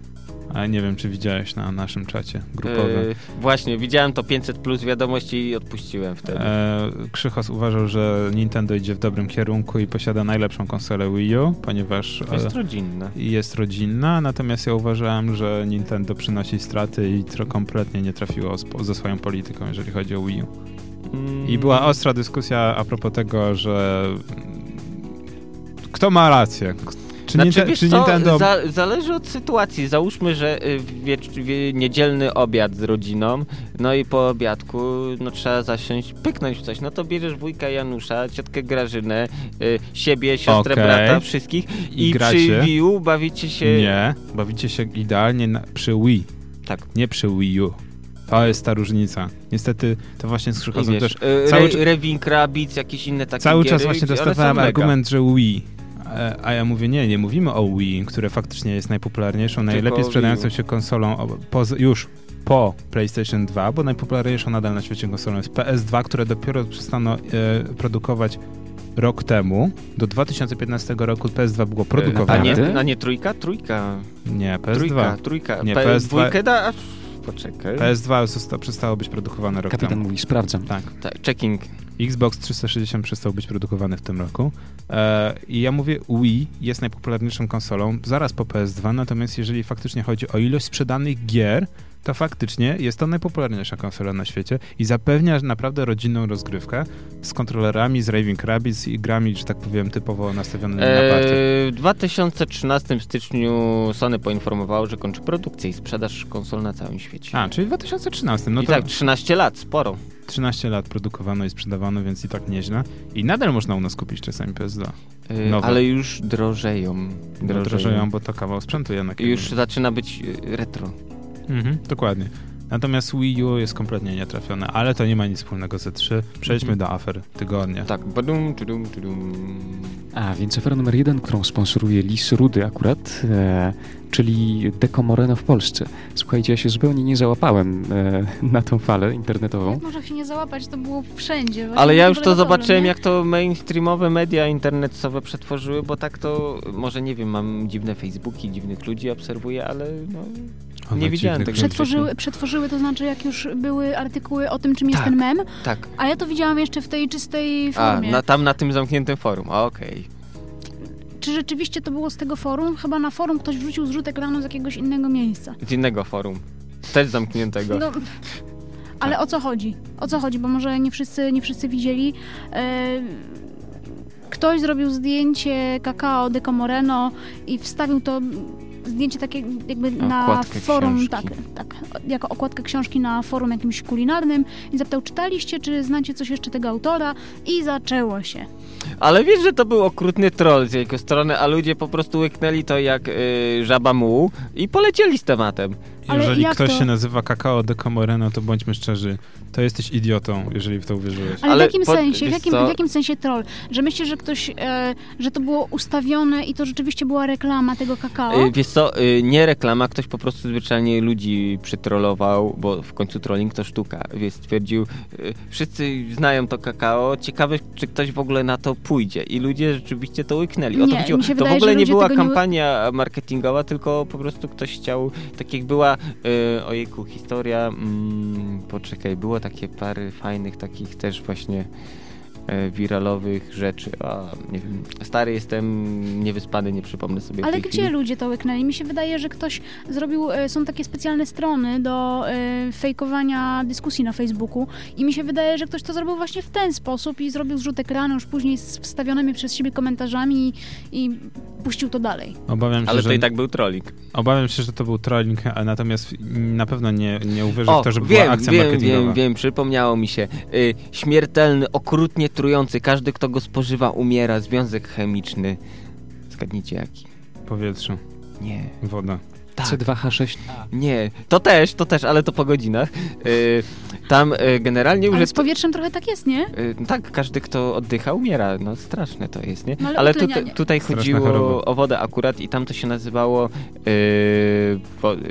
Ale nie wiem, czy widziałeś na naszym czacie grupowym. Yy, właśnie, widziałem to 500 plus wiadomości i odpuściłem wtedy. E, Krzychos uważał, że Nintendo idzie w dobrym kierunku i posiada najlepszą konsolę Wii U, ponieważ To e, jest rodzinne. jest rodzinna, natomiast ja uważałem, że Nintendo przynosi straty i tro kompletnie nie trafiło spo- ze swoją polityką, jeżeli chodzi o Wii U. Mm. I była ostra dyskusja a propos tego, że kto ma rację? K- Czy, Znaczy, Ninte- wiesz czy co, Nintendo... za, zależy od sytuacji. Załóżmy, że y, wiecz- wie, niedzielny obiad z rodziną, no i po obiadku no, trzeba zasiąść, pyknąć w coś. No to bierzesz wujka Janusza, ciotkę Grażynę, y, siebie, siostrę, Okej. brata, wszystkich I i, gracie? przy Wii U bawicie się... Nie, bawicie się idealnie na, przy Wii, Tak. nie przy Wii U. To jest ta różnica. Niestety to właśnie z I Krzychosem wiesz, też... też, re, cały czas- Reving Rabbids, jakieś inne takie Cały giery, czas właśnie gdzie one są dostawałem mega. argument, że Wii. E, A ja mówię, nie, nie mówimy o Wii, które faktycznie jest najpopularniejszą, najlepiej o sprzedającą Wii U. się konsolą o- poza- już po PlayStation 2, bo najpopularniejszą nadal na świecie konsolą jest PS2, które dopiero przestano e, produkować rok temu. Do 2015 roku PS2 było A produkowane. Naprawdę? nie, a nie trójka? Trójka. Nie, Trójka, PS2. trójka. Nie, P- PS2. Dwójkę da... aż- Poczekaj. PS2 zosta- przestało być produkowane rok Kapitan temu. mówi, sprawdzam. Tak. Tak, checking. Xbox 360 przestał być produkowany w tym roku. E, I ja mówię, Wii jest najpopularniejszą konsolą zaraz po PS2, natomiast jeżeli faktycznie chodzi o ilość sprzedanych gier, to faktycznie jest to najpopularniejsza konsola na świecie i zapewnia naprawdę rodzinną rozgrywkę z kontrolerami, z Raving Rabbids i grami, że tak powiem, typowo nastawionymi na partię. Eee, w 2013 styczniu Sony poinformowało, że kończy produkcję i sprzedaż konsol na całym świecie. A, czyli w 2013, no I to tak, 13 lat, sporo. 13 lat produkowano i sprzedawano, więc i tak nieźle. I nadal można u nas kupić czasami PS2. Eee, Nowe. No, ale już drożeją. Drożeją, bo to kawał sprzętu jednak. I Już zaczyna być y, retro. Mhm, dokładnie. Natomiast Wii U jest kompletnie nietrafione, ale to nie ma nic wspólnego z E3. Przejdźmy Mhm. do afer tygodnia. Tak, badum, tudum, tudum. No A więc afera numer jeden, którą sponsoruje Lis Rudy akurat, e, czyli Dekomoreno w Polsce. Słuchajcie, ja się zupełnie nie załapałem e, na tą falę internetową. Jak można się nie załapać, to było wszędzie. Właśnie Ale ja w już ogóle to problem, zobaczyłem, nie? jak to mainstreamowe media internetowe przetworzyły, bo tak to, może nie wiem, mam dziwne Facebooki, dziwnych ludzi obserwuję, ale no... O, Nie widziałem dziwnych tego. rzeczy. Przetworzyły, przetworzyły, to znaczy jak już były artykuły o tym, czym jest Tak. ten mem, Tak. a ja to widziałam jeszcze w tej czystej A, formie. na, tam na tym zamkniętym forum, a, okej. Czy rzeczywiście to było z tego forum? Chyba na forum ktoś wrzucił zrzut ekranu z jakiegoś innego miejsca. Z innego forum. Też zamkniętego. No, ale o co chodzi? O co chodzi? Bo może nie wszyscy, nie wszyscy widzieli. E, ktoś zrobił zdjęcie kakao de Comoreno i wstawił to zdjęcie takie jakby na Okładkę forum, książki. tak, tak, jako okładkę książki na forum jakimś kulinarnym i zapytał, czytaliście, czy znacie coś jeszcze tego autora i zaczęło się. Ale wiesz, że to był okrutny troll z jego strony, a ludzie po prostu łyknęli to jak y, żaba muł i polecieli z tematem. Ale Jeżeli jak ktoś to? się nazywa Kakao de Comoreno, to bądźmy szczerzy, to jesteś idiotą, jeżeli w to uwierzyłeś. Ale, Ale w jakim po- sensie? W wiesz jakim, co? w jakim sensie troll? Że myślisz, że ktoś, e, że to było ustawione i to rzeczywiście była reklama tego kakao? Y, wiesz co, y, nie reklama, ktoś po prostu zwyczajnie ludzi przytrollował, bo w końcu trolling to sztuka, więc stwierdził, y, wszyscy znają to kakao, ciekawe, czy ktoś w ogóle na to pójdzie i ludzie rzeczywiście to łyknęli. O to, Nie, chodziło. mi się to w wydaje, ogóle że nie ludzie była tego nie ły- kampania marketingowa, tylko po prostu ktoś chciał, tak jak była, y, ojejku, historia, mm, poczekaj, było takie pary fajnych takich też właśnie e, wiralowych rzeczy, a nie wiem, stary jestem, niewyspany, nie przypomnę sobie w Ale tej gdzie chwili. ludzie to łyknęli? Mi się wydaje, że ktoś zrobił, e, są takie specjalne strony do e, fejkowania dyskusji na Facebooku i mi się wydaje, że ktoś to zrobił właśnie w ten sposób i zrobił zrzut ekranu już później z wstawionymi przez siebie komentarzami i, i puścił to dalej. Obawiam się, Ale to że, i tak był trolling. obawiam się, że to był trolling, a natomiast na pewno nie, nie uwierzę O, w to, że była wiem, akcja wiem, marketingowa. wiem, wiem, przypomniało mi się. Y, śmiertelny, okrutnie trujący, każdy kto go spożywa umiera, związek chemiczny. Zgadnijcie jaki. Powietrze, Nie. woda. Tak. C2H6. Nie, to też, to też, ale to po godzinach. Y, tam y, generalnie Ale z użyto... powietrzem trochę tak jest, nie? Y, no tak, każdy kto oddycha umiera, no straszne to jest, nie? No, ale ale utlenianie. tut- tutaj Straszna chodziło choroba. o wodę akurat i tam to się nazywało yy, wo, yy,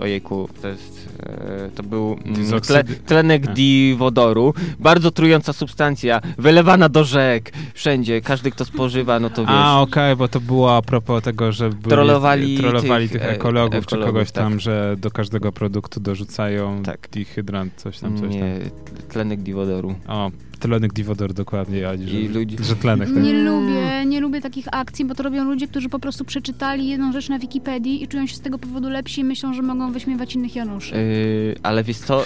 ojejku, to jest yy, to był mm, tle, Dioksyd- tlenek A. diwodoru, bardzo trująca substancja, wylewana do rzek, wszędzie, każdy kto spożywa, no to wiesz. A, okej, bo to było a propos tego, że byli, Trollowali trollowali tych, tych, e, ekologów, czy ekologów, kogoś tak. tam, że do każdego produktu dorzucają Tak. dihydrant, coś tam, coś tam. nie, tlenek diwodoru. O, tlenek diwodor dokładnie, a I nie, że, ludzi że tlenek. Tak. Nie lubię, nie lubię takich akcji, bo to robią ludzie, którzy po prostu przeczytali jedną rzecz na Wikipedii i czują się z tego powodu lepsi i myślą, że mogą wyśmiewać innych Januszy. Yy, ale wiesz co,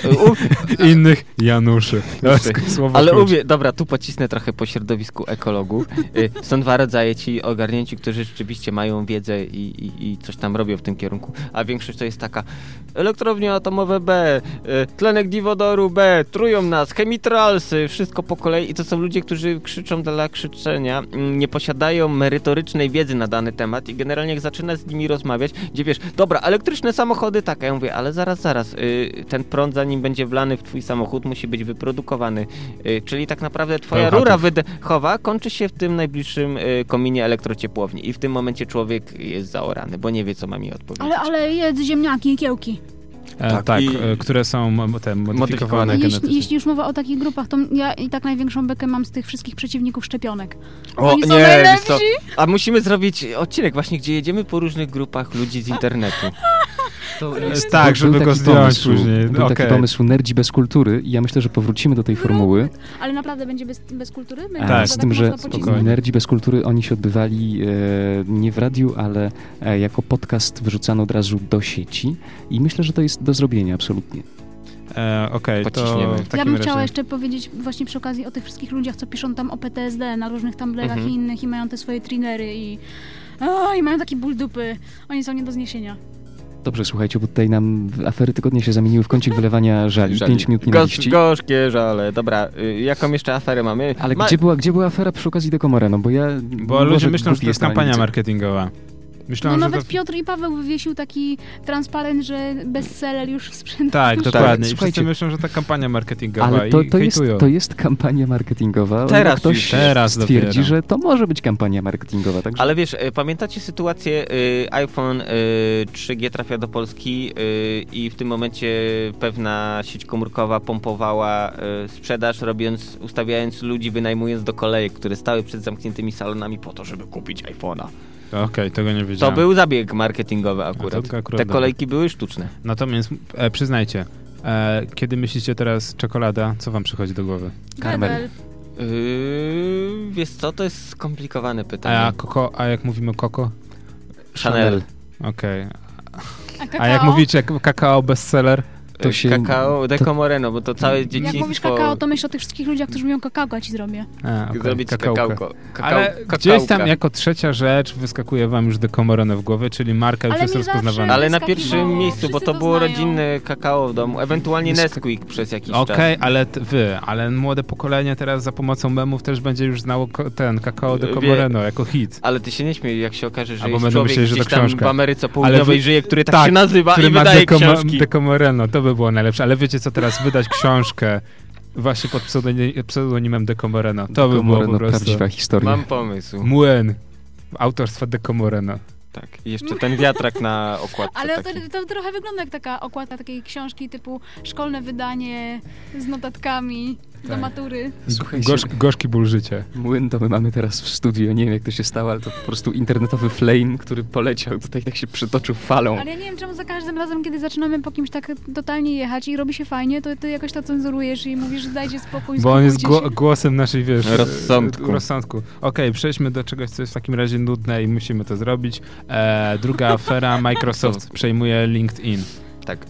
u, Innych Januszy. E, To Tak. jest No, słowo Ale klucz. lubię, dobra, tu pocisnę trochę po środowisku ekologów. Y, Są dwa rodzaje ci ogarnięci, którzy rzeczywiście mają wiedzę i, i, i coś tam robią w tym kierunku, a większość to jest taka elektrownie atomowe B, y, tlenek diwodoru B, trują nas, chemitralsy, wszystko po kolei i to są ludzie, którzy krzyczą dla krzyczenia, mm, nie posiadają mają merytorycznej wiedzy na dany temat i generalnie jak zaczyna z nimi rozmawiać, gdzie wiesz, dobra, elektryczne samochody, tak, a ja mówię, ale zaraz, zaraz, y, ten prąd zanim będzie wlany w twój samochód musi być wyprodukowany, y, czyli tak naprawdę twoja Pełchatów. rura wydechowa kończy się w tym najbliższym y, kominie elektrociepłowni i w tym momencie człowiek jest zaorany, bo nie wie, co ma mi odpowiedzieć. Ale, ale jedz ziemniaki i kiełki. E, Tak, tak, i- e, które są mo- te Modyfikowane. modyfikowane Jeśli, genetycznie. jeśli już mowa o takich grupach, to ja i tak największą bekę mam z tych wszystkich przeciwników szczepionek. O, Oni są nie, wiesz najlepsi. co? A musimy zrobić odcinek właśnie, gdzie jedziemy po różnych grupach ludzi z internetu. To E, Tak, Był żeby taki go zdjąć pomysł, później. Był taki Okej. pomysł nerdzi bez kultury i ja myślę, że powrócimy do tej No, formuły. Ale naprawdę będzie bez, bez kultury? Będzie E, można Tak. z tym, że mocno pocisnąć? Spokojnie. nerdzi bez kultury, oni się odbywali e, nie w radiu, ale e, jako podcast wyrzucano od razu do sieci i myślę, że to jest do zrobienia absolutnie. E, Okej, to Pociśniemy. w Ja takim bym razie... chciała jeszcze powiedzieć właśnie przy okazji o tych wszystkich ludziach, co piszą tam o PTSD na różnych tumblerach Mhm. i innych i mają te swoje triggery i... O, i mają taki ból dupy. Oni są nie do zniesienia. Dobrze, słuchajcie, bo tutaj nam afery tygodnia się zamieniły w kącik wylewania żali. Żali. Pięć minut Gors, nienawiści. gorzkie żale. Dobra, y, jaką jeszcze aferę mamy? Ale Ma- gdzie, była, gdzie była afera przy okazji Dekomora? No bo ja... Bo może ludzie myślą, że głupi to jest jestem, ale kampania nic. marketingowa. No Myślą, że nawet to... Piotr i Paweł wywiesił taki transparent, że bestseller już w sprzedaży. Tak, Już- dokładnie. I wszyscy Słuchajcie. myślą, że to kampania marketingowa Ale to, i to, jest, hejtują. to jest kampania marketingowa. Teraz Jak ktoś już, teraz stwierdzi, dopiero. że to może być kampania marketingowa. Także Ale wiesz, y, pamiętacie sytuację y, iPhone y, 3G trafia do Polski y, i w tym momencie pewna sieć komórkowa pompowała y, sprzedaż, robiąc, ustawiając ludzi, wynajmując do kolejek, które stały przed zamkniętymi salonami po to, żeby kupić iPhone'a. Okej, tego nie To wiedziałem. był zabieg marketingowy A akurat. to akurat Te dobra. kolejki były sztuczne. Natomiast e, przyznajcie, e, kiedy myślicie teraz czekolada, co wam przychodzi do głowy? Karmel. Bedel. Yy, E, wiesz co, to jest skomplikowane pytanie. A, koko, a jak mówimy koko? Chanel. Okej. A, A jak kakao? mówicie kakao bestseller? E, To się- E, Kakao, Deco Moreno, bo to całe Jak dzieciństwo... mówisz kakao, to myśl o tych wszystkich ludziach, którzy mówią kakao, ja ci zrobię. E, okej, Zrobić kakałka. kakałko. Kakał, Ale kakałka. gdzieś tam jako trzecia rzecz wyskakuje wam już dekomoronę w głowie, czyli marka już Ale jest mi zawsze- rozpoznawana. Ale na wyskakiwało, pierwszym miejscu, bo wszyscy to to było znają. rodzinne kakao w domu, ewentualnie Wyska- Nesquik przez jakiś Okej, czas. ale t- wy, ale młode pokolenie teraz za pomocą memów też będzie już znało ko- ten kakao de Wie- Comoreno jako hit. Ale ty się nie śmiej, jak się okaże, że Albo jest będą człowiek myśleli, że to gdzieś tam w książka. Ameryce Południowej wy- żyje, który tak, tak, się nazywa Który i ma wydaje Decomo- książki. de Comoreno, to by było najlepsze. Ale wiecie co, teraz wydać książkę właśnie pod pseudoni- pseudonimem de Comoreno. To by było Komoreno, po prostu. prawdziwa historia. Mam pomysł. Młyn. Autorstwa de Comoreno. Tak. I jeszcze ten wiatrak na okładce Ale to, taki. to trochę wygląda jak taka okładka takiej książki typu szkolne wydanie z notatkami do Tak. matury. Słuchajcie, Gorz, gorzki ból życia. młyn to my mamy teraz w studiu. Nie wiem, jak to się stało, ale to po prostu internetowy flame, który poleciał tutaj, tak się przytoczył No. falą. Ale ja nie wiem, czemu za każdym razem, kiedy zaczynamy po kimś tak totalnie jechać i robi się fajnie, to ty jakoś to cenzurujesz i mówisz, że dajcie spokój. Bo on jest skupujcie gło- głosem naszej, wiesz... Rozsądku. e, Rozsądku. Okej, przejdźmy do czegoś, co jest w takim razie nudne i musimy to zrobić. E, druga afera, Microsoft przejmuje LinkedIn. Tak.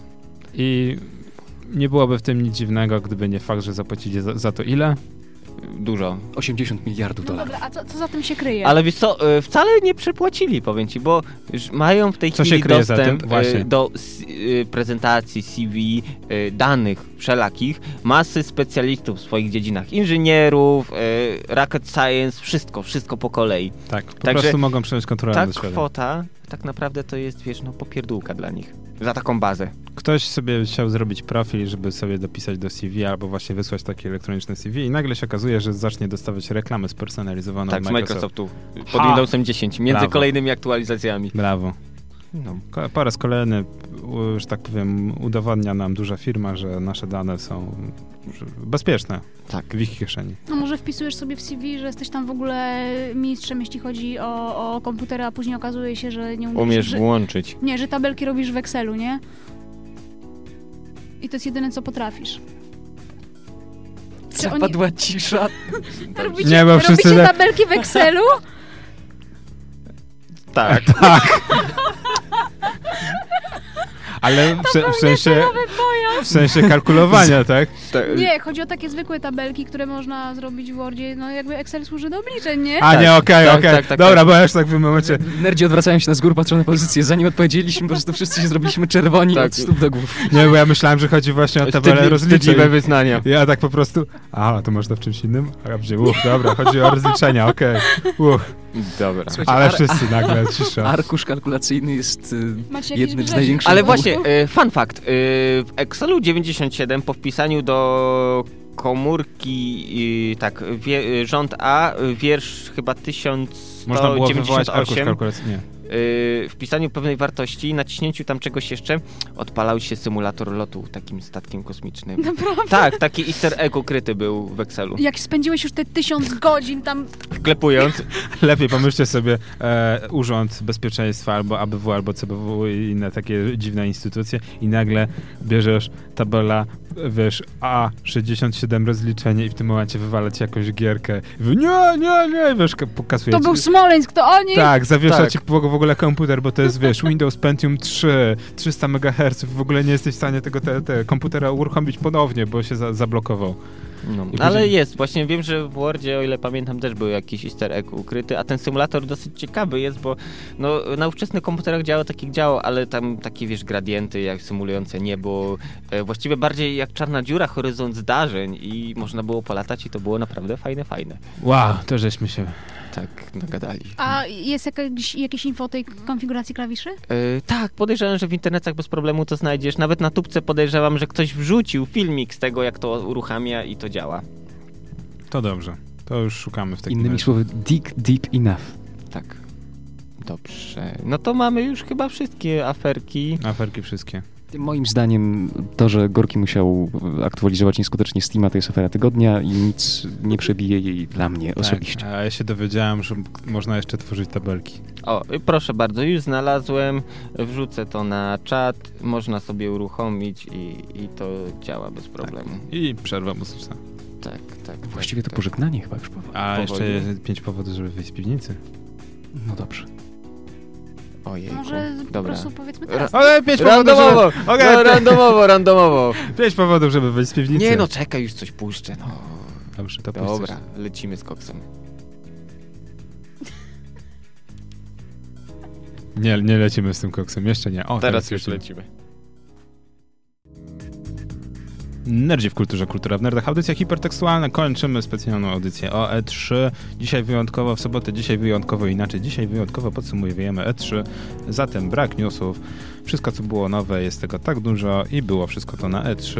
I nie byłoby w tym nic dziwnego, gdyby nie fakt, że zapłacili za, za to ile? Dużo. 80 miliardów się. No dolarów. dobra, a co, co za tym się kryje? Ale wiesz co, y, wcale nie przepłacili, powiem ci, bo ż- mają w tej Co chwili się kryje za dostęp y, tym? Właśnie. do s- y, prezentacji, CV, y, danych wszelakich, masy specjalistów w swoich dziedzinach, inżynierów, y, rocket science, wszystko, wszystko po kolei. Tak, po Także prostu mogą przejąć kontrolę Ta nad światem. kwota tak naprawdę to jest, wiesz, no popierdółka dla nich. Za taką bazę. Ktoś sobie chciał zrobić profil, żeby sobie dopisać do CV albo właśnie wysłać takie elektroniczne CV i nagle się okazuje, że zacznie dostawać reklamę spersonalizowaną tak, od z Microsoftu. Microsoftu. Pod No, Ha! Windowsem 10, między Brawo. kolejnymi aktualizacjami. Brawo. No. Ko- Po raz kolejny, u- że tak powiem, udowadnia nam duża firma, że nasze dane są że bezpieczne Tak. w ich kieszeni. No może wpisujesz sobie w CV, że jesteś tam w ogóle mistrzem, jeśli chodzi o, o komputery, a później okazuje się, że nie umiesz... Umiesz że, włączyć. nie, że tabelki robisz w Excelu, nie? I to jest jedyne, co potrafisz. Czy oni- Zapadła cisza. Robicie, Nie, bo robicie wszyscy na- tabelki w Excelu? Tak. Ale w, se, w sensie. W sensie kalkulowania, tak? Te- Nie, chodzi o takie zwykłe tabelki, które można zrobić w Wordzie. No jakby Excel służy do obliczeń, nie? A nie, okej, tak, okej. tak, tak, Dobra, tak. bo ja już tak w tym momencie. Nerdzi odwracają się na z góry, patrzą na pozycję. Zanim odpowiedzieliśmy, po prostu wszyscy się zrobiliśmy czerwoni Tak. od stóp do głów. Nie, bo ja myślałem, że chodzi właśnie o tabelę Wstydli- rozliczeń. Wstydliwe wyznania. Ja tak po prostu. A, to można w czymś innym? A ja będzie, uch, dobra, chodzi o rozliczenia, okej. Uch, Dobra. Słuchajcie, ale ar- wszyscy nagle cisza. Arkusz kalkulacyjny jest y, Macie jakiś jednym z grzech? największych... Ale właśnie, e, fun fact. e, W Excelu 97 po wpisaniu do komórki, e, tak, wie, e, rząd A, e, wiersz chyba Można było wywołać arkusz 1198, kalkulacyjny. Nie. e, wpisaniu pewnej wartości, naciśnięciu tam czegoś jeszcze, odpalał się symulator lotu takim statkiem kosmicznym. No Naprawdę. Tak, taki easter egg ukryty był w Excelu. Jak spędziłeś już te tysiąc godzin tam Klepując. Lepiej pomyślcie sobie e, Urząd Bezpieczeństwa albo ABW, albo CBW i inne takie dziwne instytucje i nagle bierzesz tabela, wiesz, A67 rozliczenie i w tym momencie wywalać jakąś gierkę. I wy, Nie, nie, nie, wiesz, ka- pokasuje To ci. był Smoleńsk, to oni! Tak, zawiesza Tak. ci w w ogóle komputer, bo to jest, wiesz, Windows Pentium 3, 300 MHz, w ogóle nie jesteś w stanie tego te, te komputera uruchomić ponownie, bo się za, zablokował. No, I ale później- jest, właśnie wiem, że w Wordzie, o ile pamiętam, też był jakiś easter egg ukryty, a ten symulator dosyć ciekawy jest, bo no, na ówczesnych komputerach działo takich działo, ale tam takie, wiesz, gradienty, jak symulujące niebo, e, właściwie bardziej jak czarna dziura, horyzont zdarzeń i można było polatać i to było naprawdę fajne, fajne. Wow, to żeśmy się... Tak nagadali. A jest jakieś, jakieś info o tej konfiguracji klawiszy? E, tak, podejrzewam, że w internetach bez problemu to znajdziesz, nawet na tubce podejrzewam, że ktoś wrzucił filmik z tego, jak to uruchamia i to działa. To dobrze, to już szukamy w takim Innymi razie. słowy, dig deep enough. Tak. Dobrze. No to mamy już chyba wszystkie aferki. Aferki wszystkie. Moim zdaniem to, że Gorki musiał aktualizować nieskutecznie Steama, to jest afera tygodnia i nic nie przebije jej dla mnie osobiście. Tak, a ja się dowiedziałem, że k- można jeszcze tworzyć tabelki. O, y, proszę bardzo, już znalazłem. Wrzucę to na czat. Można sobie uruchomić i, i to działa bez problemu. I przerwa muzyczna. Tak, tak. tak Właściwie to tak. pożegnanie chyba już powoli. A Powoli. jeszcze jest pięć powodów, żeby wyjść z piwnicy. No dobrze. Ojejku. Może po Dobra. prostu powiedzmy Ra- teraz. Ale pięć powodów, żeby... Randomowo! Okej, No, randomowo, randomowo. Pięć powodów, żeby wyjść z piwnicy. Nie no, czekaj, już coś puszczę. No. Dobrze, to Dobra, puścisz. lecimy z koksem. Nie, nie lecimy z tym koksem, jeszcze nie. O, Teraz już lecimy. lecimy. Nerdzi w kulturze, kultura w nerdach, audycja hipertekstualna. Kończymy specjalną audycję o E3. Dzisiaj wyjątkowo w sobotę, dzisiaj wyjątkowo inaczej. Dzisiaj wyjątkowo podsumowujemy E3, zatem brak newsów. Wszystko, co było nowe, jest tego tak dużo i było wszystko to na E3.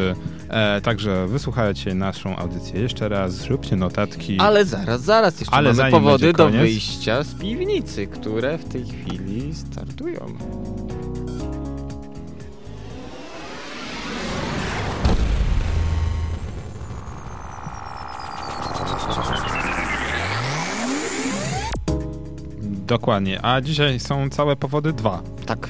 E, także wysłuchajcie naszą audycję jeszcze raz, zróbcie notatki. Ale zaraz, zaraz, jeszcze Ale mamy zanim powody będzie do koniec- wyjścia z piwnicy, które w tej chwili startują. Dokładnie, a dzisiaj są całe powody dwa. Tak.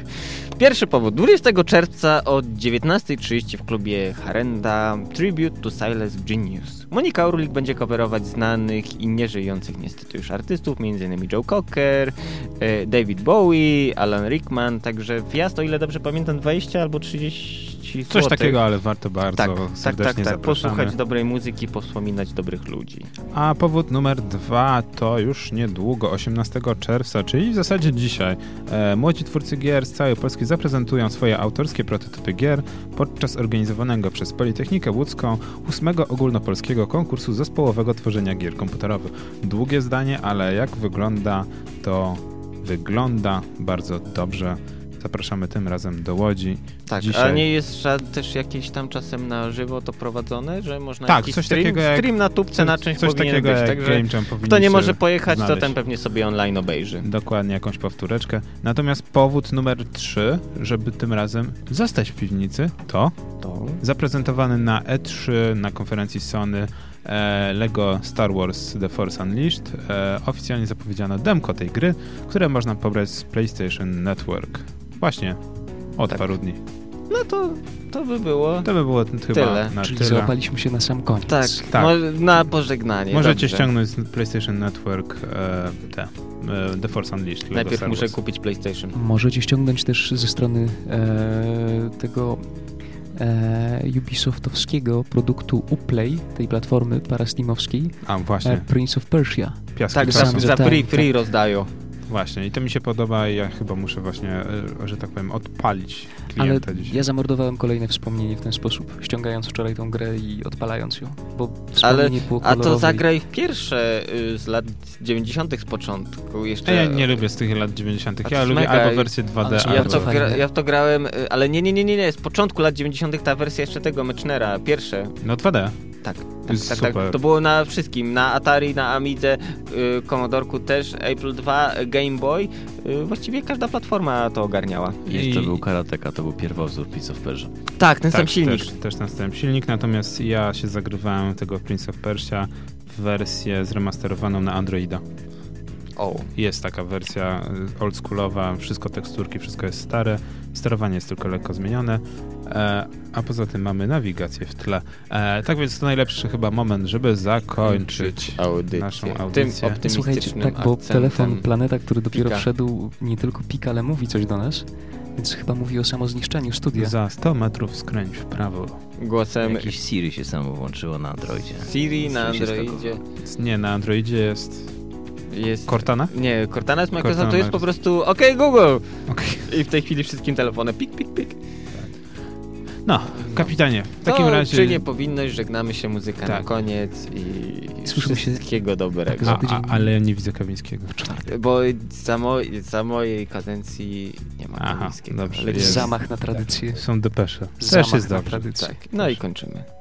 Pierwszy powód. 20 czerwca od 19.30 w klubie Harenda Tribute to Silas Genius. Monika Orlik będzie coverować znanych i nieżyjących niestety już artystów, m.in. Joe Cocker, e, David Bowie, Alan Rickman, także wjazd, o ile dobrze pamiętam, 20 albo 30 Coś złotych. takiego, ale warto bardzo Tak, tak, serdecznie tak, tak. zapraszamy. Posłuchać dobrej muzyki, powspominać dobrych ludzi. A powód numer dwa to już niedługo, 18 czerwca, czyli w zasadzie dzisiaj. E, młodzi twórcy gier z całej Polski zaprezentują swoje autorskie prototypy gier podczas organizowanego przez Politechnikę Łódzką ósmego ogólnopolskiego konkursu zespołowego tworzenia gier komputerowych. Długie zdanie, ale jak wygląda, to wygląda bardzo dobrze. Zapraszamy tym razem do Łodzi. Tak, Dzisiaj. a nie jest ża- też jakieś tam czasem na żywo to prowadzone, że można Tak, jakiś coś stream, takiego jak- stream na tubce na czymś Coś powinien takiego być, jak także Game Jam powinien kto nie się może pojechać, to znaleźć. ten pewnie sobie online obejrzy. Dokładnie, jakąś powtóreczkę. Natomiast powód numer 3, żeby tym razem zostać w piwnicy, to To... zaprezentowany na E3 na konferencji Sony e, Lego Star Wars The Force Unleashed e, oficjalnie zapowiedziano demko tej gry, które można pobrać z PlayStation Network. Właśnie. Od Tak. paru dni. No No to, to by było... To by było t- chyba Tyle. na Czyli tyle. załapaliśmy się na sam koniec. Tak, Tak. mo- na pożegnanie. Możecie dobrze. ściągnąć z PlayStation Network e, te, e, The Force Unleashed. Lego Najpierw Star muszę Wars. kupić PlayStation. Możecie ściągnąć też ze strony e, tego e, Ubisoftowskiego produktu Uplay, tej platformy paraslimowskiej, A, e, właśnie. Prince of Persia. Piaski Tak, za, czasu. że za tak, free, tak. free rozdają. Właśnie, i to mi się podoba i ja chyba muszę właśnie, e, że tak powiem, odpalić Ale klienta dzisiaj. ja zamordowałem kolejne wspomnienie w ten sposób, ściągając wczoraj tą grę i odpalając ją, bo Ale, wspomnienie było a kolorowe. to i- zagraj w pierwsze y, z lat 90. z początku. Jeszcze, Ja, nie lubię z tych lat 90. A to Ja jest lubię mega albo i- wersję 2D, ale Ja w, to albo... Bardzo gra, fajne. ja w to grałem, y, ale nie, nie, nie, nie, nie, z początku lat 90. ta wersja jeszcze tego Mecznera, pierwsze. No 2D. Tak, tak, Jest tak, tak. super. To było na wszystkim, na Atari, na Amidze, y, Commodorku też, Apple II, Game Boy. Y, właściwie każda platforma to ogarniała. Jeszcze I- był Karateka, to był pierwowzór Prince of Persia. Tak, ten tak, sam silnik. Też, też ten sam silnik, natomiast ja się zagrywałem tego Prince of Persia w wersję zremasterowaną na Androida. O, Jest taka wersja y, oldschoolowa, wszystko teksturki, wszystko jest stare, sterowanie jest tylko lekko zmienione, e, a poza tym mamy nawigację w tle. E, tak więc to najlepszy chyba moment, żeby zakończyć. audycję. Naszą Tym audycję. optymistycznym Słuchajcie, tak, bo akcentem. telefon Planeta, który dopiero Pika. wszedł, nie tylko pika, ale mówi coś do nas, więc chyba mówi o samozniszczeniu studia. Za 100 metrów skręć w prawo. Głosem Jakiś Siri się samo włączyło na Androidzie. Siri na Siri się Androidzie. Nie, na Androidzie jest Jest... Cortana? Nie, Cortana z Microsoftu Cortana jest po jest- prostu OK Google! Okej. I w tej chwili wszystkim telefonem pik, pik, pik. No, kapitanie, w takim to, razie... czy nie powinność, żegnamy się muzyka na Tak. koniec i Słyszymy się- wszystkiego dobrego. A, a, ale ja nie widzę Kawińskiego. Bo za, mo- za mojej kadencji nie ma Aha, Kawińskiego. dobrze, Ale jest. Zamach na tradycję. Są depesze. Też Zamach jest na dobrze. tradycję. Tak, no i kończymy.